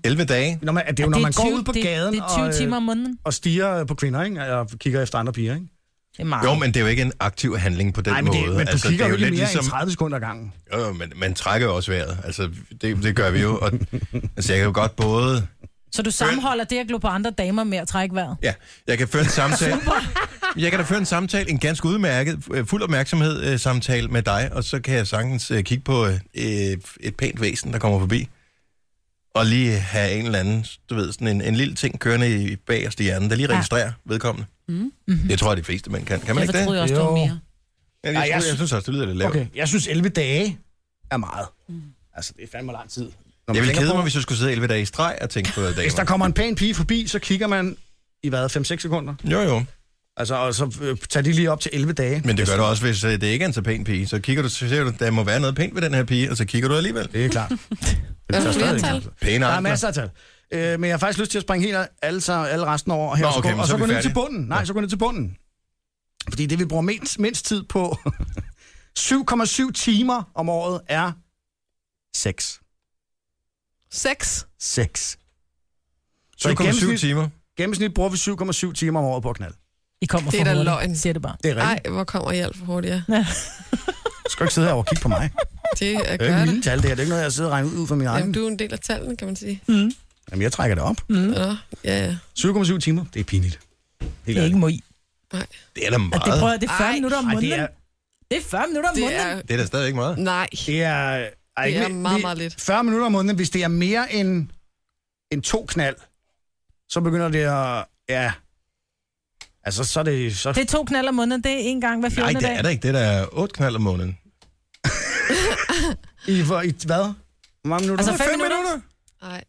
A: 11 dage?
D: Når man, det er jo, når man går ud på gaden
C: det, det er 20
D: og, øh,
C: timer om måneden.
D: og stiger øh, på kvinder, ikke? og kigger efter andre piger. Ikke?
C: Det er meget.
A: Jo, men det er jo ikke en aktiv handling på den
D: Nej, men, det,
A: måde. Altså,
D: men du kigger
A: det er jo
D: jo lidt mere ligesom... end 30 sekunder ad gangen.
A: Jo, jo, men man trækker jo også vejret. Altså, det, det gør vi jo. Og, altså, jeg kan jo godt både...
C: Så du sammenholder det at glo på andre damer med at trække vejret?
A: Ja, jeg kan føre en samtale. jeg kan da føre en samtale, en ganske udmærket, øh, fuld opmærksomhed øh, samtale med dig, og så kan jeg sagtens øh, kigge på øh, et pænt væsen, der kommer forbi, og lige have en eller anden, du ved, sådan en, en lille ting kørende i bagerst i hjernen, der lige registrerer vedkommende. Mm. Det tror jeg, de fleste man kan. Kan man
B: Derfor
A: ikke det?
B: Altså, troede jeg også, det var
D: Jo.
B: mere.
A: Ja,
D: Nej,
A: jeg,
D: jeg
A: jeg, jeg
D: sy-
A: synes også, det lyder lidt lavt.
D: Okay, jeg synes 11 dage er meget. Altså, det er fandme lang tid. Når man
A: Jeg ville
D: tænker
A: kede
D: på-
A: mig, hvis jeg skulle sidde 11 dage i streg og tænke på dagen.
D: Hvis der kommer en pæn pige forbi, så kigger man i hvad, 5-6 sekunder?
A: Jo, jo.
D: Altså, og så øh, tager de lige op til 11 dage. Altså,
A: Men det gør du også, hvis øh, det ikke er en så pæn pige. Så kigger du, så ser du, der må være noget pænt ved den her pige, og så kigger du alligevel.
D: Det er klart.
E: Er
D: tager
E: der
D: stadig
E: flere
D: ikke
E: tal?
D: lang tid.
A: Pæne
D: Der er
A: ankler.
D: masser af tal. Øh, men jeg har faktisk lyst til at springe helt alle, alle resten over her,
A: Nå,
D: og så
A: okay,
D: gå-
A: men
D: og
A: så
D: så
A: er
D: gå
A: vi
D: ned til
A: færdige.
D: bunden. Nej, så gå ned til bunden. Fordi det, vi bruger mindst, mindst tid på, 7,7 timer om året, er sex.
E: Sex?
D: Sex. Så i
A: 7,7
D: gennemsnit-
A: timer.
D: Gennemsnit bruger vi 7,7 timer om året på at knalde.
C: I kommer
E: Det er
C: for
E: da
C: hurtigt,
E: løgn.
C: siger det bare.
D: Det er rigtigt.
E: Nej, hvor kommer I alt for hurtigt, ja.
D: Skal du ikke sidde her og kigge på mig?
E: Det er
D: Det er jo ikke
E: gør
D: mine
E: det.
D: tal, det her. Det er ikke noget, jeg sidder og regner ud ud fra min egen.
E: Jamen, du er en del af tallene, kan man sige.
D: Jamen, jeg trækker det op.
C: Mm.
E: Nå, ja, ja.
D: 7,7 timer, det er pinligt.
C: Det er ikke må i.
E: Nej.
A: Det er da
C: Og det,
A: meget.
C: prøver, det er 40
E: Ej,
C: minutter om
D: Ej,
C: måneden.
D: det er,
C: Det er 40 minutter om
E: Det
C: måneden.
E: er...
A: Det er da stadigvæk meget.
E: Nej.
D: det er, ej,
E: Det er
D: vi-
E: meget,
D: vi-
E: meget lidt.
D: 40 minutter om måneden, hvis det er mere end, end to knald, så begynder det at, ja, altså så er det, så,
C: Det er to knald om måneden. Det er en gang hver 14.
A: Nej, det
C: dag.
A: er der ikke. Det er da 8 knald om måneden.
D: i, hvor- i hvad? Hvor mange minutter?
C: Altså fem minutter?
E: Nej.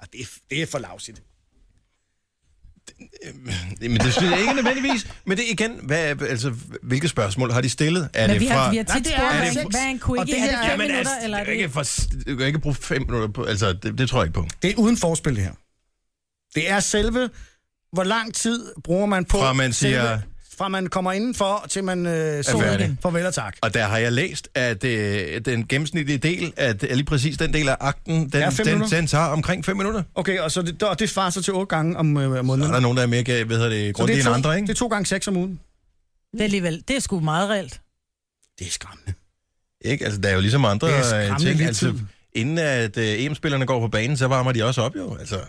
D: Ah, det, er, det er for lavsigt.
A: Men det synes jeg ikke nødvendigvis. Men det er igen, hvad, altså, hvilke spørgsmål har de stillet? Er
C: Men
A: det
C: vi har,
A: fra...
C: vi har tit
D: Nej, det
C: spurgt,
D: er det
C: hvad-
D: ikke.
C: hvad er en
D: Og
C: quickie?
D: det
C: Er det
D: her-
C: fem
A: Jamen,
C: minutter,
A: altså,
C: eller er
A: du
C: det...
A: kan ikke, for, du kan ikke bruge fem minutter på... Altså, det, det tror jeg ikke på.
D: Det er uden forspil, det her. Det er selve, hvor lang tid bruger man på...
A: Fra man siger-
D: Selve, fra man kommer indenfor, til man øh, sover
A: færdig.
D: igen. Farvel og tak.
A: Og der har jeg læst, at øh, den gennemsnitlige del, at lige præcis den del af akten, den,
D: Ja,
A: ja,
D: fem
A: den,
D: minutter.
A: den tager omkring 5 minutter.
D: Okay, og, så det, og det svarer så til otte gange om øh,
A: Der
D: måneden.
A: er der nogen, der er mere gav- hvad hedder det,
D: Så det
A: grundige
D: er
A: end
D: to-
A: andre, ikke?
D: Det er to gange seks om ugen.
C: Det er alligevel... Det er sgu meget reelt.
D: Det er skræmmende.
A: Ikke? Altså, der er jo ligesom andre
D: Det er
A: øh,
D: skræmmende
A: ting.
D: lidt
A: Altså,
D: tid.
A: inden at øh, EM-spillerne går på banen, så varmer de også op, jo. Altså,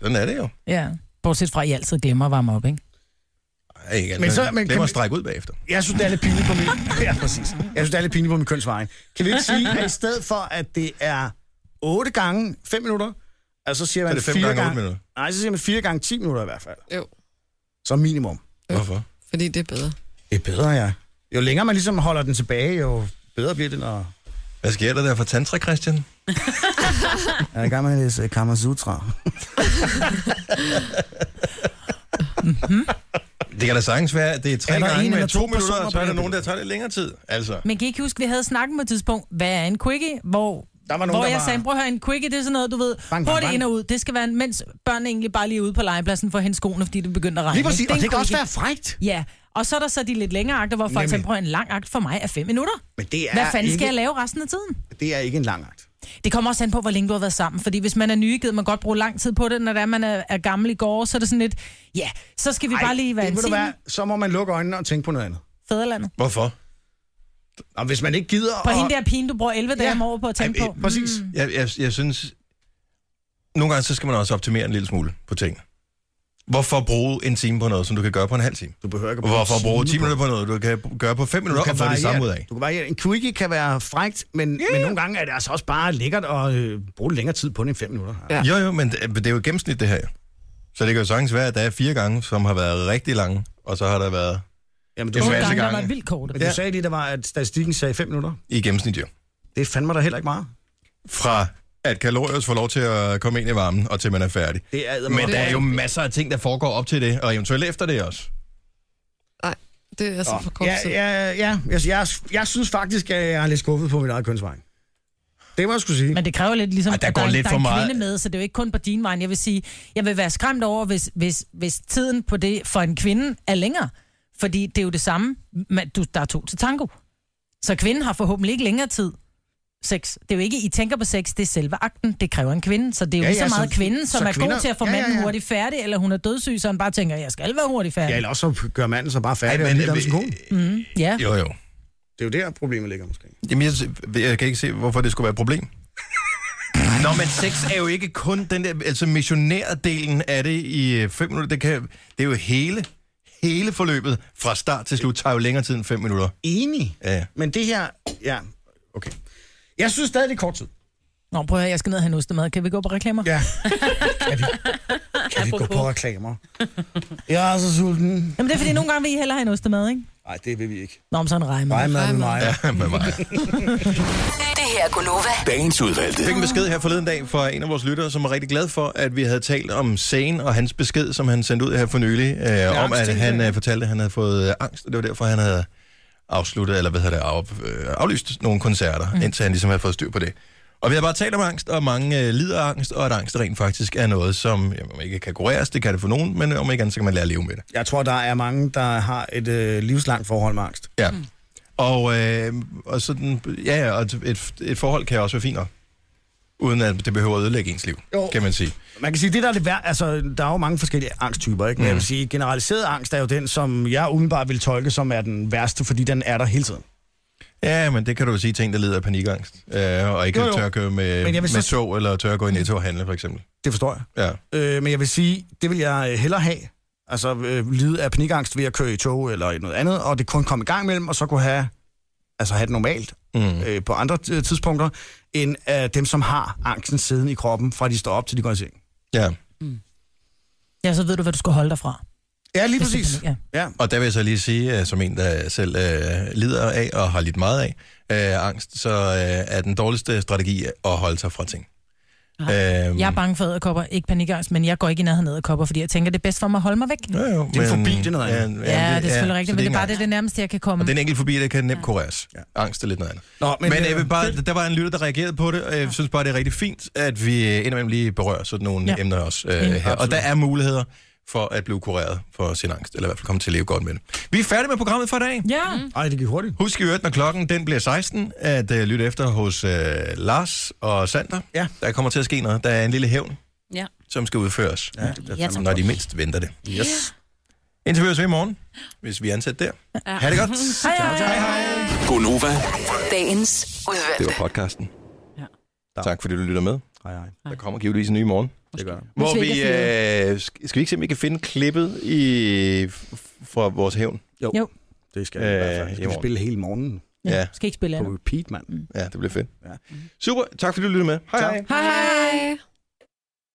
A: sådan er det jo.
C: Ja. Bortset fra, at I altid glemmer at varme op, ikke?
A: Ej, ikke,
D: Men
A: men
D: så-
A: så,
D: men
A: men
D: kan
A: det må
D: vi-
A: strække ud bagefter.
D: Jeg synes, det er lidt pinligt på min... Ja, præcis. Jeg synes, det er lidt pinligt på min kønsvejen. Kan vi ikke sige, at i stedet for, at det er 8 gange 5 minutter, altså så siger man
A: det fem
D: 4
A: gange
D: gange...
A: otte minutter.
D: Nej, så siger man 4 gange 10 minutter i hvert fald.
E: Jo,
D: Som minimum.
A: Hvorfor?
E: fordi det er bedre.
D: Det er bedre, ja. Jo længere man ligesom holder den tilbage, jo bedre bliver det, når
A: Hvad sker der der for tantra, Christian?
D: jeg er i gang med at læse øh, Kama Sutra.
A: Det kan da sagtens være, at det er tre
D: Er der en
A: gange med
D: eller
A: to,
D: to
A: minutter,
D: personer
A: og så
D: på
A: er der
D: det
A: nogen, der
D: billede?
A: tager lidt længere tid. Altså,
C: Men kan I ikke huske, vi havde snakket på et tidspunkt, hvad er en quickie? Hvor,
D: Der var nogen,
C: hvor
D: der
C: jeg
D: var-
C: sagde, prøv at høre, en quickie, det er sådan noget, du ved,
D: bang,
C: bang, hurtigt
D: bang.
C: ind og ud. Det skal være, en- mens børnene egentlig bare lige er ude på legepladsen for at hente skoene, fordi det begyndte at regne.
D: Lige
C: ikke?
D: præcis,
C: er
D: og
C: en
D: det kan også
C: quickie.
D: være frægt.
C: Ja, og så er der så de lidt længere akter, hvor folk
D: Nemlig.
C: tænker, prøv at høre, en lang akt for mig er fem minutter.
D: Men det er,
C: Hvad fanden
D: ikke,
C: skal jeg lave resten af tiden?
D: det er ikke en lang akt.
C: Det kommer også an på, hvor længe du har været sammen. Fordi hvis man er ny, gider man godt bruge lang tid på det. Når det er, man er, er gammel i går, så er det sådan lidt, ja, så skal vi Ej, bare lige være
D: det
C: en
D: må du
C: time.
D: være, så må man lukke øjnene og tænke på noget andet.
C: Fædrelandet.
A: hvorfor?
D: Og hvis man ikke gider...
C: På
D: at-
C: hende der pige, du bruger 11 dage
D: Ja.
C: om året på at tænke
A: Ej,
C: på.
A: øh,
D: Præcis.
A: Jeg, jeg, jeg synes, nogle gange så skal man også optimere en lille smule på ting. Hvorfor bruge en time på noget, som du kan gøre på en halv time?
D: Du behøver ikke at bruge
A: Hvorfor
D: en
A: bruge
D: time
A: 10
D: på
A: minutter på noget, du kan gøre på 5 minutter og få det
D: variere-
A: samme ud af?
D: Du kan variere. En quickie kan være frægt, men, yeah. men nogle gange er det altså også bare lækkert at øh, bruge længere tid på det end fem minutter. Ja.
A: Jo, jo, men det, det er jo et gennemsnit, det her. jo. Så det kan jo sagtens være, at der er fire gange, som har været rigtig lange, og så har der været
D: Jamen, du,
A: en
C: Nogle
A: masse
C: gange, der
A: gange
C: var vildt korte.
D: men
A: Ja.
D: du sagde lige, der var, at statistikken sagde fem minutter.
A: i gennemsnit, jo.
D: Det fandme der heller ikke meget.
A: Fra at kalorier får lov til at komme ind i varmen, og til man er færdig.
D: Det er
A: Men der er jo masser af ting, der foregår op til det, og eventuelt efter det også.
E: Nej, det er altså for kort
D: Ja,
E: tid.
D: ja, ja. Jeg, jeg, jeg synes faktisk, at jeg er lidt skuffet på mit eget kønsvej. Det må jeg skulle sige.
C: Men det kræver lidt ligesom,
A: Ej, der
C: at
A: går
C: er, en-
A: lidt
C: der
A: for
C: er en
A: meget-
C: kvinde med, så det er jo ikke kun på din vej. Jeg vil sige, jeg vil være skræmt over, hvis, hvis, hvis tiden på det for en kvinde er længere. Fordi det er jo det samme, man, du, der er to til tango. Så kvinden har forhåbentlig ikke længere tid. Sex. Det er jo ikke, I tænker på sex, det er selve akten, det kræver en kvinde. Så det er jo
D: Ja,
C: ja, lige så
D: ja, så-
C: meget kvinden, som
D: så
C: er
D: kvinder-
C: god til at få
D: Ja, ja,
C: manden
D: ja.
C: hurtigt færdig, eller hun er dødssyg, så han bare tænker, jeg skal være hurtigt
D: Ja,
C: færdig.
D: eller også gør manden så bare
A: Ej,
D: færdig og
A: men- øh,
D: ligeglad med sin kone.
C: Mm, ja.
A: Jo, jo.
D: Det er jo der, problemet ligger måske.
A: Jamen, jeg, jeg kan ikke se, hvorfor det skulle være et problem. Nå, men sex er jo ikke kun den der, altså missionærdelen af det i øh, fem minutter. Det, kan, det er jo hele, hele forløbet fra start til slut, tager jo længere tid end fem minutter.
D: Enig.
A: Ja.
D: Men det her... Ja, okay. Jeg synes stadig, det er kort tid.
C: Nå, prøv at høre, jeg skal ned og have en ostemad. Kan vi gå på reklamer?
D: Ja. Kan vi, kan vi gå på reklamer? Jeg er så sulten.
C: Jamen det er fordi, nogle gange vil I hellere have en ostemad, ikke?
D: Nej, det vil vi ikke.
C: Nå, men så en rejmad.
D: Mig med mig.
A: Ja, med mig.
G: Det her er Gunova.
F: Dagens udvalgte.
A: Jeg fik en besked her forleden dag fra en af vores lyttere, som var rigtig glad for, at vi havde talt om Zane og hans besked, som han sendte ud her for nylig, øh, om
D: angst,
A: at
D: tænker
A: han
D: jeg.
A: øh, fortalte, at han havde fået øh, angst, og det var derfor, han havde afsluttet, eller hvad hedder det, af, øh, aflyst nogle koncerter, mm. indtil han ligesom havde fået styr på det. Og vi har bare talt om angst, og mange øh, lider af angst, og at angst rent faktisk er noget, som jamen, ikke kan kureres, det kan det for nogen, men øh, om ikke andet, så kan man lære at leve med det.
D: Jeg tror, der er mange, der har et øh, livslangt forhold med angst.
A: Ja. Mm. Og, øh, og sådan, ja, ja, og et- et, et forhold kan også være fint nok, uden at det behøver at ødelægge ens liv,
D: Jo.
A: jo. kan man sige.
D: Man kan sige, det der er det værd, altså, der er jo mange forskellige angsttyper, ikke? Men mm. jeg vil sige, generaliseret angst er jo den, som jeg umiddelbart vil tolke som er den værste, fordi den er der hele tiden.
A: Ja, men det kan du jo sige til en, der lider af panikangst, øh, og ikke
D: Jo,
A: jo, jo.
D: jo.
A: tør at køre med,
D: Men jeg
A: med
D: vil
A: så...
D: så-
A: tog, eller tør at gå i netto og handle, for eksempel.
D: Det forstår jeg.
A: Ja.
D: Øh, men jeg vil sige, det vil jeg øh, hellere have. Altså øh, lide af panikangst ved at køre i tog eller i noget andet, og det kun komme i gang mellem, og så kunne have, altså have det normalt
A: mm.
D: øh, på andre øh, tidspunkter, end øh, dem, som har angsten siden i kroppen, fra de står op til de går i seng.
A: Ja.
C: Ja, så ved du, hvad du skal holde dig fra.
D: Ja, lige
C: Hvis du
D: præcis.
C: panik- Ja.
D: Ja.
A: Og der vil jeg så lige sige, øh, som en, der selv øh, lider af og har lidt meget af øh, angst, så øh, er den dårligste strategi at holde sig fra ting. Øhm,
C: Ah. Jeg er bange for æderkopper, ikke panikangst, men jeg går ikke i nærheden af æderkopper, fordi jeg tænker, det er bedst for mig at holde mig væk.
A: Jo, jo,
D: Det er en fobi, det er noget andet.
A: men
C: Ja, det er
A: så
C: selvfølgelig rigtigt, men det er bare
A: ikke
C: det, det nærmeste, jeg kan komme.
A: Og det er en enkelt fobi, der kan nemt kureres. Angst er lidt noget andet.
D: Nå,
A: Men, men jeg vil bare, der var en lytter, der reagerede på det, og jeg synes bare, det er rigtig fint, at vi øh, indimellem lige berører sådan nogle
C: Ja.
A: ja. emner også øh,
C: Mm,
A: her. Og
C: absolut.
A: der er muligheder for at blive kureret for sin angst, eller i hvert fald komme til at leve godt med det. Vi er færdige med programmet for i dag.
C: Ja.
D: Ej, det gik hurtigt.
A: Husk i øvrigt, når klokken den bliver 16, at øh, lytte efter hos øh, Lars og Sander.
D: Ja.
A: Der kommer til at ske noget. Der er en lille hævn,
B: Ja.
A: som skal udføres, ja,
B: Ja, tak.
A: når de mindst venter det.
B: Yes.
A: Indtil vi høres ved i morgen, hvis vi er ansat der.
B: Ja.
A: Ha' det godt.
C: Hej, hej.
F: Gonova,
G: Dagens
A: Det var
G: udvalgte.
A: podcasten. Ja. Tak fordi du lytter med.
D: Hej, hej.
A: Der kommer givetvis en ny i morgen.
D: Det gør jeg.
A: Hvor
C: Hvis vi
A: vi,
C: ikke
A: øh, sk- skal vi ikke se, om vi kan finde klippet i, f- fra vores hævn?
C: Jo.
D: Det skal jeg i
A: Øh,
D: hvert fald.
A: i
D: Skal vi
A: morgen.
D: spille hele morgenen
C: Ja.
A: Ja.
C: Skal ikke spille
D: på
C: andet.
D: repeat, mand.
A: Ja, det bliver fedt.
D: Ja.
A: Super, tak fordi du lyttede med. Hej.
D: Tak.
A: hej.
C: Hej, hej.
E: Hej.